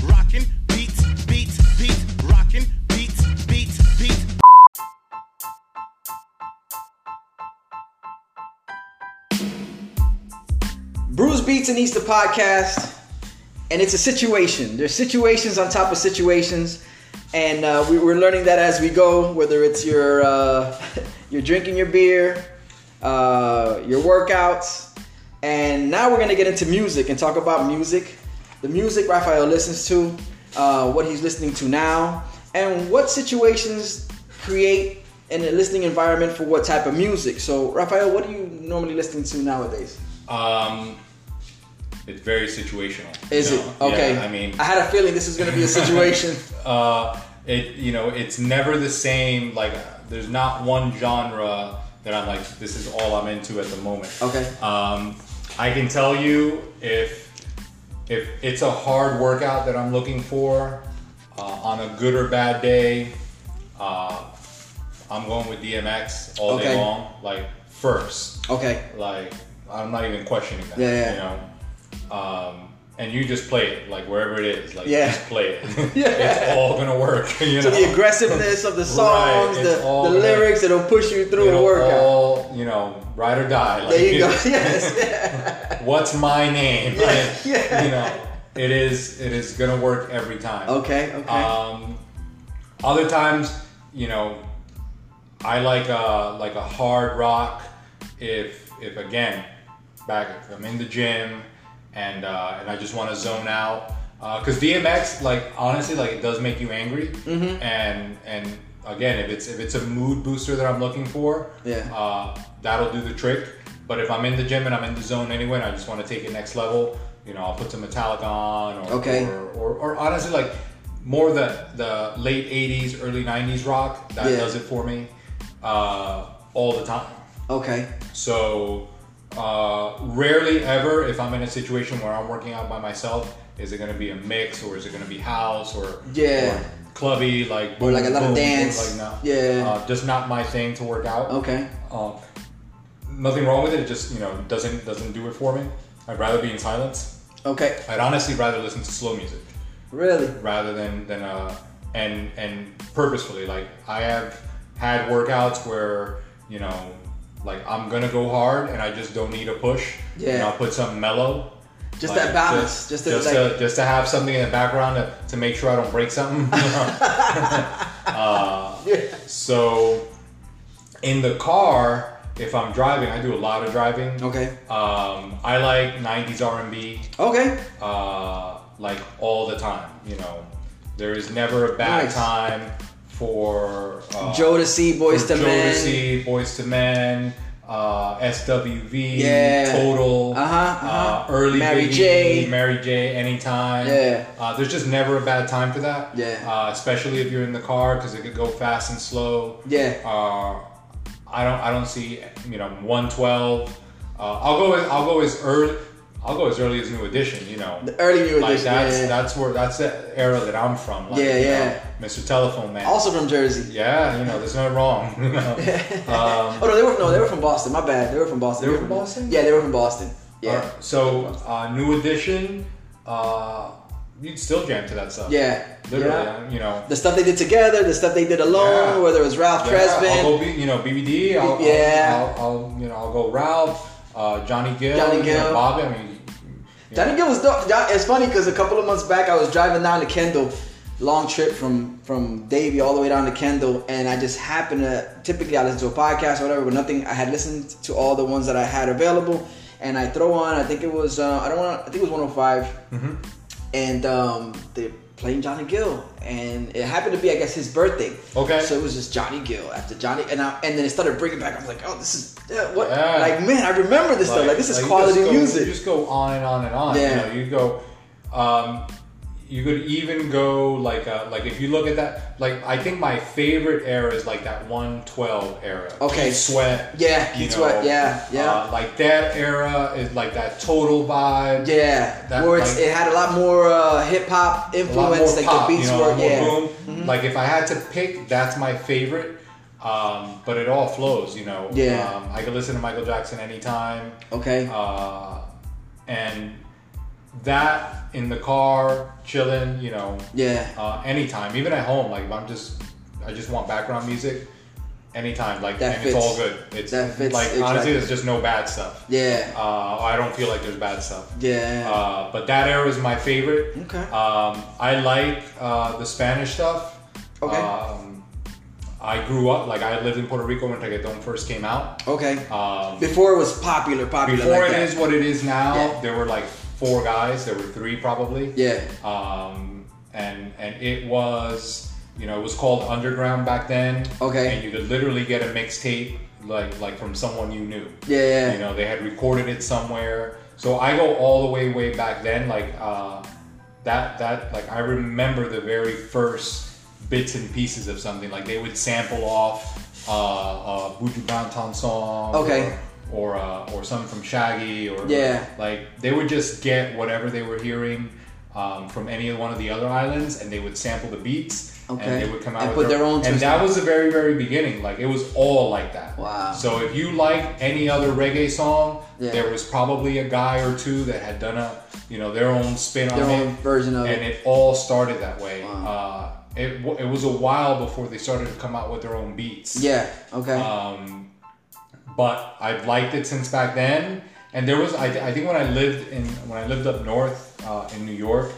[SPEAKER 3] Rockin' beats, beats, beats, rockin' beats, beats, beats.
[SPEAKER 1] Bruce Beats and Eats the podcast, and it's a situation. There's situations on top of situations, and uh, we, we're learning that as we go. Whether it's your uh, (laughs) you're drinking your beer, uh, your workouts, and now we're gonna get into music and talk about music, the music Raphael listens to, uh, what he's listening to now, and what situations create an listening environment for what type of music. So Raphael, what are you normally listening to nowadays?
[SPEAKER 2] Um, it's very situational.
[SPEAKER 1] Is
[SPEAKER 2] you
[SPEAKER 1] it
[SPEAKER 2] know?
[SPEAKER 1] okay?
[SPEAKER 2] Yeah, I mean,
[SPEAKER 1] I had a feeling this was going to
[SPEAKER 2] (laughs)
[SPEAKER 1] be a situation.
[SPEAKER 2] uh, it you know it's never the same. Like there's not one genre that I'm like this is all I'm into at the moment.
[SPEAKER 1] Okay.
[SPEAKER 2] Um, I can tell you if if it's a hard workout that I'm looking for, Uh, on a good or bad day, uh, I'm going with DMX all
[SPEAKER 1] Okay.
[SPEAKER 2] day long. Like first,
[SPEAKER 1] Okay.
[SPEAKER 2] like I'm not even questioning that.
[SPEAKER 1] Yeah, yeah.
[SPEAKER 2] You know, um, and you just play it like wherever it is. Like
[SPEAKER 1] Yeah.
[SPEAKER 2] just
[SPEAKER 1] (laughs)
[SPEAKER 2] play it.
[SPEAKER 1] Yeah.
[SPEAKER 2] it's all gonna work. (laughs) You know,
[SPEAKER 1] So the aggressiveness of the songs,
[SPEAKER 2] it's
[SPEAKER 1] the,
[SPEAKER 2] all
[SPEAKER 1] the
[SPEAKER 2] good.
[SPEAKER 1] lyrics, it'll push you through a
[SPEAKER 2] It'll
[SPEAKER 1] workout.
[SPEAKER 2] all, you know, ride or die. Like,
[SPEAKER 1] There you
[SPEAKER 2] (laughs)
[SPEAKER 1] go. (laughs) Yes. Yeah.
[SPEAKER 2] What's my name?
[SPEAKER 1] Yeah,
[SPEAKER 2] Like,
[SPEAKER 1] yeah.
[SPEAKER 2] (laughs) You know, it is. It is gonna work every time.
[SPEAKER 1] Okay. Okay.
[SPEAKER 2] Um, other times, you know, I like a like a hard rock. If if again, back if I'm in the gym and uh, and I just want to zone out Uh, because DMX like honestly like it does make you angry
[SPEAKER 1] Mm-hmm.
[SPEAKER 2] and and again if it's if it's a mood booster that I'm looking for
[SPEAKER 1] Yeah.
[SPEAKER 2] uh, that'll do the trick. But if I'm in the gym and I'm in the zone anyway and I just want to take it next level, you know, I'll put some Metallica on or
[SPEAKER 1] Okay.
[SPEAKER 2] or, or, or honestly like more the the late 80s early 90s rock that
[SPEAKER 1] Yeah.
[SPEAKER 2] does it for me uh, all the time
[SPEAKER 1] okay.
[SPEAKER 2] so uh, rarely ever if i'm in a situation where i'm working out by myself is it going to be a mix or is it going to be house or
[SPEAKER 1] Yeah.
[SPEAKER 2] or clubby like
[SPEAKER 1] Or like a
[SPEAKER 2] boom,
[SPEAKER 1] lot of
[SPEAKER 2] boom, boom,
[SPEAKER 1] dance.
[SPEAKER 2] like no
[SPEAKER 1] Yeah.
[SPEAKER 2] uh, just not my thing to work out
[SPEAKER 1] Okay.
[SPEAKER 2] um, nothing wrong with it it just you know doesn't doesn't do it for me i'd rather be in silence
[SPEAKER 1] Okay.
[SPEAKER 2] i'd honestly rather listen to slow music
[SPEAKER 1] Really?
[SPEAKER 2] rather than than uh and and purposefully like I have had workouts where you know like I'm gonna go hard and I just don't need a push and
[SPEAKER 1] Yeah.
[SPEAKER 2] I'll put something mellow
[SPEAKER 1] Just
[SPEAKER 2] Like,
[SPEAKER 1] that balance. Just,
[SPEAKER 2] just,
[SPEAKER 1] to
[SPEAKER 2] just
[SPEAKER 1] like,
[SPEAKER 2] to just to have something in the background to, to make sure I don't break something (laughs) Uh,
[SPEAKER 1] yeah.
[SPEAKER 2] so in the car if I'm driving I do a lot of driving
[SPEAKER 1] Okay.
[SPEAKER 2] um, I like 90s R&B
[SPEAKER 1] Okay.
[SPEAKER 2] uh, like all the time. You know, there is never a bad
[SPEAKER 1] Nice.
[SPEAKER 2] time for uh,
[SPEAKER 1] Joe to see,
[SPEAKER 2] for
[SPEAKER 1] boys to men.
[SPEAKER 2] Jodeci, Boys to Men, uh, SWV,
[SPEAKER 1] Yeah.
[SPEAKER 2] Total,
[SPEAKER 1] Uh-huh, uh-huh.
[SPEAKER 2] uh, Early
[SPEAKER 1] Mary
[SPEAKER 2] Biggie,
[SPEAKER 1] J.
[SPEAKER 2] Mary J. Anytime.
[SPEAKER 1] Yeah.
[SPEAKER 2] Uh, there's just never a bad time for that.
[SPEAKER 1] Yeah.
[SPEAKER 2] Uh, especially if you're in the car because it could go fast and slow.
[SPEAKER 1] Yeah.
[SPEAKER 2] Uh, I don't. I don't see. You know, 112. Uh, I'll go. As, I'll go as early. I'll go as early as New Edition. You know.
[SPEAKER 1] The early New
[SPEAKER 2] Like
[SPEAKER 1] Edition,
[SPEAKER 2] that's
[SPEAKER 1] yeah.
[SPEAKER 2] that's where that's the era that I'm from. Like,
[SPEAKER 1] Yeah,
[SPEAKER 2] you
[SPEAKER 1] yeah.
[SPEAKER 2] know, Mr. Telephone Man.
[SPEAKER 1] also from Jersey.
[SPEAKER 2] Yeah, you know, there's nothing wrong. (laughs) You know? um,
[SPEAKER 1] Oh no, they were no, they were from Boston. My bad. They were from Boston.
[SPEAKER 2] They were from Boston?
[SPEAKER 1] Yeah, they were from Boston. (laughs) Yeah.
[SPEAKER 2] alright, so, uh, new edition, uh, you'd still jam to that stuff.
[SPEAKER 1] Yeah.
[SPEAKER 2] Literally,
[SPEAKER 1] Yeah.
[SPEAKER 2] uh, you know.
[SPEAKER 1] The stuff they did together, the stuff they did alone,
[SPEAKER 2] Yeah.
[SPEAKER 1] whether it was Ralph
[SPEAKER 2] I'll
[SPEAKER 1] Tresvant,
[SPEAKER 2] go, B, you know, BBD. I'll,
[SPEAKER 1] Yeah.
[SPEAKER 2] I'll, I'll, I'll, you know, I'll go Ralph, uh, Johnny Gill,
[SPEAKER 1] Johnny
[SPEAKER 2] you know,
[SPEAKER 1] Gill.
[SPEAKER 2] Bobby. I mean, you
[SPEAKER 1] Johnny Gill was dope. Jo- It's funny because a couple of months back, I was driving down to Kendall, long trip from from Davie all the way down to Kendall, and I just happened to typically I listen to a podcast or whatever, but nothing. I had listened to all the ones that I had available, and I throw on. I think it was uh, I don't want. I think it was 105,
[SPEAKER 2] Mm-hmm.
[SPEAKER 1] and um, they're playing Johnny Gill, and it happened to be I guess his birthday.
[SPEAKER 2] Okay.
[SPEAKER 1] So it was just Johnny Gill after Johnny, and I, and then it started bringing back. I was like, oh, this is yeah, what
[SPEAKER 2] Yeah.
[SPEAKER 1] like man, I remember this stuff. Like this is quality
[SPEAKER 2] you just go,
[SPEAKER 1] music.
[SPEAKER 2] You just go on and on and on.
[SPEAKER 1] Yeah.
[SPEAKER 2] You, know, you go. Um, you could even go like uh, like if you look at that like I think my favorite era is like that 112 era.
[SPEAKER 1] Okay.
[SPEAKER 2] Keith Sweat.
[SPEAKER 1] Yeah,
[SPEAKER 2] you
[SPEAKER 1] Keith Sweat, yeah, yeah.
[SPEAKER 2] Uh, like that era is like that total vibe.
[SPEAKER 1] Yeah,
[SPEAKER 2] That,
[SPEAKER 1] where it's,
[SPEAKER 2] like-
[SPEAKER 1] it had a lot more uh, hip hop
[SPEAKER 2] A lot
[SPEAKER 1] influence,
[SPEAKER 2] more
[SPEAKER 1] like
[SPEAKER 2] pop,
[SPEAKER 1] the beats
[SPEAKER 2] you know, a
[SPEAKER 1] were,
[SPEAKER 2] lot more
[SPEAKER 1] yeah, Mm-hmm.
[SPEAKER 2] boom. Like if I had to pick, that's my favorite. Um, but it all flows, you know.
[SPEAKER 1] Yeah.
[SPEAKER 2] Um, I could listen to Michael Jackson anytime.
[SPEAKER 1] okay,
[SPEAKER 2] uh, and that in the car, chilling, you know,
[SPEAKER 1] yeah,
[SPEAKER 2] uh, anytime, even at home, like if I'm just, I just want background music, anytime, like,
[SPEAKER 1] That
[SPEAKER 2] and
[SPEAKER 1] fits.
[SPEAKER 2] it's all good. It's
[SPEAKER 1] That fits
[SPEAKER 2] like honestly,
[SPEAKER 1] exactly.
[SPEAKER 2] there's just no bad stuff.
[SPEAKER 1] yeah,
[SPEAKER 2] Uh, I don't feel like there's bad stuff.
[SPEAKER 1] yeah,
[SPEAKER 2] Uh, but that era is my favorite.
[SPEAKER 1] Okay.
[SPEAKER 2] Um, I like uh, the Spanish stuff.
[SPEAKER 1] Okay.
[SPEAKER 2] Um, I grew up like I lived in Puerto Rico when Reggaeton first came out.
[SPEAKER 1] okay.
[SPEAKER 2] Um,
[SPEAKER 1] before it was popular, popular.
[SPEAKER 2] before
[SPEAKER 1] like
[SPEAKER 2] it
[SPEAKER 1] that.
[SPEAKER 2] is what it is now,
[SPEAKER 1] Yeah.
[SPEAKER 2] there were like four guys. There were three probably.
[SPEAKER 1] Yeah.
[SPEAKER 2] Um, and and it was you know it was called underground back then.
[SPEAKER 1] Okay.
[SPEAKER 2] And you could literally get a mixtape like like from someone you knew.
[SPEAKER 1] Yeah, yeah.
[SPEAKER 2] You know they had recorded it somewhere. So I go all the way way back then. Like uh, that that like I remember the very first bits and pieces of something. Like they would sample off. Uh, a Buju Banton song
[SPEAKER 1] Okay.
[SPEAKER 2] or- or uh, or something from Shaggy or
[SPEAKER 1] Yeah.
[SPEAKER 2] like they would just get whatever they were hearing. um, from any one of the other islands, and they would sample the beats,
[SPEAKER 1] Okay.
[SPEAKER 2] and they would come out
[SPEAKER 1] And
[SPEAKER 2] with
[SPEAKER 1] put their own
[SPEAKER 2] And
[SPEAKER 1] twist
[SPEAKER 2] that
[SPEAKER 1] on it.
[SPEAKER 2] was the very, very beginning. Like it was all like that.
[SPEAKER 1] Wow.
[SPEAKER 2] So if you like any other reggae song,
[SPEAKER 1] Yeah.
[SPEAKER 2] there was probably a guy or two that had done a, you know, their own spin
[SPEAKER 1] Their
[SPEAKER 2] on
[SPEAKER 1] own
[SPEAKER 2] it,
[SPEAKER 1] version of
[SPEAKER 2] and
[SPEAKER 1] it.
[SPEAKER 2] it all started that way.
[SPEAKER 1] Wow.
[SPEAKER 2] Uh, it, w- it was a while before they started to come out with their own beats.
[SPEAKER 1] Yeah. Okay.
[SPEAKER 2] Um, but I've liked it since back then. And there was, I, I think, when I lived in when I lived up north uh, in New York,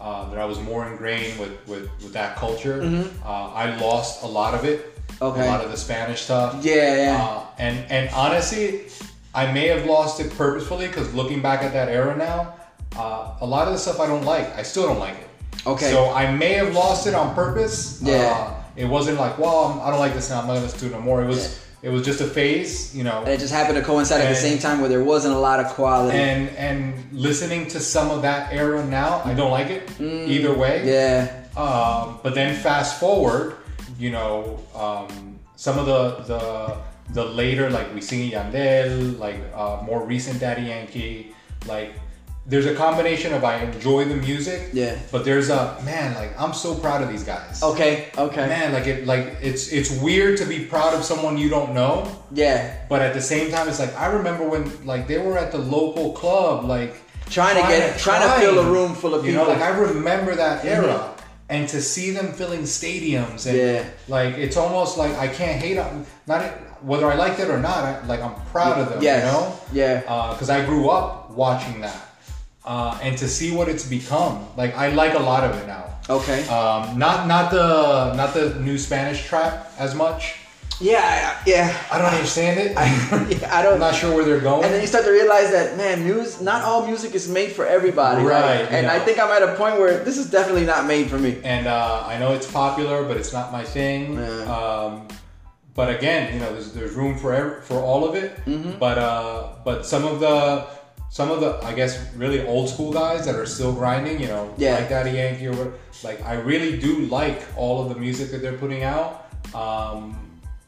[SPEAKER 2] uh, that I was more ingrained with with, with that culture. Uh, I lost a lot of it.
[SPEAKER 1] Mm-hmm. Okay.
[SPEAKER 2] A lot of the Spanish stuff.
[SPEAKER 1] Yeah, yeah.
[SPEAKER 2] Uh, and and honestly, I may have lost it purposefully because looking back at that era now, uh, a lot of the stuff I don't like, I still don't like it.
[SPEAKER 1] Okay.
[SPEAKER 2] So I may have lost it on purpose.
[SPEAKER 1] Yeah.
[SPEAKER 2] Uh, it wasn't like, well, I'm, I don't like this now. I'm not gonna do it no more. It was, it was just a phase, you know.
[SPEAKER 1] and it just happened to coincide at the
[SPEAKER 2] and-
[SPEAKER 1] same time where there wasn't a lot of quality.
[SPEAKER 2] And and listening to some of that era now, I don't like it either way.
[SPEAKER 1] Mm, yeah.
[SPEAKER 2] Um, but then fast forward, you know, um, some of the the the later like we sing Yandel, like uh, more recent Daddy Yankee, like there's a combination of I enjoy the music,
[SPEAKER 1] Yeah. Oh,
[SPEAKER 2] but there's a man like I'm so proud of these guys.
[SPEAKER 1] Okay. Okay.
[SPEAKER 2] Man, like it, like it's it's weird to be proud of someone you don't know,
[SPEAKER 1] Yeah.
[SPEAKER 2] but at the same time, it's like I remember when like they were at the local club, like
[SPEAKER 1] Trying to get- trying to fill a room full of
[SPEAKER 2] you know,
[SPEAKER 1] people. Mm-hmm.
[SPEAKER 2] like I remember that era, and to see them filling stadiums, and
[SPEAKER 1] Yeah.
[SPEAKER 2] like it's almost like I can't hate on not whether I liked it or not. I, like I'm proud of them,
[SPEAKER 1] Yes.
[SPEAKER 2] you know,
[SPEAKER 1] Yeah.
[SPEAKER 2] because I grew up watching that, uh, and to see what it's become, like I like a lot of it now.
[SPEAKER 1] Okay.
[SPEAKER 2] Um, not not the not the new Spanish trap as much.
[SPEAKER 1] yeah. I- Yeah.
[SPEAKER 2] I don't understand it.
[SPEAKER 1] Yeah, I (laughs) don't.
[SPEAKER 2] I'm not sure where they're going.
[SPEAKER 1] And then you start to realize that man, news. Not all music is made for everybody.
[SPEAKER 2] Right,
[SPEAKER 1] And
[SPEAKER 2] yeah.
[SPEAKER 1] I think I'm at a point where this is definitely not made for me.
[SPEAKER 2] and uh, I know it's popular, but it's not my thing.
[SPEAKER 1] Yeah.
[SPEAKER 2] Um, but again, you know, there's, there's room for ev- for all of it.
[SPEAKER 1] Mm-hmm.
[SPEAKER 2] But uh, but some of the some of the I guess really old school guys that are still grinding, you know,
[SPEAKER 1] Yeah.
[SPEAKER 2] like Daddy Yankee or what, like I really do like all of the music that they're putting out. Um,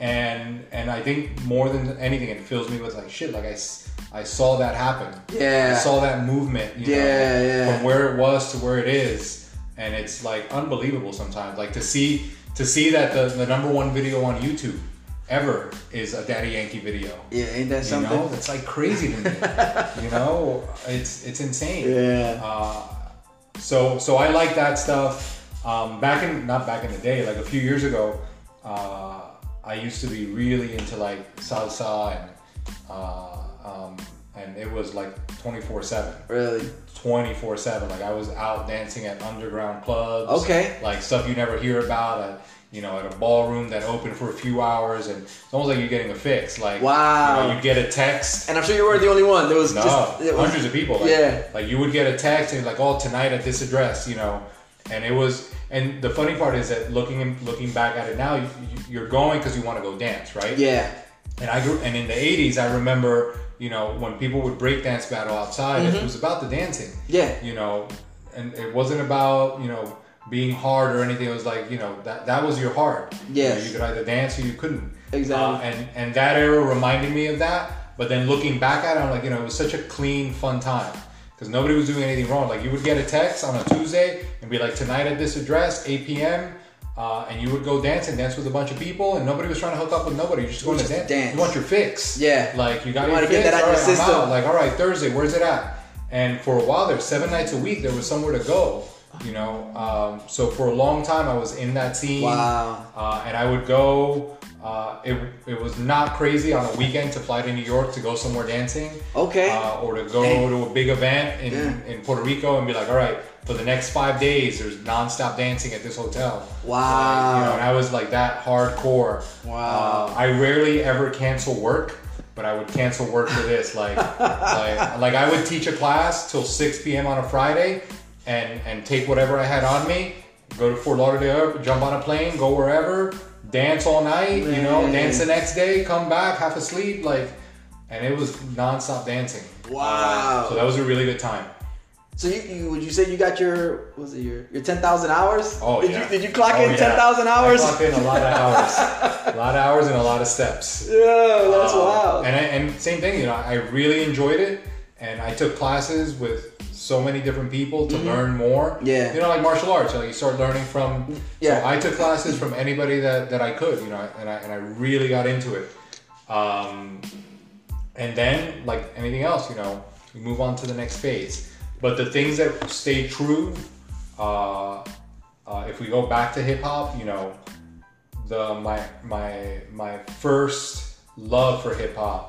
[SPEAKER 2] and and I think more than anything, it fills me with like shit. Like I, s- I saw that happen.
[SPEAKER 1] Yeah.
[SPEAKER 2] I saw that movement. You
[SPEAKER 1] Yeah,
[SPEAKER 2] know,
[SPEAKER 1] yeah.
[SPEAKER 2] From where it was to where it is and it's like unbelievable sometimes like to see to see that the, the number one video on youtube ever is a daddy yankee video
[SPEAKER 1] Yeah. Ain't that
[SPEAKER 2] you
[SPEAKER 1] something?
[SPEAKER 2] know that's like crazy to me
[SPEAKER 1] (laughs)
[SPEAKER 2] you know it's it's insane
[SPEAKER 1] Yeah.
[SPEAKER 2] Uh, so so I like that stuff. Um, back in not back in the day, like a few years ago, uh, I used to be really into like salsa and uh, um, and it was like 24 seven.
[SPEAKER 1] really.
[SPEAKER 2] 24 7 like i was out dancing at underground clubs
[SPEAKER 1] Okay.
[SPEAKER 2] like stuff you never hear about at, you know at a ballroom that opened for a few hours and it's almost like you're getting a fix like
[SPEAKER 1] Wow.
[SPEAKER 2] you, know, you get a text
[SPEAKER 1] And I'm sure you weren't the only one. There was
[SPEAKER 2] no,
[SPEAKER 1] just it was-
[SPEAKER 2] hundreds of people. Like,
[SPEAKER 1] yeah.
[SPEAKER 2] like you would get a text and like, oh, tonight at this address, you know. And it was, and the funny part is that looking looking back at it now, you, you're going because you want to go dance, right?
[SPEAKER 1] Yeah.
[SPEAKER 2] And I grew, and in the '80s, I remember, you know, when people would break dance battle outside, it was about the dancing.
[SPEAKER 1] Mm-hmm. Yeah.
[SPEAKER 2] You know, and it wasn't about you know being hard or anything. It was like you know that that was your heart. You, know,
[SPEAKER 1] Yes.
[SPEAKER 2] you could either dance or you couldn't.
[SPEAKER 1] Exactly.
[SPEAKER 2] Uh, and and that era reminded me of that. But then looking back at it, I'm like, you know, it was such a clean, fun time because nobody was doing anything wrong. Like you would get a text on a Tuesday and be like, tonight at this address, 8 p.m. Uh, and you would go dance and dance with a bunch of people, and nobody was trying to hook up with nobody. You're just going to
[SPEAKER 1] just
[SPEAKER 2] dance.
[SPEAKER 1] dance.
[SPEAKER 2] You want your fix.
[SPEAKER 1] Yeah.
[SPEAKER 2] Like you
[SPEAKER 1] You
[SPEAKER 2] got your
[SPEAKER 1] wanna get
[SPEAKER 2] fix.
[SPEAKER 1] that out
[SPEAKER 2] all
[SPEAKER 1] your
[SPEAKER 2] right, I'm
[SPEAKER 1] system.
[SPEAKER 2] out. Like all right, Thursday, where's it at? And for a while there, seven nights a week, there was somewhere to go. You know, um, so for a long time, I was in that scene.
[SPEAKER 1] Wow.
[SPEAKER 2] Uh, and I would go. Uh, it, it was not crazy on a weekend to fly to New York to go somewhere dancing.
[SPEAKER 1] Okay.
[SPEAKER 2] Uh, or to go to a big event in,
[SPEAKER 1] Yeah.
[SPEAKER 2] in Puerto Rico and be like, all right, for the next five days, there's nonstop dancing at this hotel.
[SPEAKER 1] Wow.
[SPEAKER 2] Like, you know, and I was like that hardcore.
[SPEAKER 1] Wow.
[SPEAKER 2] Uh, I rarely ever cancel work. But I would cancel work for
[SPEAKER 1] (laughs)
[SPEAKER 2] this, like, like, like I would teach a class till 6 p.m. on a Friday, and and take whatever I had on me, go to Fort Lauderdale, jump on a plane, go wherever, dance all night, you know,
[SPEAKER 1] Man.
[SPEAKER 2] dance the next day, come back, half asleep, like, and it was nonstop dancing.
[SPEAKER 1] Wow.
[SPEAKER 2] Uh, so that was a really good time.
[SPEAKER 1] So you, you would you say you got your what was it your your ten thousand hours?
[SPEAKER 2] Oh
[SPEAKER 1] did
[SPEAKER 2] yeah.
[SPEAKER 1] You, did you clock
[SPEAKER 2] Oh,
[SPEAKER 1] in
[SPEAKER 2] yeah.
[SPEAKER 1] ten thousand hours?
[SPEAKER 2] I clocked in a
[SPEAKER 1] (laughs)
[SPEAKER 2] lot of hours, a lot of hours and a lot of steps.
[SPEAKER 1] yeah, that's
[SPEAKER 2] Uh,
[SPEAKER 1] wild.
[SPEAKER 2] And I, and same thing, you know, I really enjoyed it. and I took classes with so many different people to learn more.
[SPEAKER 1] Mm-hmm. Yeah.
[SPEAKER 2] You know, like martial arts, like you start learning from.
[SPEAKER 1] Yeah.
[SPEAKER 2] So I took classes from anybody that, that I could, you know, and I, and I really got into it. Um, and then, like anything else, you know, we move on to the next phase. But the things that stay true, uh, uh, if we go back to hip hop, you know, the my my my first love for hip hop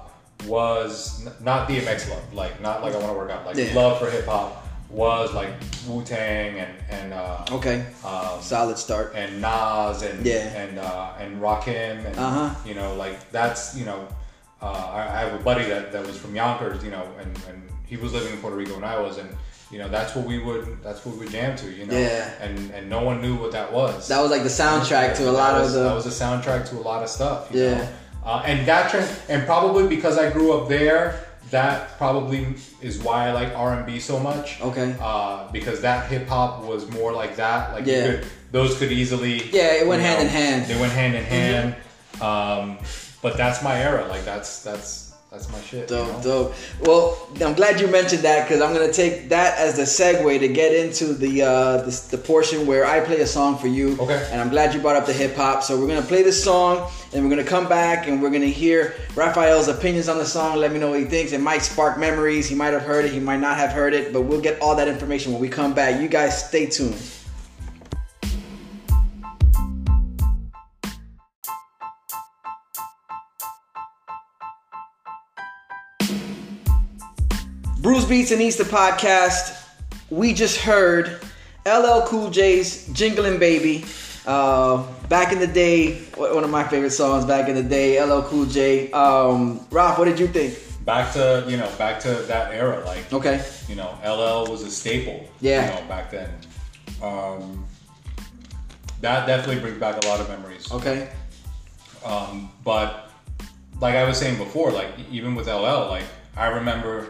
[SPEAKER 2] was n- not DMX love, like not like I want to work out, like
[SPEAKER 1] Yeah.
[SPEAKER 2] love for hip hop was like Wu Tang and and uh,
[SPEAKER 1] Okay.
[SPEAKER 2] um,
[SPEAKER 1] Solid start.
[SPEAKER 2] and Nas and
[SPEAKER 1] Yeah.
[SPEAKER 2] and uh, and Rakim and
[SPEAKER 1] Uh-huh.
[SPEAKER 2] you know like that's you know uh, I, I have a buddy that, that was from Yonkers you know and, and he was living in Puerto Rico and I was and you know that's what we would that's what we would jam to you know
[SPEAKER 1] Yeah.
[SPEAKER 2] and and no one knew what that was
[SPEAKER 1] That was like the soundtrack to a
[SPEAKER 2] That
[SPEAKER 1] lot
[SPEAKER 2] was-
[SPEAKER 1] of
[SPEAKER 2] that
[SPEAKER 1] the.
[SPEAKER 2] was a soundtrack to a lot of stuff you
[SPEAKER 1] Yeah.
[SPEAKER 2] know? uh, and that trend and probably because I grew up there that probably is why I like R and B so much
[SPEAKER 1] Okay.
[SPEAKER 2] uh, because that hip hop was more like that like
[SPEAKER 1] Yeah.
[SPEAKER 2] you could those could easily
[SPEAKER 1] Yeah, it went
[SPEAKER 2] you
[SPEAKER 1] hand in hand. Mm-hmm.
[SPEAKER 2] They went hand in hand. Um, but that's my era. Like that's that's that's my shit. you
[SPEAKER 1] Dope,
[SPEAKER 2] know?
[SPEAKER 1] dope. Well, I'm glad you mentioned that because I'm gonna take that as the segue to get into the, uh, the the portion where I play a song for you.
[SPEAKER 2] Okay.
[SPEAKER 1] And I'm glad you brought up the hip hop. So we're gonna play this song, and we're gonna come back, and we're gonna hear Raphael's opinions on the song. Let me know what he thinks. It might spark memories. He might have heard it. He might not have heard it. But we'll get all that information when we come back. You guys stay tuned. Bruce Beats and Easter podcast. We just heard LL Cool J's "Jingling Baby." Uh, back in the day, one of my favorite songs. Back in the day, LL Cool J. Um, Ralph, what did you think?
[SPEAKER 2] Back to you know back to that era. Like
[SPEAKER 1] Okay,
[SPEAKER 2] you know LL was a staple.
[SPEAKER 1] Yeah.
[SPEAKER 2] You know back then. Um, that definitely brings back a lot of memories.
[SPEAKER 1] okay,
[SPEAKER 2] Um, but like I was saying before, like even with LL, like I remember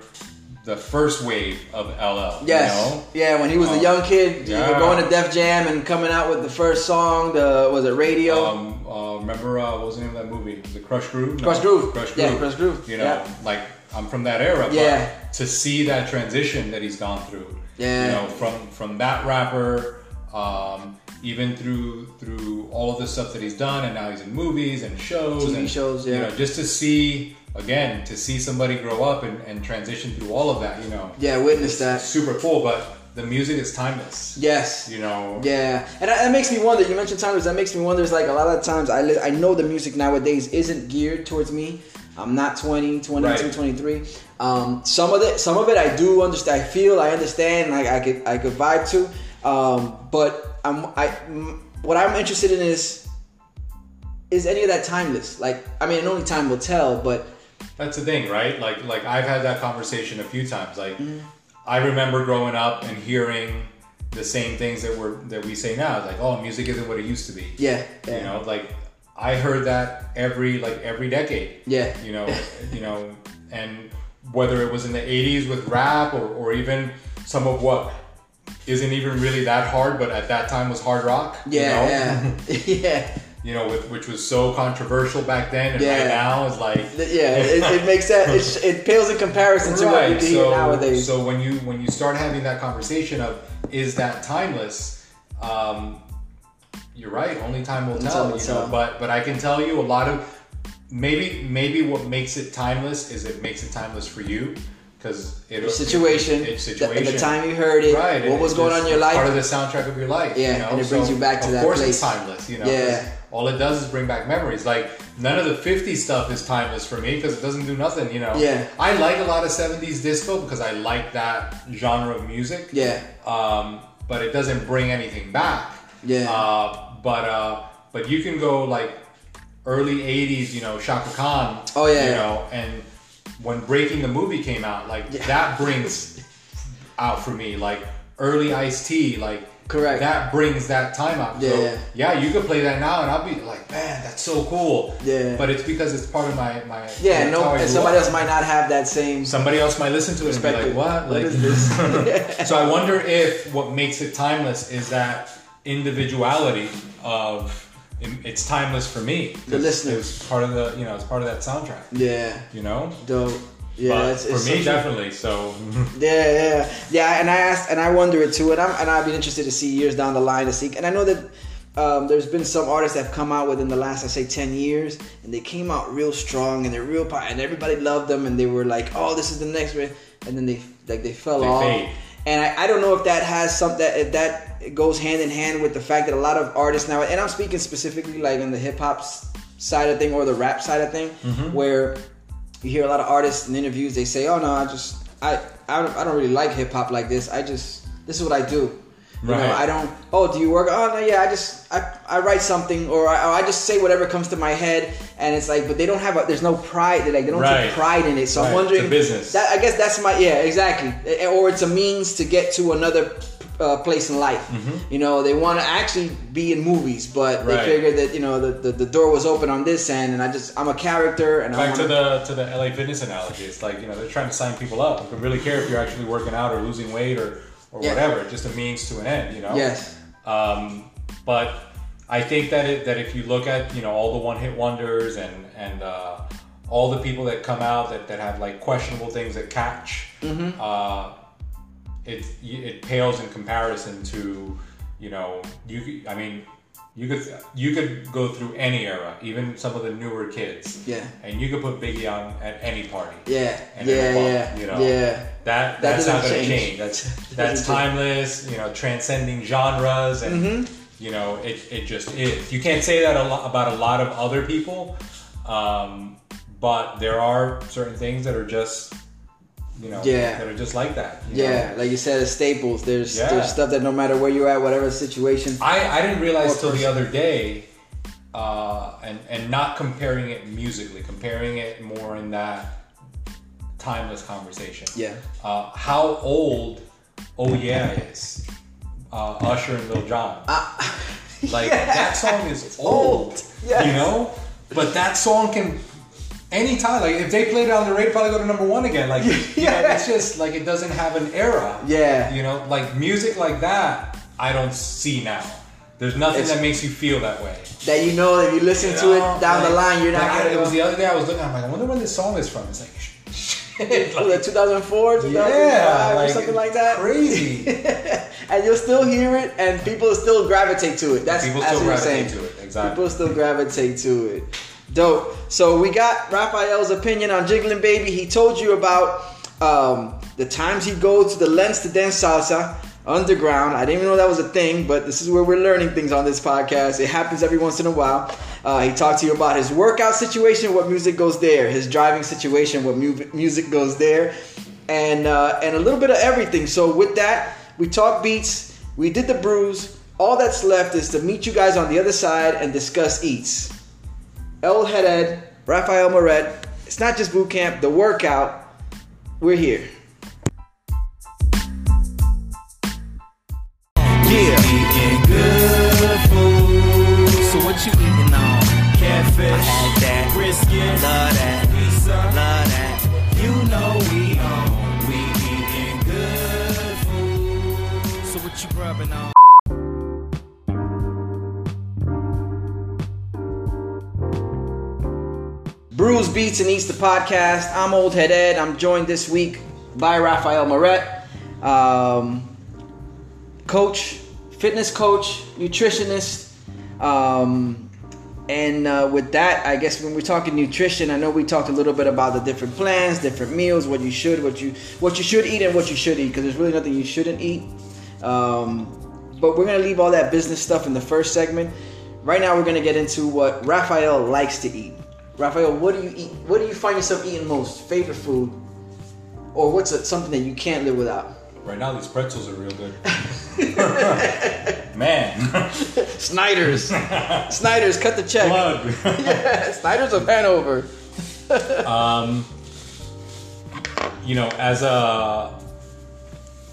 [SPEAKER 2] the first wave of LL.
[SPEAKER 1] yes,
[SPEAKER 2] You know?
[SPEAKER 1] yeah. When he was a
[SPEAKER 2] Um,
[SPEAKER 1] young kid, you were
[SPEAKER 2] yeah.
[SPEAKER 1] going to Def Jam and coming out with the first song. The was it Radio?
[SPEAKER 2] Um, uh, remember uh, what was the name of that movie? Was it Crush Groove? No,
[SPEAKER 1] Crush Groove.
[SPEAKER 2] Crush Groove.
[SPEAKER 1] Yeah, Crush Groove.
[SPEAKER 2] You know,
[SPEAKER 1] Yeah.
[SPEAKER 2] like I'm from that era.
[SPEAKER 1] Yeah.
[SPEAKER 2] But to see that transition that he's gone through.
[SPEAKER 1] Yeah.
[SPEAKER 2] You know, from from that rapper, um, even through through all of the stuff that he's done, and now he's in movies and shows,
[SPEAKER 1] TV
[SPEAKER 2] and
[SPEAKER 1] shows,
[SPEAKER 2] You
[SPEAKER 1] yeah.
[SPEAKER 2] know, just to see again to see somebody grow up and, and transition through all of that. You know.
[SPEAKER 1] yeah, witness that.
[SPEAKER 2] Super cool, but the music is timeless.
[SPEAKER 1] Yes.
[SPEAKER 2] You know.
[SPEAKER 1] Yeah, and that, that makes me wonder. You mentioned timeless. That makes me wonder. It's like a lot of times I li- I know the music nowadays isn't geared towards me. I'm not 20, 22,
[SPEAKER 2] Right.
[SPEAKER 1] 23. Um, some of it, some of it, I do understand. I feel, I understand. Like I could, I could vibe to. Um, but I'm, I, m- what I'm interested in is, is any of that timeless? Like, I mean, only time will tell. But
[SPEAKER 2] That's the thing, right? Like like I've had that conversation a few times. Like
[SPEAKER 1] Mm.
[SPEAKER 2] I remember growing up and hearing the same things that we're that we say now. It's like, oh, music isn't what it used to be.
[SPEAKER 1] yeah, yeah,
[SPEAKER 2] You know, like I heard that every like every decade.
[SPEAKER 1] Yeah.
[SPEAKER 2] You know, you know, and whether it was in the '80s with rap or, or even some of what isn't even really that hard, but at that time was hard rock. you know?
[SPEAKER 1] yeah, yeah, yeah.
[SPEAKER 2] (laughs)
[SPEAKER 1] (laughs)
[SPEAKER 2] you know, with, which was so controversial back then, and
[SPEAKER 1] Yeah.
[SPEAKER 2] right now is like
[SPEAKER 1] Yeah, it,
[SPEAKER 2] (laughs)
[SPEAKER 1] it makes that it, it pales in comparison to what you
[SPEAKER 2] Right.
[SPEAKER 1] can hear nowadays.
[SPEAKER 2] so when you when you start having that conversation of is that timeless, um, you're right. Only time will tell.
[SPEAKER 1] time will
[SPEAKER 2] you
[SPEAKER 1] tell.
[SPEAKER 2] know, but but I can tell you a lot of maybe maybe what makes it timeless is it makes it timeless for you because it
[SPEAKER 1] situation,
[SPEAKER 2] it, it,
[SPEAKER 1] the-
[SPEAKER 2] situation.
[SPEAKER 1] The, time you heard it,
[SPEAKER 2] Right,
[SPEAKER 1] what
[SPEAKER 2] and
[SPEAKER 1] was
[SPEAKER 2] it
[SPEAKER 1] going
[SPEAKER 2] just-
[SPEAKER 1] on in your
[SPEAKER 2] it's
[SPEAKER 1] life.
[SPEAKER 2] Part of the soundtrack of your life.
[SPEAKER 1] Yeah,
[SPEAKER 2] you know?
[SPEAKER 1] and it brings you back to
[SPEAKER 2] of
[SPEAKER 1] that
[SPEAKER 2] course
[SPEAKER 1] place.
[SPEAKER 2] It's timeless, you know.
[SPEAKER 1] Yeah.
[SPEAKER 2] 'cause All it does is bring back memories. Like none of the '50s stuff is timeless for me because it doesn't do nothing, you know.
[SPEAKER 1] Yeah.
[SPEAKER 2] I like a lot of '70s disco because I like that genre of music.
[SPEAKER 1] yeah,
[SPEAKER 2] Um, but it doesn't bring anything back.
[SPEAKER 1] Yeah.
[SPEAKER 2] Uh, but uh, but you can go like early '80s, you know, Shaka Khan.
[SPEAKER 1] Oh, yeah.
[SPEAKER 2] You know, and when Breaking the movie came out, like
[SPEAKER 1] Yeah.
[SPEAKER 2] that brings (laughs) out for me, like early Ice T, like
[SPEAKER 1] Correct.
[SPEAKER 2] That brings that time out. So,
[SPEAKER 1] Yeah.
[SPEAKER 2] yeah, you could play that now, and I'll be like, man, that's so cool.
[SPEAKER 1] Yeah.
[SPEAKER 2] But it's because it's part of my my
[SPEAKER 1] yeah.
[SPEAKER 2] like, how I
[SPEAKER 1] No, and
[SPEAKER 2] grew
[SPEAKER 1] somebody
[SPEAKER 2] up.
[SPEAKER 1] else might not have that same.
[SPEAKER 2] Somebody else might listen to it and be like,
[SPEAKER 1] Perspective.
[SPEAKER 2] "What? Like,
[SPEAKER 1] What is this?
[SPEAKER 2] (laughs) so I wonder if what makes it timeless is that individuality of it's timeless for me.
[SPEAKER 1] The listeners.
[SPEAKER 2] It's part of the you know it's part of that soundtrack.
[SPEAKER 1] yeah,
[SPEAKER 2] You know,
[SPEAKER 1] dope. Yeah,
[SPEAKER 2] But
[SPEAKER 1] it's- it's
[SPEAKER 2] for me
[SPEAKER 1] such a-
[SPEAKER 2] definitely. So
[SPEAKER 1] (laughs) Yeah, yeah, yeah. And I asked, and I wonder it too, and I'm, and I'd be interested to see years down the line to see. And I know that um, there's been some artists that have come out within the last, I say, ten years, and they came out real strong, and they're real, po- and everybody loved them, and they were like, oh, this is the next, one," and then they like they fell
[SPEAKER 2] They
[SPEAKER 1] off.
[SPEAKER 2] fade.
[SPEAKER 1] And I, I don't know if that has something that if that goes hand in hand with the fact that a lot of artists now, and I'm speaking specifically like in the hip hop s- side of thing or the rap side of thing,
[SPEAKER 2] Mm-hmm.
[SPEAKER 1] where you hear a lot of artists in interviews they say, "Oh no, I just I I don't, I don't really like hip hop like this. I just this is what I do." You know,
[SPEAKER 2] Right.
[SPEAKER 1] I don't. Oh, do you work? Oh no, yeah. I just I, I write something, or I, or I just say whatever comes to my head, and it's like, but they don't have. A, there's no pride. They like they don't
[SPEAKER 2] Right.
[SPEAKER 1] take pride in it. So I'm
[SPEAKER 2] Right. It's a
[SPEAKER 1] wondering.
[SPEAKER 2] business.
[SPEAKER 1] That, I guess that's my yeah exactly, Eh, or it's a means to get to another uh, place in life. You know, they want to actually be in movies, but they
[SPEAKER 2] Mm-hmm. Right.
[SPEAKER 1] figured that you know the, the, the door was open on this end, and I just I'm a character, and I
[SPEAKER 2] back
[SPEAKER 1] want
[SPEAKER 2] to the to the LA fitness analogy, it's like you know they're trying to sign people up. You don't really care if you're actually working out or losing weight or or
[SPEAKER 1] Yeah.
[SPEAKER 2] whatever. Just a means to an end, you know.
[SPEAKER 1] yes.
[SPEAKER 2] Um, but I think that it, that if you look at you know all the one hit wonders and and uh, all the people that come out that, that have like questionable things that catch,
[SPEAKER 1] Mm-hmm.
[SPEAKER 2] uh, it it pales in comparison to you know you could- I mean you could you could go through any era, even some of the newer kids,
[SPEAKER 1] Yeah.
[SPEAKER 2] and you could put Biggie on at any party,
[SPEAKER 1] Yeah,
[SPEAKER 2] and
[SPEAKER 1] yeah,
[SPEAKER 2] it'll pop,
[SPEAKER 1] yeah,
[SPEAKER 2] you know,
[SPEAKER 1] yeah.
[SPEAKER 2] that
[SPEAKER 1] That
[SPEAKER 2] that's not
[SPEAKER 1] doesn't
[SPEAKER 2] going
[SPEAKER 1] change.
[SPEAKER 2] to change. That's
[SPEAKER 1] That
[SPEAKER 2] that's
[SPEAKER 1] doesn't change.
[SPEAKER 2] timeless. You know, transcending genres, and
[SPEAKER 1] Mm-hmm.
[SPEAKER 2] you know, it, it just is. You can't say that a lot about a lot of other people, um, but there are certain things that are just you know
[SPEAKER 1] Yeah.
[SPEAKER 2] that are just like that. you
[SPEAKER 1] Yeah,
[SPEAKER 2] know?
[SPEAKER 1] like you said, it's staples. There's
[SPEAKER 2] Yeah.
[SPEAKER 1] there's stuff that no matter where you're at, whatever situation.
[SPEAKER 2] I I didn't realize
[SPEAKER 1] Or
[SPEAKER 2] till the
[SPEAKER 1] person.
[SPEAKER 2] other day. Uh, and and not comparing it musically, comparing it more in that timeless conversation.
[SPEAKER 1] Yeah.
[SPEAKER 2] uh, how old Oh Yeah is. Uh, Usher and Lil Jon.
[SPEAKER 1] (laughs)
[SPEAKER 2] like that song is old,
[SPEAKER 1] Ah. old. Yes.
[SPEAKER 2] you know. But that song can anytime. Like if they played it on the radio, probably go to number one again. Like you know,
[SPEAKER 1] (laughs) Yeah.
[SPEAKER 2] it's just like it doesn't have an era.
[SPEAKER 1] Yeah.
[SPEAKER 2] you know, like music like that. I don't see now. There's nothing
[SPEAKER 1] It's-
[SPEAKER 2] that makes you feel that way.
[SPEAKER 1] That you know, if you listen to
[SPEAKER 2] You
[SPEAKER 1] it
[SPEAKER 2] know?
[SPEAKER 1] down the
[SPEAKER 2] Like,
[SPEAKER 1] line, you're not
[SPEAKER 2] like, I-
[SPEAKER 1] gonna.
[SPEAKER 2] It was
[SPEAKER 1] go,
[SPEAKER 2] the other day. I was looking. I'm like, I wonder when this song is from. It's like, shit.
[SPEAKER 1] "Oh, that 2004, 2005,
[SPEAKER 2] yeah,
[SPEAKER 1] or something like that.
[SPEAKER 2] Crazy.
[SPEAKER 1] (laughs) and you'll still hear it, and people still gravitate to it. That's
[SPEAKER 2] People
[SPEAKER 1] that's
[SPEAKER 2] still
[SPEAKER 1] what I'm
[SPEAKER 2] gravitate
[SPEAKER 1] saying.
[SPEAKER 2] to it, exactly.
[SPEAKER 1] People still gravitate to it. Dope. So we got Raphael's opinion on Jiggling Baby. He told you about um, the times he go to the lens to dance salsa underground. I didn't even know that was a thing, but this is where we're learning things on this podcast. It happens every once in a while. Uh, he talked to you about his workout situation, what music goes there, his driving situation, what mu- music goes there, and uh, and a little bit of everything. So with that, we talk beats. We did the brews. All that's left is to meet you guys on the other side and discuss eats. El Hered, Rafael Moret. It's not just boot camp, the workout. We're here.
[SPEAKER 4] Yeah. Eating good food. So what you eating on? Catfish. I had that. Brisket. Love that. Pizza. Love that. You know we on. We eating good food. So what you grubbing on?
[SPEAKER 1] Brews, Beats, and Eats, the podcast. I'm Old Head Ed. I'm joined this week by Rafael Moret, um, coach, fitness coach, nutritionist. Um, and uh, with that, I guess when we're talking nutrition, I know we talked a little bit about the different plans, different meals, what you should, what you what you should eat, and what you should eat, because there's really nothing you shouldn't eat. Um, but we're gonna leave all that business stuff in the first segment. Right now, we're gonna get into what Raphael likes to eat. Raphael, what do you eat? What do you find yourself eating most? Favorite food, or what's a, something that you can't live without?
[SPEAKER 2] Right now, these pretzels are real
[SPEAKER 1] (laughs)
[SPEAKER 2] good. (laughs) Man,
[SPEAKER 1] Snyder's, (laughs) Snyder's, cut the check.
[SPEAKER 2] blood.
[SPEAKER 1] Snyder's of Hanover.
[SPEAKER 2] you know, as a,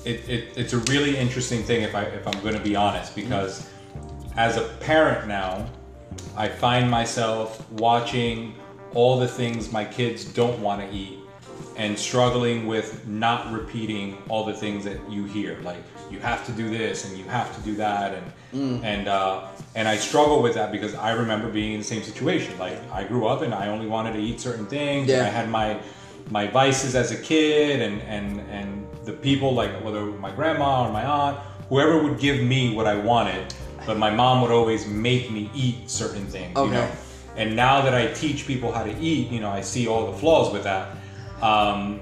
[SPEAKER 2] it, it, it's a really interesting thing if I if I'm going to be honest because as a parent now, I find myself watching all the things my kids don't want to eat and struggling with not repeating all the things that you hear like you have to do this and you have to do that and and uh, and I struggle with that because I remember being in the same situation like I grew up and I only wanted to eat certain things and I
[SPEAKER 1] Yeah.
[SPEAKER 2] had my my vices as a kid and and and the people like whether my grandma or my aunt, whoever would give me what I wanted, but my mom would always make me eat certain things. You
[SPEAKER 1] Okay.
[SPEAKER 2] know? And now that I teach people how to eat, you know, I see all the flaws with that. Um,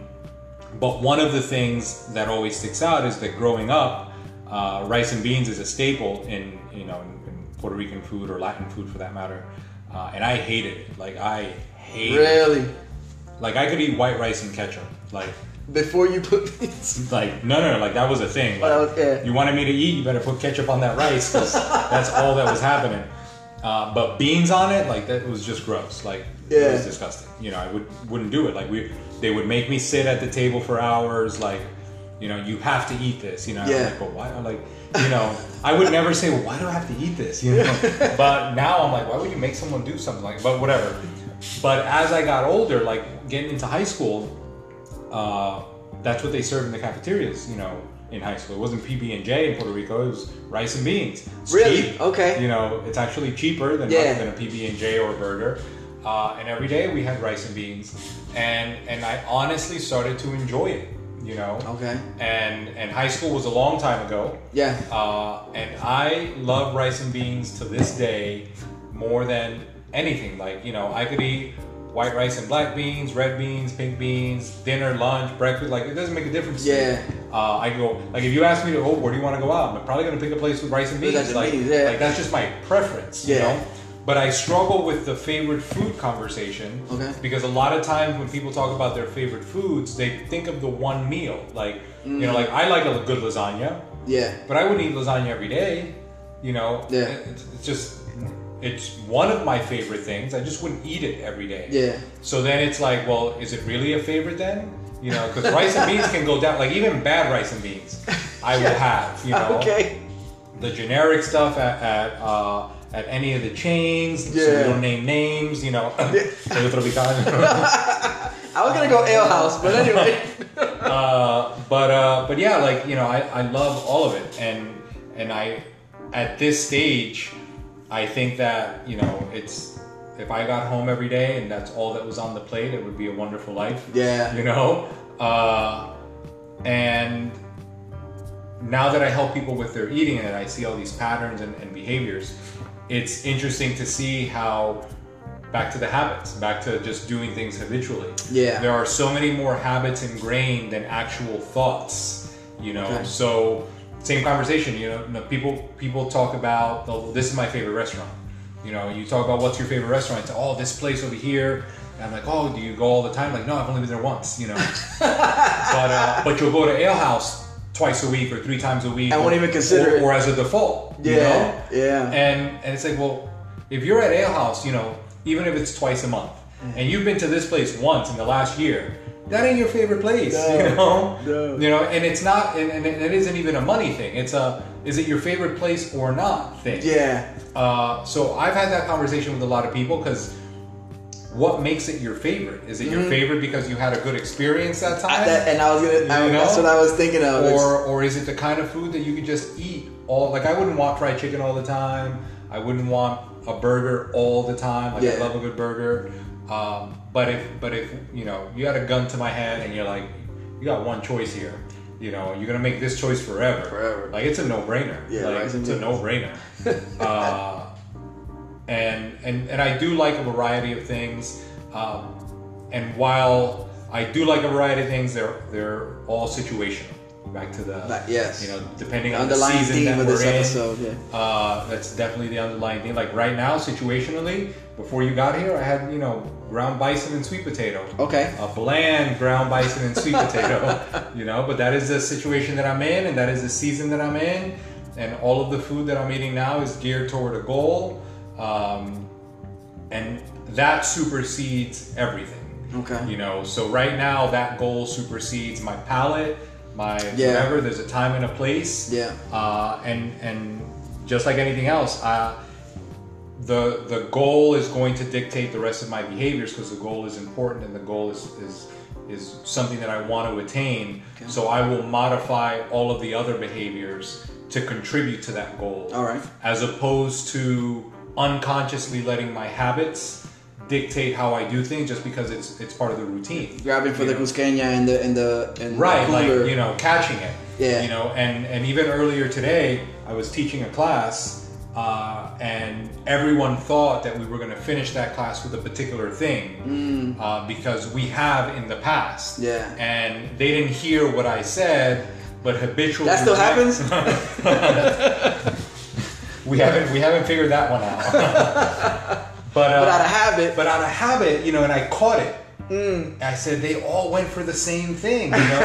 [SPEAKER 2] but one of the things that always sticks out is that growing up, uh, rice and beans is a staple in you know in, in Puerto Rican food or Latin food for that matter, uh, and I hated it. Like I hated. it.
[SPEAKER 1] Really?
[SPEAKER 2] Like I could eat white rice and ketchup. Like
[SPEAKER 1] Before you put these.
[SPEAKER 2] like no no no, like that was a thing.
[SPEAKER 1] Oh,
[SPEAKER 2] Like,
[SPEAKER 1] okay.
[SPEAKER 2] You wanted me to eat, you better put ketchup on that
[SPEAKER 1] (laughs)
[SPEAKER 2] rice because that's all that was happening. Uh, but beans on it, like that was just gross. Like it
[SPEAKER 1] Yeah.
[SPEAKER 2] was disgusting. You know, I would wouldn't do it. Like we, they would make me sit at the table for hours. Like, you know, you have to eat this. You know, and I'm
[SPEAKER 1] Yeah.
[SPEAKER 2] like, but why? I'm like, you know, I would never say, well, why do I have to eat this?
[SPEAKER 1] (laughs)
[SPEAKER 2] You know, but now I'm like, why would you make someone do something like? But whatever. But as I got older, like getting into high school, uh, that's what they served in the cafeterias, you know, in high school. It wasn't PB and J in Puerto Rico. It was rice and beans. It's
[SPEAKER 1] Really? Okay.
[SPEAKER 2] You know, it's actually cheaper than
[SPEAKER 1] Yeah.
[SPEAKER 2] than a PB and J or a burger. Uh, and every day we had rice and beans, and and I honestly started to enjoy it. You know.
[SPEAKER 1] Okay.
[SPEAKER 2] And and high school was a long time ago.
[SPEAKER 1] Yeah.
[SPEAKER 2] Uh, and I love rice and beans to this day more than anything. Like, you know, I could eat white rice and black beans, red beans, pink beans, dinner, lunch, breakfast. Like, it doesn't make a difference. to me.
[SPEAKER 1] Yeah.
[SPEAKER 2] Uh, I go, like, if you ask me to, oh, where do you want to go out? I'm probably going to pick a place with rice and
[SPEAKER 1] With
[SPEAKER 2] beans.
[SPEAKER 1] rice and
[SPEAKER 2] like,
[SPEAKER 1] beans, yeah.
[SPEAKER 2] like, that's just my preference,
[SPEAKER 1] Yeah.
[SPEAKER 2] you know? But I struggle with the favorite food conversation
[SPEAKER 1] Okay.
[SPEAKER 2] because a lot of times when people talk about their favorite foods, they think of the one meal. Like, you know, like I like a good lasagna.
[SPEAKER 1] Yeah.
[SPEAKER 2] But I wouldn't eat lasagna every day, you know.
[SPEAKER 1] Yeah.
[SPEAKER 2] It's, it's just it's one of my favorite things. I just wouldn't eat it every day.
[SPEAKER 1] Yeah.
[SPEAKER 2] So then it's like, well, is it really a favorite then? You know, because rice and beans can go down. Like even bad rice and beans, I
[SPEAKER 1] (laughs)
[SPEAKER 2] will have. You know
[SPEAKER 1] Okay.
[SPEAKER 2] the generic stuff at at, uh, at any of the chains. So
[SPEAKER 1] Yeah.
[SPEAKER 2] we don't name names. You know. (laughs) Pollo Tropical.
[SPEAKER 1] I was gonna go ale house, but
[SPEAKER 2] (laughs)
[SPEAKER 1] anyway.
[SPEAKER 2] uh, but uh, but yeah, like you know, I, I love all of it, and and I at this stage, I think that you know it's if I got home every day and that's all that was on the plate, it would be a wonderful life.
[SPEAKER 1] Yeah.
[SPEAKER 2] you know, uh, and now that I help people with their eating and I see all these patterns and, and behaviors, it's interesting to see how back to the habits, back to just doing things habitually.
[SPEAKER 1] Yeah.
[SPEAKER 2] There are so many more habits ingrained than actual thoughts, you know.
[SPEAKER 1] Okay.
[SPEAKER 2] So same conversation, you know, no- people people talk about the, this is my favorite restaurant. You know, you talk about what's your favorite restaurant, it's oh this place over here. And I'm like, oh, do you go all the time? Like, no, I've only been there once,
[SPEAKER 1] (laughs)
[SPEAKER 2] you know but uh, but you'll go to Ale House twice a week or three times a week.
[SPEAKER 1] I won't
[SPEAKER 2] or-
[SPEAKER 1] even consider
[SPEAKER 2] or,
[SPEAKER 1] it.
[SPEAKER 2] Or as a default. you
[SPEAKER 1] Yeah,
[SPEAKER 2] know?
[SPEAKER 1] yeah.
[SPEAKER 2] And and it's like, well, if you're at Ale House, you know, even if it's twice a month,
[SPEAKER 1] Mm.
[SPEAKER 2] and you've been to this place once in the last year, that ain't your favorite place.
[SPEAKER 1] No,
[SPEAKER 2] (laughs) You know.
[SPEAKER 1] no.
[SPEAKER 2] You know, and it's not, and, and it isn't even a money thing. It's a is it your favorite place or not thing.
[SPEAKER 1] yeah.
[SPEAKER 2] Uh, so I've had that conversation with a lot of people because what makes it your favorite? Is it your favorite because you had a good experience that time?
[SPEAKER 1] I, Mm-hmm. that, and I was gonna. I,
[SPEAKER 2] You know?
[SPEAKER 1] that's what I was thinking of. It's-
[SPEAKER 2] or or is it the kind of food that you could just eat all like I wouldn't want fried chicken all the time. I wouldn't want a burger all the time. Like I
[SPEAKER 1] Yeah.
[SPEAKER 2] love a good burger. Um, but if but if you know you had a gun to my head and you're like you got one choice here. You know you're gonna make this choice forever.
[SPEAKER 1] Forever.
[SPEAKER 2] Like it's a no brainer.
[SPEAKER 1] Yeah,
[SPEAKER 2] like,
[SPEAKER 1] right.
[SPEAKER 2] it's a no brainer. uh, and and and I do like a variety of things. Um, and while I do like a variety of things, they're they're all situational. Back to the
[SPEAKER 1] Like, yes.
[SPEAKER 2] you know, depending
[SPEAKER 1] the
[SPEAKER 2] on the
[SPEAKER 1] underlying
[SPEAKER 2] season
[SPEAKER 1] theme
[SPEAKER 2] that
[SPEAKER 1] of
[SPEAKER 2] we're
[SPEAKER 1] this
[SPEAKER 2] in.
[SPEAKER 1] episode. Yeah.
[SPEAKER 2] Uh, that's definitely the underlying thing. Like right now, situationally, before you got here, I had you know ground bison and sweet potato.
[SPEAKER 1] Okay.
[SPEAKER 2] A bland ground bison and sweet potato. (laughs) You know, but that is the situation that I'm in, and that is the season that I'm in, and all of the food that I'm eating now is geared toward a goal, um, and that supersedes everything.
[SPEAKER 1] Okay.
[SPEAKER 2] You know, so right now that goal supersedes my palate, my
[SPEAKER 1] Yeah.
[SPEAKER 2] whatever. There's a time and a place.
[SPEAKER 1] Yeah.
[SPEAKER 2] Uh, and and just like anything else, uh, the the goal is going to dictate the rest of my behaviors because the goal is important and the goal is is is something that I want to attain. So I will modify all of the other behaviors to contribute to that goal.
[SPEAKER 1] All right.
[SPEAKER 2] As opposed to unconsciously letting my habits dictate how I do things just because it's it's part of the routine.
[SPEAKER 1] grabbing for
[SPEAKER 2] you
[SPEAKER 1] the
[SPEAKER 2] know?
[SPEAKER 1] Cusqueña and the and the and
[SPEAKER 2] right
[SPEAKER 1] the
[SPEAKER 2] like
[SPEAKER 1] cooler.
[SPEAKER 2] you know catching it
[SPEAKER 1] Yeah.
[SPEAKER 2] you know and and even earlier today i was teaching a class uh, and everyone thought that we were going to finish that class with a particular thing uh, because we have in the past
[SPEAKER 1] Mm. Yeah.
[SPEAKER 2] and they didn't hear what i said but habitually
[SPEAKER 1] that still
[SPEAKER 2] (laughs)
[SPEAKER 1] happens.
[SPEAKER 2] we haven't we haven't figured that one out (laughs) but, uh,
[SPEAKER 1] But out of habit.
[SPEAKER 2] but out of habit, you know, and I caught it.
[SPEAKER 1] Mm.
[SPEAKER 2] And I said they all went for the same thing,
[SPEAKER 1] (laughs)
[SPEAKER 2] you know.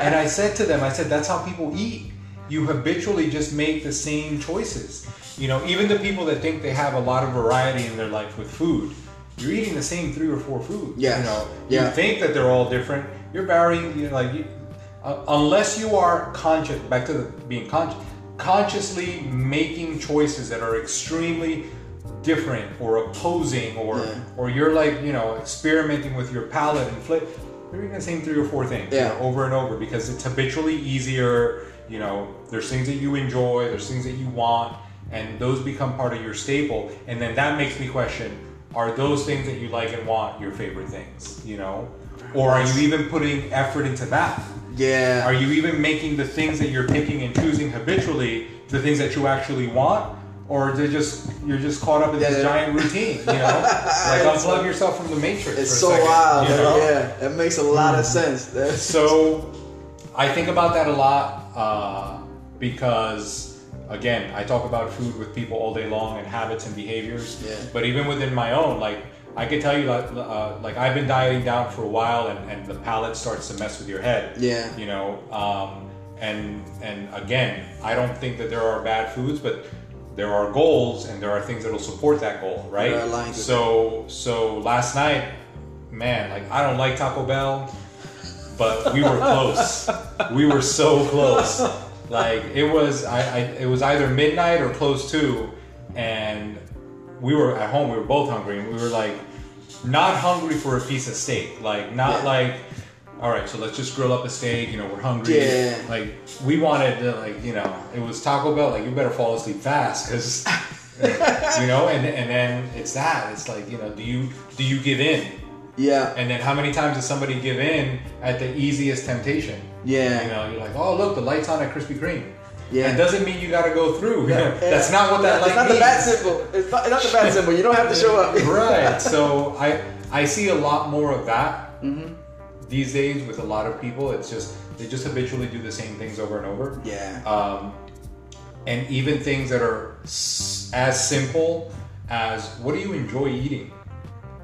[SPEAKER 2] and I said to them, I said that's how people eat. You habitually just make the same choices. You know, even the people that think they have a lot of variety in their life with food, you're eating the same three or four foods.
[SPEAKER 1] Yes.
[SPEAKER 2] You know,
[SPEAKER 1] Yeah.
[SPEAKER 2] you think that they're all different. You're varying. You know, like you, uh, unless you are conscious, back to the, being conscious, consciously making choices that are extremely different or opposing or
[SPEAKER 1] Yeah.
[SPEAKER 2] or you're like you know experimenting with your palate and flip you're eating the same three or four things you
[SPEAKER 1] Yeah.
[SPEAKER 2] know, over and over because it's habitually easier you know there's things that you enjoy there's things that you want and those become part of your staple and then that makes me question are those things that you like and want your favorite things you know or are you even putting effort into that
[SPEAKER 1] yeah.
[SPEAKER 2] are you even making the things that you're picking and choosing habitually the things that you actually want, or they're just you're just caught up in
[SPEAKER 1] Yeah.
[SPEAKER 2] this giant routine? You know,
[SPEAKER 1] (laughs)
[SPEAKER 2] like unplug yourself from the matrix.
[SPEAKER 1] it's so
[SPEAKER 2] for a second,
[SPEAKER 1] wild.
[SPEAKER 2] you
[SPEAKER 1] man.
[SPEAKER 2] know? Hmm.
[SPEAKER 1] Yeah, that makes a lot of sense. That's-
[SPEAKER 2] So I think about that a lot uh, because, again, I talk about food with people all day long and habits and behaviors.
[SPEAKER 1] Yeah.
[SPEAKER 2] But even within my own, like I could tell you, like, uh, like I've been dieting down for a while, and, and the palate starts to mess with your head.
[SPEAKER 1] Yeah.
[SPEAKER 2] You know, um, and and again, I don't think that there are bad foods, but there are goals and there are things that will support that goal, right?
[SPEAKER 1] There are lines with
[SPEAKER 2] So so last night, man, like I don't like Taco Bell but we were close. we were so close. Like it was, I, I it was either midnight or close to, and we were at home. We were both hungry, and we were like, not hungry for a piece of steak. Like not
[SPEAKER 1] Yeah.
[SPEAKER 2] like, all right, so let's just grill up a steak. You know, we're hungry.
[SPEAKER 1] Yeah.
[SPEAKER 2] Like we wanted, to, like you know, it was Taco Bell. Like you better fall asleep fast,
[SPEAKER 1] (laughs)
[SPEAKER 2] because. you know, and, and then it's that. It's like you know, do you do you give in?
[SPEAKER 1] yeah.
[SPEAKER 2] And then how many times does somebody give in at the easiest temptation?
[SPEAKER 1] Yeah.
[SPEAKER 2] You know, you're like, oh look, the light's on at Krispy Kreme.
[SPEAKER 1] Yeah.
[SPEAKER 2] It doesn't mean you gotta go through. (laughs) That's
[SPEAKER 1] Yeah.
[SPEAKER 2] not what that
[SPEAKER 1] It's
[SPEAKER 2] light
[SPEAKER 1] not
[SPEAKER 2] means.
[SPEAKER 1] the bad symbol. It's not, it's not the bad symbol. You don't have to show up.
[SPEAKER 2] (laughs)
[SPEAKER 1] (laughs)
[SPEAKER 2] right. So I I see a lot more of that
[SPEAKER 1] Mm-hmm.
[SPEAKER 2] these days with a lot of people. It's just they just habitually do the same things over and over.
[SPEAKER 1] Yeah.
[SPEAKER 2] Um, and even things that are s- as simple as what do you enjoy eating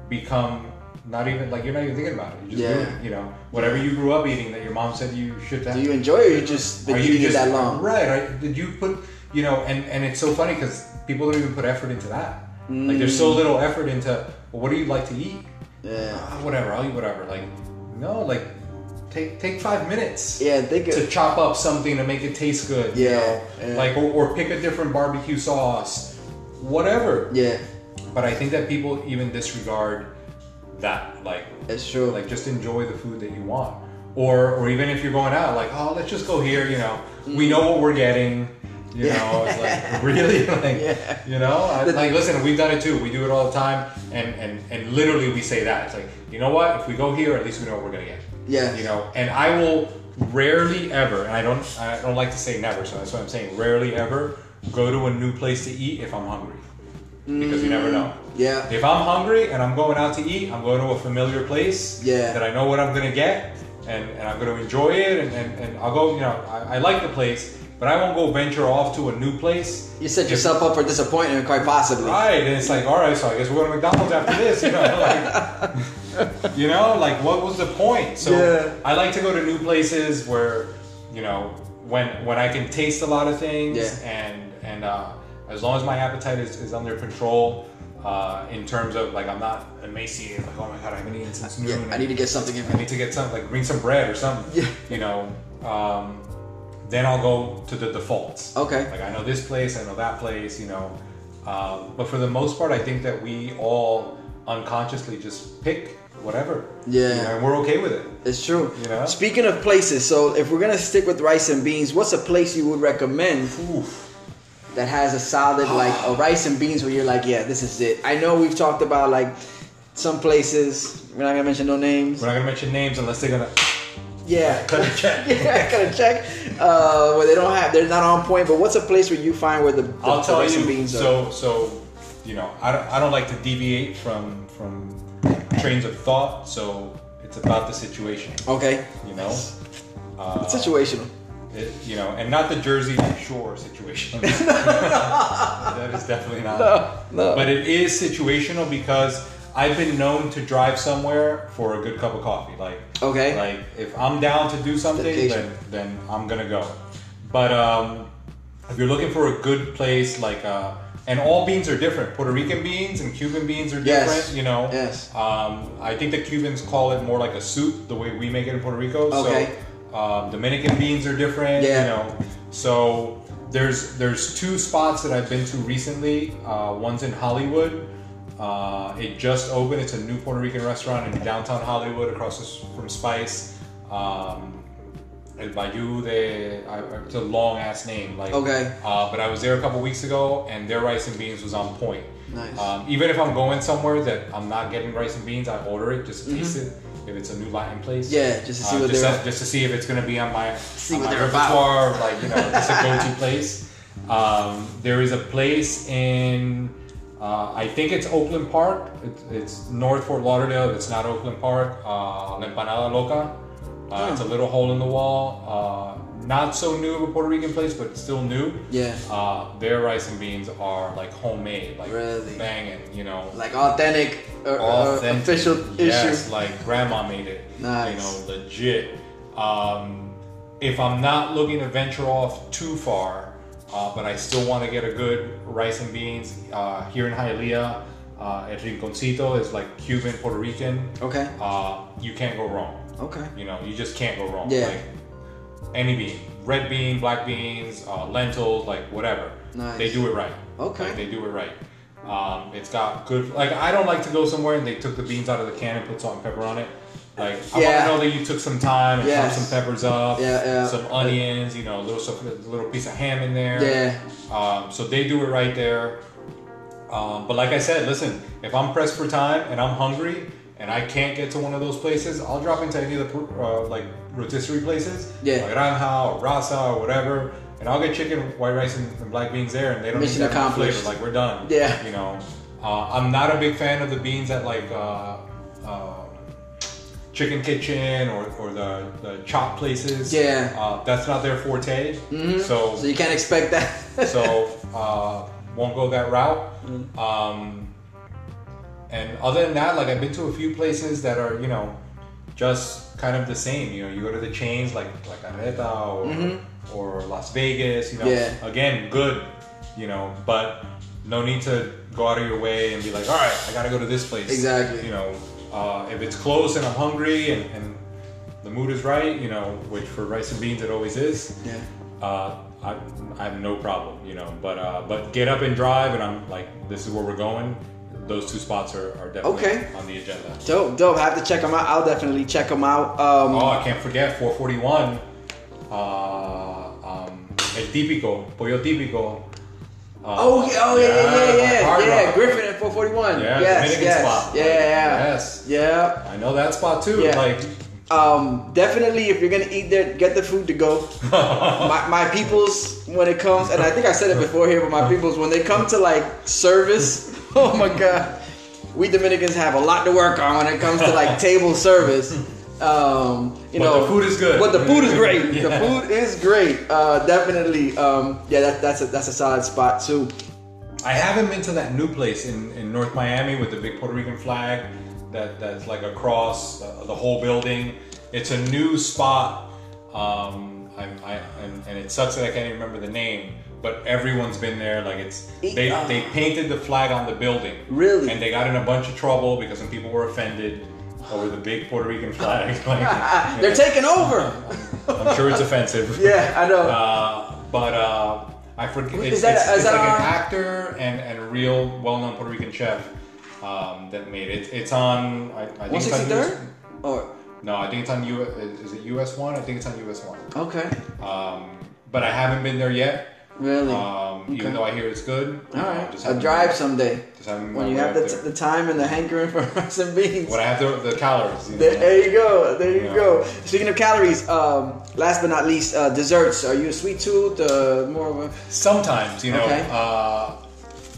[SPEAKER 2] become not even like you're not even thinking about it. You just
[SPEAKER 1] Yeah.
[SPEAKER 2] doing it, you know whatever you grew up eating that your mom said you should.
[SPEAKER 1] Do you enjoy it or you just been
[SPEAKER 2] Are
[SPEAKER 1] eating
[SPEAKER 2] you just
[SPEAKER 1] it that long?
[SPEAKER 2] Right. Are, did you put, you know, and, and it's so funny because people don't even put effort into that. Like there's
[SPEAKER 1] Mm.
[SPEAKER 2] so little effort into well, what do you like to eat?
[SPEAKER 1] Yeah.
[SPEAKER 2] Ah, whatever, I'll eat whatever. Like, no, like take take five minutes
[SPEAKER 1] Yeah, think
[SPEAKER 2] to
[SPEAKER 1] of
[SPEAKER 2] chop up something to make it taste good. you
[SPEAKER 1] Yeah,
[SPEAKER 2] know?
[SPEAKER 1] yeah.
[SPEAKER 2] Like or, or pick a different barbecue sauce. Whatever.
[SPEAKER 1] Yeah,
[SPEAKER 2] But I think that people even disregard that. Like
[SPEAKER 1] that's true.
[SPEAKER 2] like just enjoy the food that you want or or even if you're going out like oh let's just go here you know
[SPEAKER 1] Mm.
[SPEAKER 2] we know what we're getting you know it's
[SPEAKER 1] (laughs)
[SPEAKER 2] like really (laughs) like
[SPEAKER 1] Yeah.
[SPEAKER 2] you know I, like listen we've done it too we do it all the time and and and literally we say that it's like you know what if we go here at least we know what we're gonna get
[SPEAKER 1] Yes.
[SPEAKER 2] you know and i will rarely ever and i don't i don't like to say never so that's what i'm saying rarely ever go to a new place to eat if i'm hungry because you never know
[SPEAKER 1] Mm, yeah.
[SPEAKER 2] if I'm hungry and I'm going out to eat, I'm going to a familiar place
[SPEAKER 1] Yeah.
[SPEAKER 2] that I know what I'm gonna get and, and I'm gonna enjoy it and, and, and I'll go, you know, I, I like the place, but I won't go venture off to a new place.
[SPEAKER 1] You set yourself up for disappointment, quite possibly.
[SPEAKER 2] Right, and it's like, all right, so I guess we're going to McDonald's after this, you know, (laughs) like, you know, like what was the point? So
[SPEAKER 1] Yeah.
[SPEAKER 2] I like to go to new places where, you know, when when I can taste a lot of things,
[SPEAKER 1] Yeah.
[SPEAKER 2] and and uh, as long as my appetite is, is under control, uh, in terms of like I'm not emaciated, like oh my god, I haven't eaten since noon.
[SPEAKER 1] Yeah, I need to get something in
[SPEAKER 2] I
[SPEAKER 1] me.
[SPEAKER 2] need to get some like bring some bread or something.
[SPEAKER 1] Yeah.
[SPEAKER 2] You know, um, then I'll go to the defaults.
[SPEAKER 1] Okay.
[SPEAKER 2] Like I know this place, I know that place. You know, um, but for the most part, I think that we all unconsciously just pick whatever.
[SPEAKER 1] Yeah.
[SPEAKER 2] You know, and we're okay with it.
[SPEAKER 1] It's true.
[SPEAKER 2] You know?
[SPEAKER 1] Speaking of places, so if we're gonna stick with rice and beans, what's a place you would recommend
[SPEAKER 2] Oof.
[SPEAKER 1] that has a solid like a rice and beans where you're like, yeah, this is it. I know we've talked about like some places. We're not gonna mention no names.
[SPEAKER 2] We're not gonna mention names unless they're gonna
[SPEAKER 1] Yeah.
[SPEAKER 2] (laughs) cut a
[SPEAKER 1] (laughs)
[SPEAKER 2] check.
[SPEAKER 1] yeah, gotta check. Uh, where they don't have, they're not on point. But what's a place where you find where the, the
[SPEAKER 2] I'll
[SPEAKER 1] the
[SPEAKER 2] tell
[SPEAKER 1] rice
[SPEAKER 2] you.
[SPEAKER 1] and beans are?
[SPEAKER 2] so so, you know, I don't, I don't like to deviate from from trains of thought. So it's about the situation.
[SPEAKER 1] Okay,
[SPEAKER 2] You know,
[SPEAKER 1] it's
[SPEAKER 2] Uh,
[SPEAKER 1] situational.
[SPEAKER 2] It- you know, and not the Jersey Shore
[SPEAKER 1] (laughs)
[SPEAKER 2] situation. that is definitely not.
[SPEAKER 1] no.
[SPEAKER 2] But it is situational because I've been known to drive somewhere for a good cup of coffee. Like
[SPEAKER 1] Okay.
[SPEAKER 2] like if I'm down to do something,
[SPEAKER 1] Dedication.
[SPEAKER 2] then then I'm gonna go. But um, if you're looking for a good place, like uh, and all beans are different. Puerto Rican beans and Cuban beans are
[SPEAKER 1] Yes.
[SPEAKER 2] different. You know.
[SPEAKER 1] Yes.
[SPEAKER 2] Um, I think the Cubans call it more like a soup, the way we make it in Puerto Rico.
[SPEAKER 1] Okay.
[SPEAKER 2] So um, Dominican beans are different.
[SPEAKER 1] Yeah.
[SPEAKER 2] You know. So there's there's two spots that I've been to recently. Uh, one's in Hollywood. Uh, it just opened. It's a new Puerto Rican restaurant in downtown Hollywood, across the s- from Spice. Um, El Bayou de. I, I- it's a long ass name. Like
[SPEAKER 1] Okay.
[SPEAKER 2] Uh, but I was there a couple weeks ago, and their rice and beans was on point.
[SPEAKER 1] Nice.
[SPEAKER 2] Um, even if I'm going somewhere that I'm not getting rice and beans, I order it just to taste it. If it's a new Latin place,
[SPEAKER 1] Mm-hmm.
[SPEAKER 2] Uh,
[SPEAKER 1] Yeah, just to see what
[SPEAKER 2] just,
[SPEAKER 1] they're-
[SPEAKER 2] to- just to see if it's gonna be on my on
[SPEAKER 1] what
[SPEAKER 2] my
[SPEAKER 1] they're about.
[SPEAKER 2] repertoire, or, like you know, just
[SPEAKER 1] (laughs)
[SPEAKER 2] a go-to place. Um, there is a place in uh, I think it's Oakland Park. It's, it's North Fort Lauderdale. If it's not Oakland Park, uh, La Empanada Loca.
[SPEAKER 1] Hmm.
[SPEAKER 2] Uh, It's a little hole in the wall. Uh, not so new of a Puerto Rican place, but still new.
[SPEAKER 1] Yeah.
[SPEAKER 2] Uh, their rice and beans are like homemade, like
[SPEAKER 1] Really?
[SPEAKER 2] banging, you know.
[SPEAKER 1] Like authentic, uh, uh,
[SPEAKER 2] Authentic.
[SPEAKER 1] official
[SPEAKER 2] yes,
[SPEAKER 1] issue.
[SPEAKER 2] like grandma made it.
[SPEAKER 1] Nice.
[SPEAKER 2] You know, legit. Um, if I'm not looking to venture off too far, uh, but I still want to get a good rice and beans uh, here in Hialeah, uh, El Rinconcito is like Cuban, Puerto Rican.
[SPEAKER 1] Okay.
[SPEAKER 2] Uh, you can't go wrong.
[SPEAKER 1] Okay.
[SPEAKER 2] You know, you just can't go wrong.
[SPEAKER 1] Yeah.
[SPEAKER 2] Like any bean, red bean, black beans, uh, lentils, like whatever.
[SPEAKER 1] Nice.
[SPEAKER 2] They do it right.
[SPEAKER 1] Okay.
[SPEAKER 2] Like, they do it right. Um, it's got good. Like I don't like to go somewhere and they took the beans out of the can and put salt and pepper on it. Like I
[SPEAKER 1] Yeah.
[SPEAKER 2] want to know that you took some time and chopped
[SPEAKER 1] Yes.
[SPEAKER 2] some peppers up,
[SPEAKER 1] Yeah, yeah.
[SPEAKER 2] some onions, you know, a little stuff, a little piece of ham in there.
[SPEAKER 1] Yeah.
[SPEAKER 2] Um, so they do it right there. Um, but like I said, listen, if I'm pressed for time and I'm hungry and I can't get to one of those places, I'll drop into any of the uh, like rotisserie places,
[SPEAKER 1] Yeah.
[SPEAKER 2] La Granja or Rasa or whatever, and I'll get chicken, white rice, and, and black beans there, and they don't
[SPEAKER 1] Mission
[SPEAKER 2] need that much
[SPEAKER 1] accomplished.
[SPEAKER 2] flavor. Like we're done.
[SPEAKER 1] Yeah.
[SPEAKER 2] You know, uh, I'm not a big fan of the beans at like uh, uh, Chicken Kitchen or, or the, the chop places.
[SPEAKER 1] Yeah. Mm-hmm.
[SPEAKER 2] Uh, that's not their forte. So
[SPEAKER 1] So you can't expect that.
[SPEAKER 2] so uh, won't go that
[SPEAKER 1] Mm.
[SPEAKER 2] route. Um, and other than that, like I've been to a few places that are you know just kind of the same. You know, you go to the chains like like Areta or or Las Vegas. You know,
[SPEAKER 1] Mm-hmm. Yeah.
[SPEAKER 2] again, good. You know, but no need to go out of your way and be like, all right, I gotta go to this place.
[SPEAKER 1] Exactly.
[SPEAKER 2] You know, uh, if it's close and I'm hungry and, and the mood is right, you know, which for rice and beans it always is
[SPEAKER 1] (laughs) yeah.
[SPEAKER 2] uh, I, I have no problem, you know. But uh, but get up and drive, and I'm like, this is where we're going. Those two spots are, are definitely
[SPEAKER 1] Okay.
[SPEAKER 2] on the agenda.
[SPEAKER 1] Dope, dope. I have to check them out. I'll definitely check them out. Um,
[SPEAKER 2] Oh, I can't forget 441. Uh, um, El típico, pollo típico. Uh,
[SPEAKER 1] Oh, yeah, oh yeah, yeah,
[SPEAKER 2] like
[SPEAKER 1] yeah,
[SPEAKER 2] Hard
[SPEAKER 1] yeah, yeah.
[SPEAKER 2] Rock.
[SPEAKER 1] Griffin at 441.
[SPEAKER 2] Yeah,
[SPEAKER 1] yes,
[SPEAKER 2] Dominican
[SPEAKER 1] yes,
[SPEAKER 2] spot.
[SPEAKER 1] yeah,
[SPEAKER 2] Like,
[SPEAKER 1] yeah,
[SPEAKER 2] yes.
[SPEAKER 1] yeah.
[SPEAKER 2] I know that spot too.
[SPEAKER 1] Yeah.
[SPEAKER 2] Like,
[SPEAKER 1] Um, definitely, if you're gonna eat there, get the food to
[SPEAKER 2] (laughs)
[SPEAKER 1] go. my, my peoples, when it comes, and I think I said it before here, but my peoples, when they come to like service, (laughs) oh my god, we Dominicans have a lot to work on when it comes to like table service. Um, you
[SPEAKER 2] But
[SPEAKER 1] know,
[SPEAKER 2] the food is good.
[SPEAKER 1] But the food is
[SPEAKER 2] (laughs)
[SPEAKER 1] great.
[SPEAKER 2] Yeah.
[SPEAKER 1] The food is great. Uh, definitely. Um, yeah, that, that's a that's a solid spot too.
[SPEAKER 2] I haven't been to that new place in, in North Miami with the big Puerto Rican flag that, that's like across uh, the whole building. It's a new spot, um, I'm, I, and, and it sucks that I can't even remember the name. But everyone's been there. Like it's they,
[SPEAKER 1] Uh.
[SPEAKER 2] they painted the flag on the building.
[SPEAKER 1] Really?
[SPEAKER 2] And they got in a bunch of trouble because some people were offended over the big Puerto
[SPEAKER 1] (laughs)
[SPEAKER 2] Rican flag. Like,
[SPEAKER 1] They're taking over.
[SPEAKER 2] I'm sure it's offensive.
[SPEAKER 1] (laughs) Yeah, I know.
[SPEAKER 2] Uh, but uh, I forget. It's,
[SPEAKER 1] that-
[SPEAKER 2] it's,
[SPEAKER 1] is
[SPEAKER 2] it's
[SPEAKER 1] that
[SPEAKER 2] like
[SPEAKER 1] on-
[SPEAKER 2] an actor and, and a real well-known Puerto Rican chef um, that made it. It's on. I, I think
[SPEAKER 1] One
[SPEAKER 2] it's on
[SPEAKER 1] sixty third?
[SPEAKER 2] US,
[SPEAKER 1] Or
[SPEAKER 2] no, I think it's on U. Is it US one? I think it's on US one.
[SPEAKER 1] Oh, okay.
[SPEAKER 2] Um, but I haven't been there yet.
[SPEAKER 1] Really?
[SPEAKER 2] Um, Even
[SPEAKER 1] Okay.
[SPEAKER 2] though I hear it's good.
[SPEAKER 1] All
[SPEAKER 2] I
[SPEAKER 1] right,
[SPEAKER 2] just
[SPEAKER 1] I'll
[SPEAKER 2] haven't-
[SPEAKER 1] drive someday
[SPEAKER 2] Just haven't
[SPEAKER 1] when you
[SPEAKER 2] went
[SPEAKER 1] have the,
[SPEAKER 2] out
[SPEAKER 1] t-
[SPEAKER 2] there.
[SPEAKER 1] the time and the hankering for (laughs) rice and beans.
[SPEAKER 2] When I have the, the calories. You
[SPEAKER 1] (laughs) There,
[SPEAKER 2] know.
[SPEAKER 1] there you go. There you
[SPEAKER 2] Yeah.
[SPEAKER 1] go. Speaking of calories, um, last but not least, uh, desserts. Are you a sweet tooth? Uh, more of a
[SPEAKER 2] Sometimes, you know,
[SPEAKER 1] Okay.
[SPEAKER 2] uh,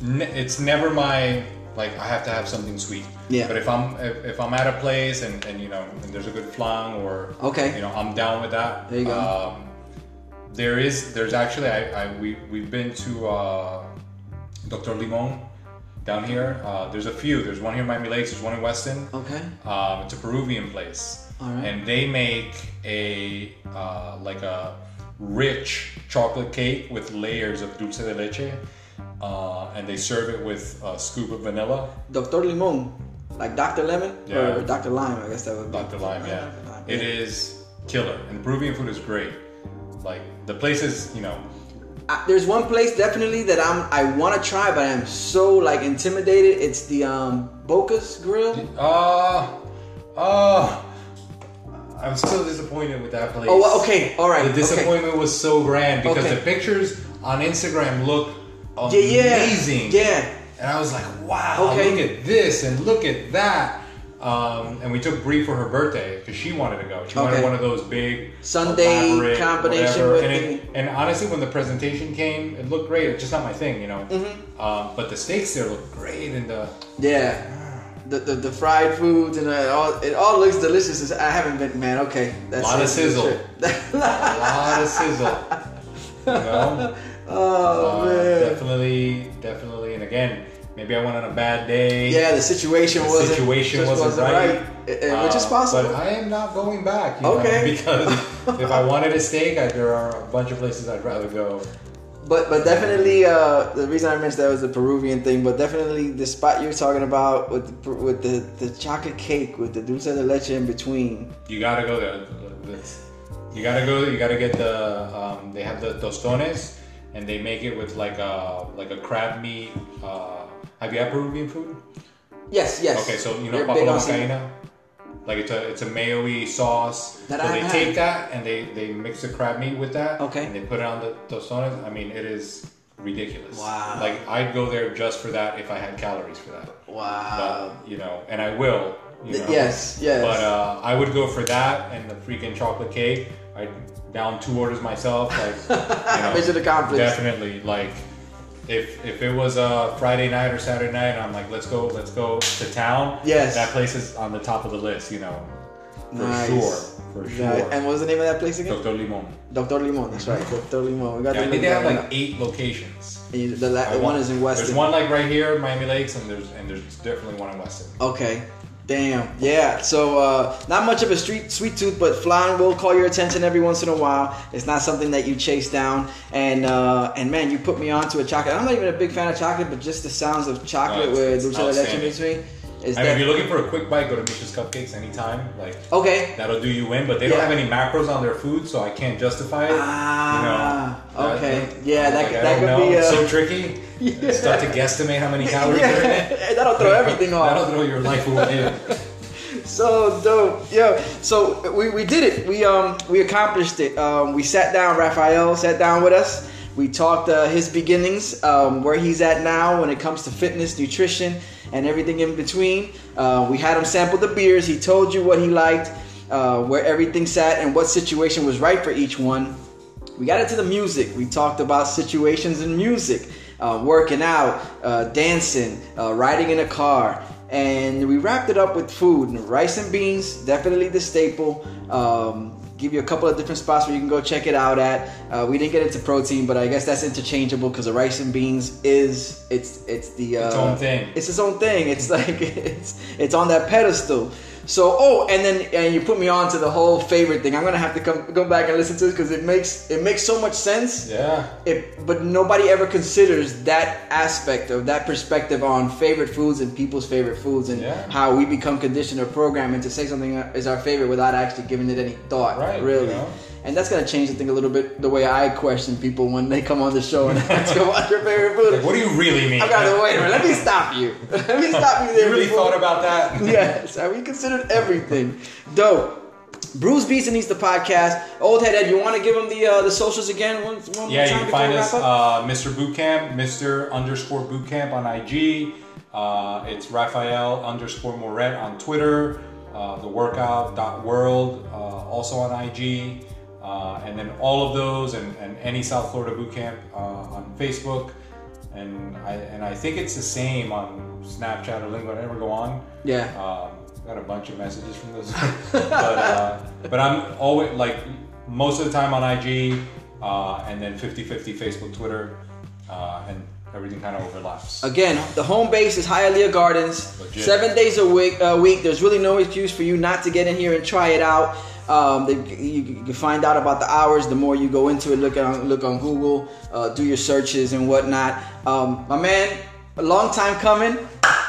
[SPEAKER 2] n- it's never my like I have to have something sweet.
[SPEAKER 1] Yeah.
[SPEAKER 2] But if I'm if, if I'm at a place and, and you know and there's a good flan or
[SPEAKER 1] Okay.
[SPEAKER 2] you know I'm down with that.
[SPEAKER 1] There you go.
[SPEAKER 2] Um, there is there's actually I, I we we've been to uh, Dr. Limon down here. Uh, there's a few. There's one here in Miami Lakes. There's one in Weston.
[SPEAKER 1] okay.
[SPEAKER 2] Um, it's a Peruvian place,
[SPEAKER 1] All right.
[SPEAKER 2] and they make a uh, like a rich chocolate cake with layers of dulce de leche, uh, and they serve it with a scoop of vanilla,
[SPEAKER 1] Doctor Limon, like Doctor Lemon or
[SPEAKER 2] Yeah.
[SPEAKER 1] Doctor Lime. I guess that would be.
[SPEAKER 2] Dr. Lime. Yeah,
[SPEAKER 1] Dr. Lime,
[SPEAKER 2] it
[SPEAKER 1] yeah.
[SPEAKER 2] is killer, and Peruvian food is great. Like the places, you know,
[SPEAKER 1] I, there's one place definitely that I'm I want to try, but I'm so like intimidated. It's the um, Boca's Grill.
[SPEAKER 2] uh, uh, I'm still disappointed with that place.
[SPEAKER 1] Oh, well, okay, all right.
[SPEAKER 2] The
[SPEAKER 1] okay.
[SPEAKER 2] disappointment was so grand because
[SPEAKER 1] Okay.
[SPEAKER 2] the pictures on Instagram look
[SPEAKER 1] Yeah, yeah,
[SPEAKER 2] amazing.
[SPEAKER 1] yeah.
[SPEAKER 2] And I was like, wow,
[SPEAKER 1] Okay.
[SPEAKER 2] look at this and look at that. Um, and we took Brie for her birthday because she wanted to go. She
[SPEAKER 1] Okay.
[SPEAKER 2] wanted one of those big
[SPEAKER 1] Sunday
[SPEAKER 2] elaborate,
[SPEAKER 1] combination
[SPEAKER 2] whatever.
[SPEAKER 1] with
[SPEAKER 2] and, it- and honestly, when the presentation came, it looked great. It's just not my thing, you know.
[SPEAKER 1] Mm-hmm.
[SPEAKER 2] Um, but the steaks there look great, and the
[SPEAKER 1] Yeah. The, the, the fried foods and it all it all looks delicious. It's- I haven't been man. Okay, that's
[SPEAKER 2] Lot of
[SPEAKER 1] it.
[SPEAKER 2] sizzle.
[SPEAKER 1] That's it. (laughs)
[SPEAKER 2] a lot of sizzle. You know?
[SPEAKER 1] oh
[SPEAKER 2] Uh,
[SPEAKER 1] man.
[SPEAKER 2] definitely, definitely. And again, maybe I went on a bad day.
[SPEAKER 1] Yeah, the situation
[SPEAKER 2] The
[SPEAKER 1] wasn't
[SPEAKER 2] situation
[SPEAKER 1] just
[SPEAKER 2] wasn't, right,
[SPEAKER 1] eh, eh, which is
[SPEAKER 2] Uh,
[SPEAKER 1] possible.
[SPEAKER 2] But I am not going back. You
[SPEAKER 1] Okay.
[SPEAKER 2] know, (laughs)
[SPEAKER 1] (laughs)
[SPEAKER 2] because if I wanted a steak, I, there are a bunch of places I'd rather go.
[SPEAKER 1] But but definitely uh, the reason I mentioned that was the Peruvian thing. But definitely the spot you're talking about with the, per- with the, the chocolate cake with the dulce de leche in between.
[SPEAKER 2] You gotta go there. That's- you gotta go. You gotta get the. Um, they have the tostones, and they make it with like a like a crab meat. Uh, have you had Peruvian food?
[SPEAKER 1] Yes, yes.
[SPEAKER 2] Okay, so you know
[SPEAKER 1] They're big
[SPEAKER 2] papaloma
[SPEAKER 1] on seafood.
[SPEAKER 2] caina? Like it's a it's a mayo-y sauce.
[SPEAKER 1] That
[SPEAKER 2] so
[SPEAKER 1] I've
[SPEAKER 2] they
[SPEAKER 1] had.
[SPEAKER 2] take that and they they mix the crab meat with that.
[SPEAKER 1] Okay.
[SPEAKER 2] And they put it on the tostones. I mean, it is ridiculous.
[SPEAKER 1] Wow.
[SPEAKER 2] Like I'd go there just for that if I had calories for that.
[SPEAKER 1] Wow.
[SPEAKER 2] But, Uh, you know, and I will. You
[SPEAKER 1] Th-
[SPEAKER 2] know.
[SPEAKER 1] yes, yes.
[SPEAKER 2] But uh, I would go for that and the freaking chocolate cake. I down two orders myself.
[SPEAKER 1] (laughs)
[SPEAKER 2] Like, you know,
[SPEAKER 1] Mission accomplished.
[SPEAKER 2] Definitely. Like, if if it was a Friday night or Saturday night, and I'm like, let's go, let's go to town.
[SPEAKER 1] Yes.
[SPEAKER 2] That place is on the top of the list. You know, for
[SPEAKER 1] Nice.
[SPEAKER 2] sure, for sure.
[SPEAKER 1] Nice. And what's the name of that place again?
[SPEAKER 2] Dr. Limon.
[SPEAKER 1] Doctor Limon, that's right. Doctor Limon. We got
[SPEAKER 2] Yeah,
[SPEAKER 1] to
[SPEAKER 2] I think
[SPEAKER 1] look
[SPEAKER 2] they have
[SPEAKER 1] that
[SPEAKER 2] like
[SPEAKER 1] up.
[SPEAKER 2] eight locations.
[SPEAKER 1] And you- the, la-
[SPEAKER 2] I
[SPEAKER 1] the one
[SPEAKER 2] want-
[SPEAKER 1] is in Weston.
[SPEAKER 2] There's one like right here in Miami Lakes, and there's and there's definitely one in Weston.
[SPEAKER 1] Okay. Damn. Yeah. So uh, not much of a street sweet tooth, but flying will call your attention every once in a while. It's not something that you chase down. And uh, and man, you put me onto a chocolate. I'm not even a big fan of chocolate, but just the sounds of chocolate
[SPEAKER 2] No,
[SPEAKER 1] with
[SPEAKER 2] it's-
[SPEAKER 1] dulce
[SPEAKER 2] it's
[SPEAKER 1] de leche in
[SPEAKER 2] outstanding.
[SPEAKER 1] between is
[SPEAKER 2] I mean, if
[SPEAKER 1] that
[SPEAKER 2] you're looking for a quick bite, go to Misha's Cupcakes anytime. Like
[SPEAKER 1] okay?
[SPEAKER 2] that'll do you in, but they
[SPEAKER 1] Yeah.
[SPEAKER 2] don't have any macros on their food, so I can't justify it.
[SPEAKER 1] Ah,
[SPEAKER 2] you know,
[SPEAKER 1] okay.
[SPEAKER 2] I-
[SPEAKER 1] Yeah, that
[SPEAKER 2] like,
[SPEAKER 1] could-
[SPEAKER 2] I
[SPEAKER 1] that
[SPEAKER 2] don't
[SPEAKER 1] could be,
[SPEAKER 2] know.
[SPEAKER 1] uh,
[SPEAKER 2] so tricky.
[SPEAKER 1] (laughs) Yeah.
[SPEAKER 2] Start to
[SPEAKER 1] (laughs)
[SPEAKER 2] guesstimate how many calories are in it.
[SPEAKER 1] Yeah, (laughs) that'll
[SPEAKER 2] (laughs)
[SPEAKER 1] throw everything off.
[SPEAKER 2] That'll throw your life
[SPEAKER 1] (laughs)
[SPEAKER 2] away.
[SPEAKER 1] So dope, yo. So we, we did it. We um we accomplished it. Um, we sat down. Raphael sat down with us. We talked uh, his beginnings, um, where he's at now when it comes to fitness, nutrition, and everything in between. Uh, we had him sample the beers. He told you what he liked, uh, where everything sat, and what situation was right for each one. We got into the music. We talked about situations in music, uh, working out, uh, dancing, uh, riding in a car, and we wrapped it up with food. And rice and beans, definitely the staple. Um, give you a couple of different spots where you can go check it out at. Uh, we didn't get into protein, but I guess that's interchangeable because the rice and beans is it's it's the uh,
[SPEAKER 2] Its own thing.
[SPEAKER 1] It's its own thing. It's (laughs) like it's it's on that pedestal. So oh, and then and you put me on to the whole favorite thing. I'm gonna have to come go back and listen to this because it makes it makes so much sense.
[SPEAKER 2] yeah.
[SPEAKER 1] It, but nobody ever considers that aspect of that perspective on favorite foods and people's favorite foods and
[SPEAKER 2] Yeah.
[SPEAKER 1] how we become conditioned or programmed into say something is our favorite without actually giving it any thought.
[SPEAKER 2] Right,
[SPEAKER 1] Really.
[SPEAKER 2] you know.
[SPEAKER 1] And that's gonna change the thing a little bit. The way I question people when they come on the show and (laughs) ask them about your favorite food.
[SPEAKER 2] Like, what do you really mean?
[SPEAKER 1] I gotta wait a minute. Let me stop you. (laughs) Let me stop you there. (laughs)
[SPEAKER 2] You really
[SPEAKER 1] before-
[SPEAKER 2] thought about that?
[SPEAKER 1] Yes, we considered everything. Dope. Bruce Beast and He's the podcast. Old head Ed, you want to give him the uh, the socials again? One, one more time
[SPEAKER 2] Yeah, you can
[SPEAKER 1] before
[SPEAKER 2] find
[SPEAKER 1] we wrap
[SPEAKER 2] us
[SPEAKER 1] up?
[SPEAKER 2] uh, Mr. Bootcamp, Mr. underscore Bootcamp on IG. Uh, it's Raphael underscore Moret on Twitter. Uh, the workout.world uh, also on IG. Uh, and then all of those and, and any South Florida Bootcamp uh, on Facebook. And I, and I think it's the same on Snapchat or LinkedIn. I never go on.
[SPEAKER 1] Yeah.
[SPEAKER 2] Um, got a bunch of messages from those. (laughs) but, uh, but I'm always like most of the time on IG, uh, and then 50-50 Facebook, Twitter, uh, and everything kind of overlaps.
[SPEAKER 1] Again, the home base is Hialeah Gardens.
[SPEAKER 2] Legit.
[SPEAKER 1] Seven days a week. A week. There's really no excuse for you not to get in here and try it out. Um, the, you, you can find out about the hours the more you go into it. Look on look on Google, uh, do your searches and whatnot. Um, my man, a long time coming,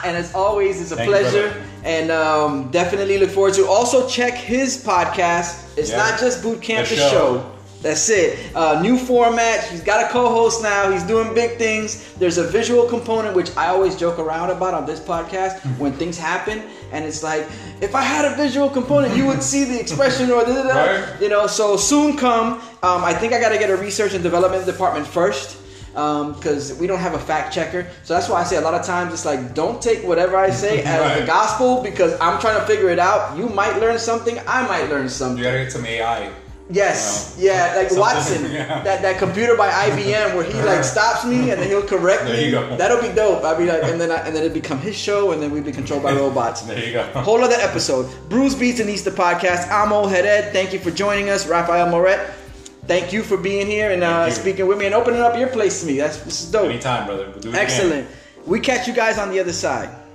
[SPEAKER 1] and as always, it's a
[SPEAKER 2] Thank you,
[SPEAKER 1] pleasure.
[SPEAKER 2] brother.
[SPEAKER 1] and um, definitely look forward to. Also check his podcast. It's
[SPEAKER 2] Yeah.
[SPEAKER 1] not just boot camp, the,
[SPEAKER 2] The
[SPEAKER 1] show.
[SPEAKER 2] show.
[SPEAKER 1] That's it. Uh, new format. He's got a co-host now. He's doing big things. There's a visual component which I always joke around about on this podcast
[SPEAKER 2] Mm-hmm.
[SPEAKER 1] when things happen, and it's like if I had a visual component, you would see the expression or da da
[SPEAKER 2] Right.
[SPEAKER 1] da. You know. So soon come. Um, I think I got to get a research and development department first because we don't have a fact checker. So that's why I say a lot of times it's like don't take whatever I say as the
[SPEAKER 2] (laughs) Right.
[SPEAKER 1] gospel because I'm trying to figure it out. You might learn something. I might learn something.
[SPEAKER 2] You gotta get some AI.
[SPEAKER 1] Yes.
[SPEAKER 2] You know,
[SPEAKER 1] Yeah, like
[SPEAKER 2] something-
[SPEAKER 1] Watson,
[SPEAKER 2] (laughs) yeah.
[SPEAKER 1] that that computer by IBM where he like stops me and then he'll correct
[SPEAKER 2] There
[SPEAKER 1] me.
[SPEAKER 2] you go.
[SPEAKER 1] That'll be dope. I'll be like, and then I, and then it become his show, and then we be controlled
[SPEAKER 2] (laughs)
[SPEAKER 1] by robots.
[SPEAKER 2] There you go.
[SPEAKER 1] Whole other episode. Bruce Beats and East the podcast. I'm Old Head Ed. Thank you for joining us, Raphael Moret. Thank you for being here and uh,
[SPEAKER 2] Thank you.
[SPEAKER 1] speaking with me and opening up your place to me. That's this is dope.
[SPEAKER 2] Anytime, brother. We'll do it again.
[SPEAKER 1] Excellent. We catch you guys on the other side.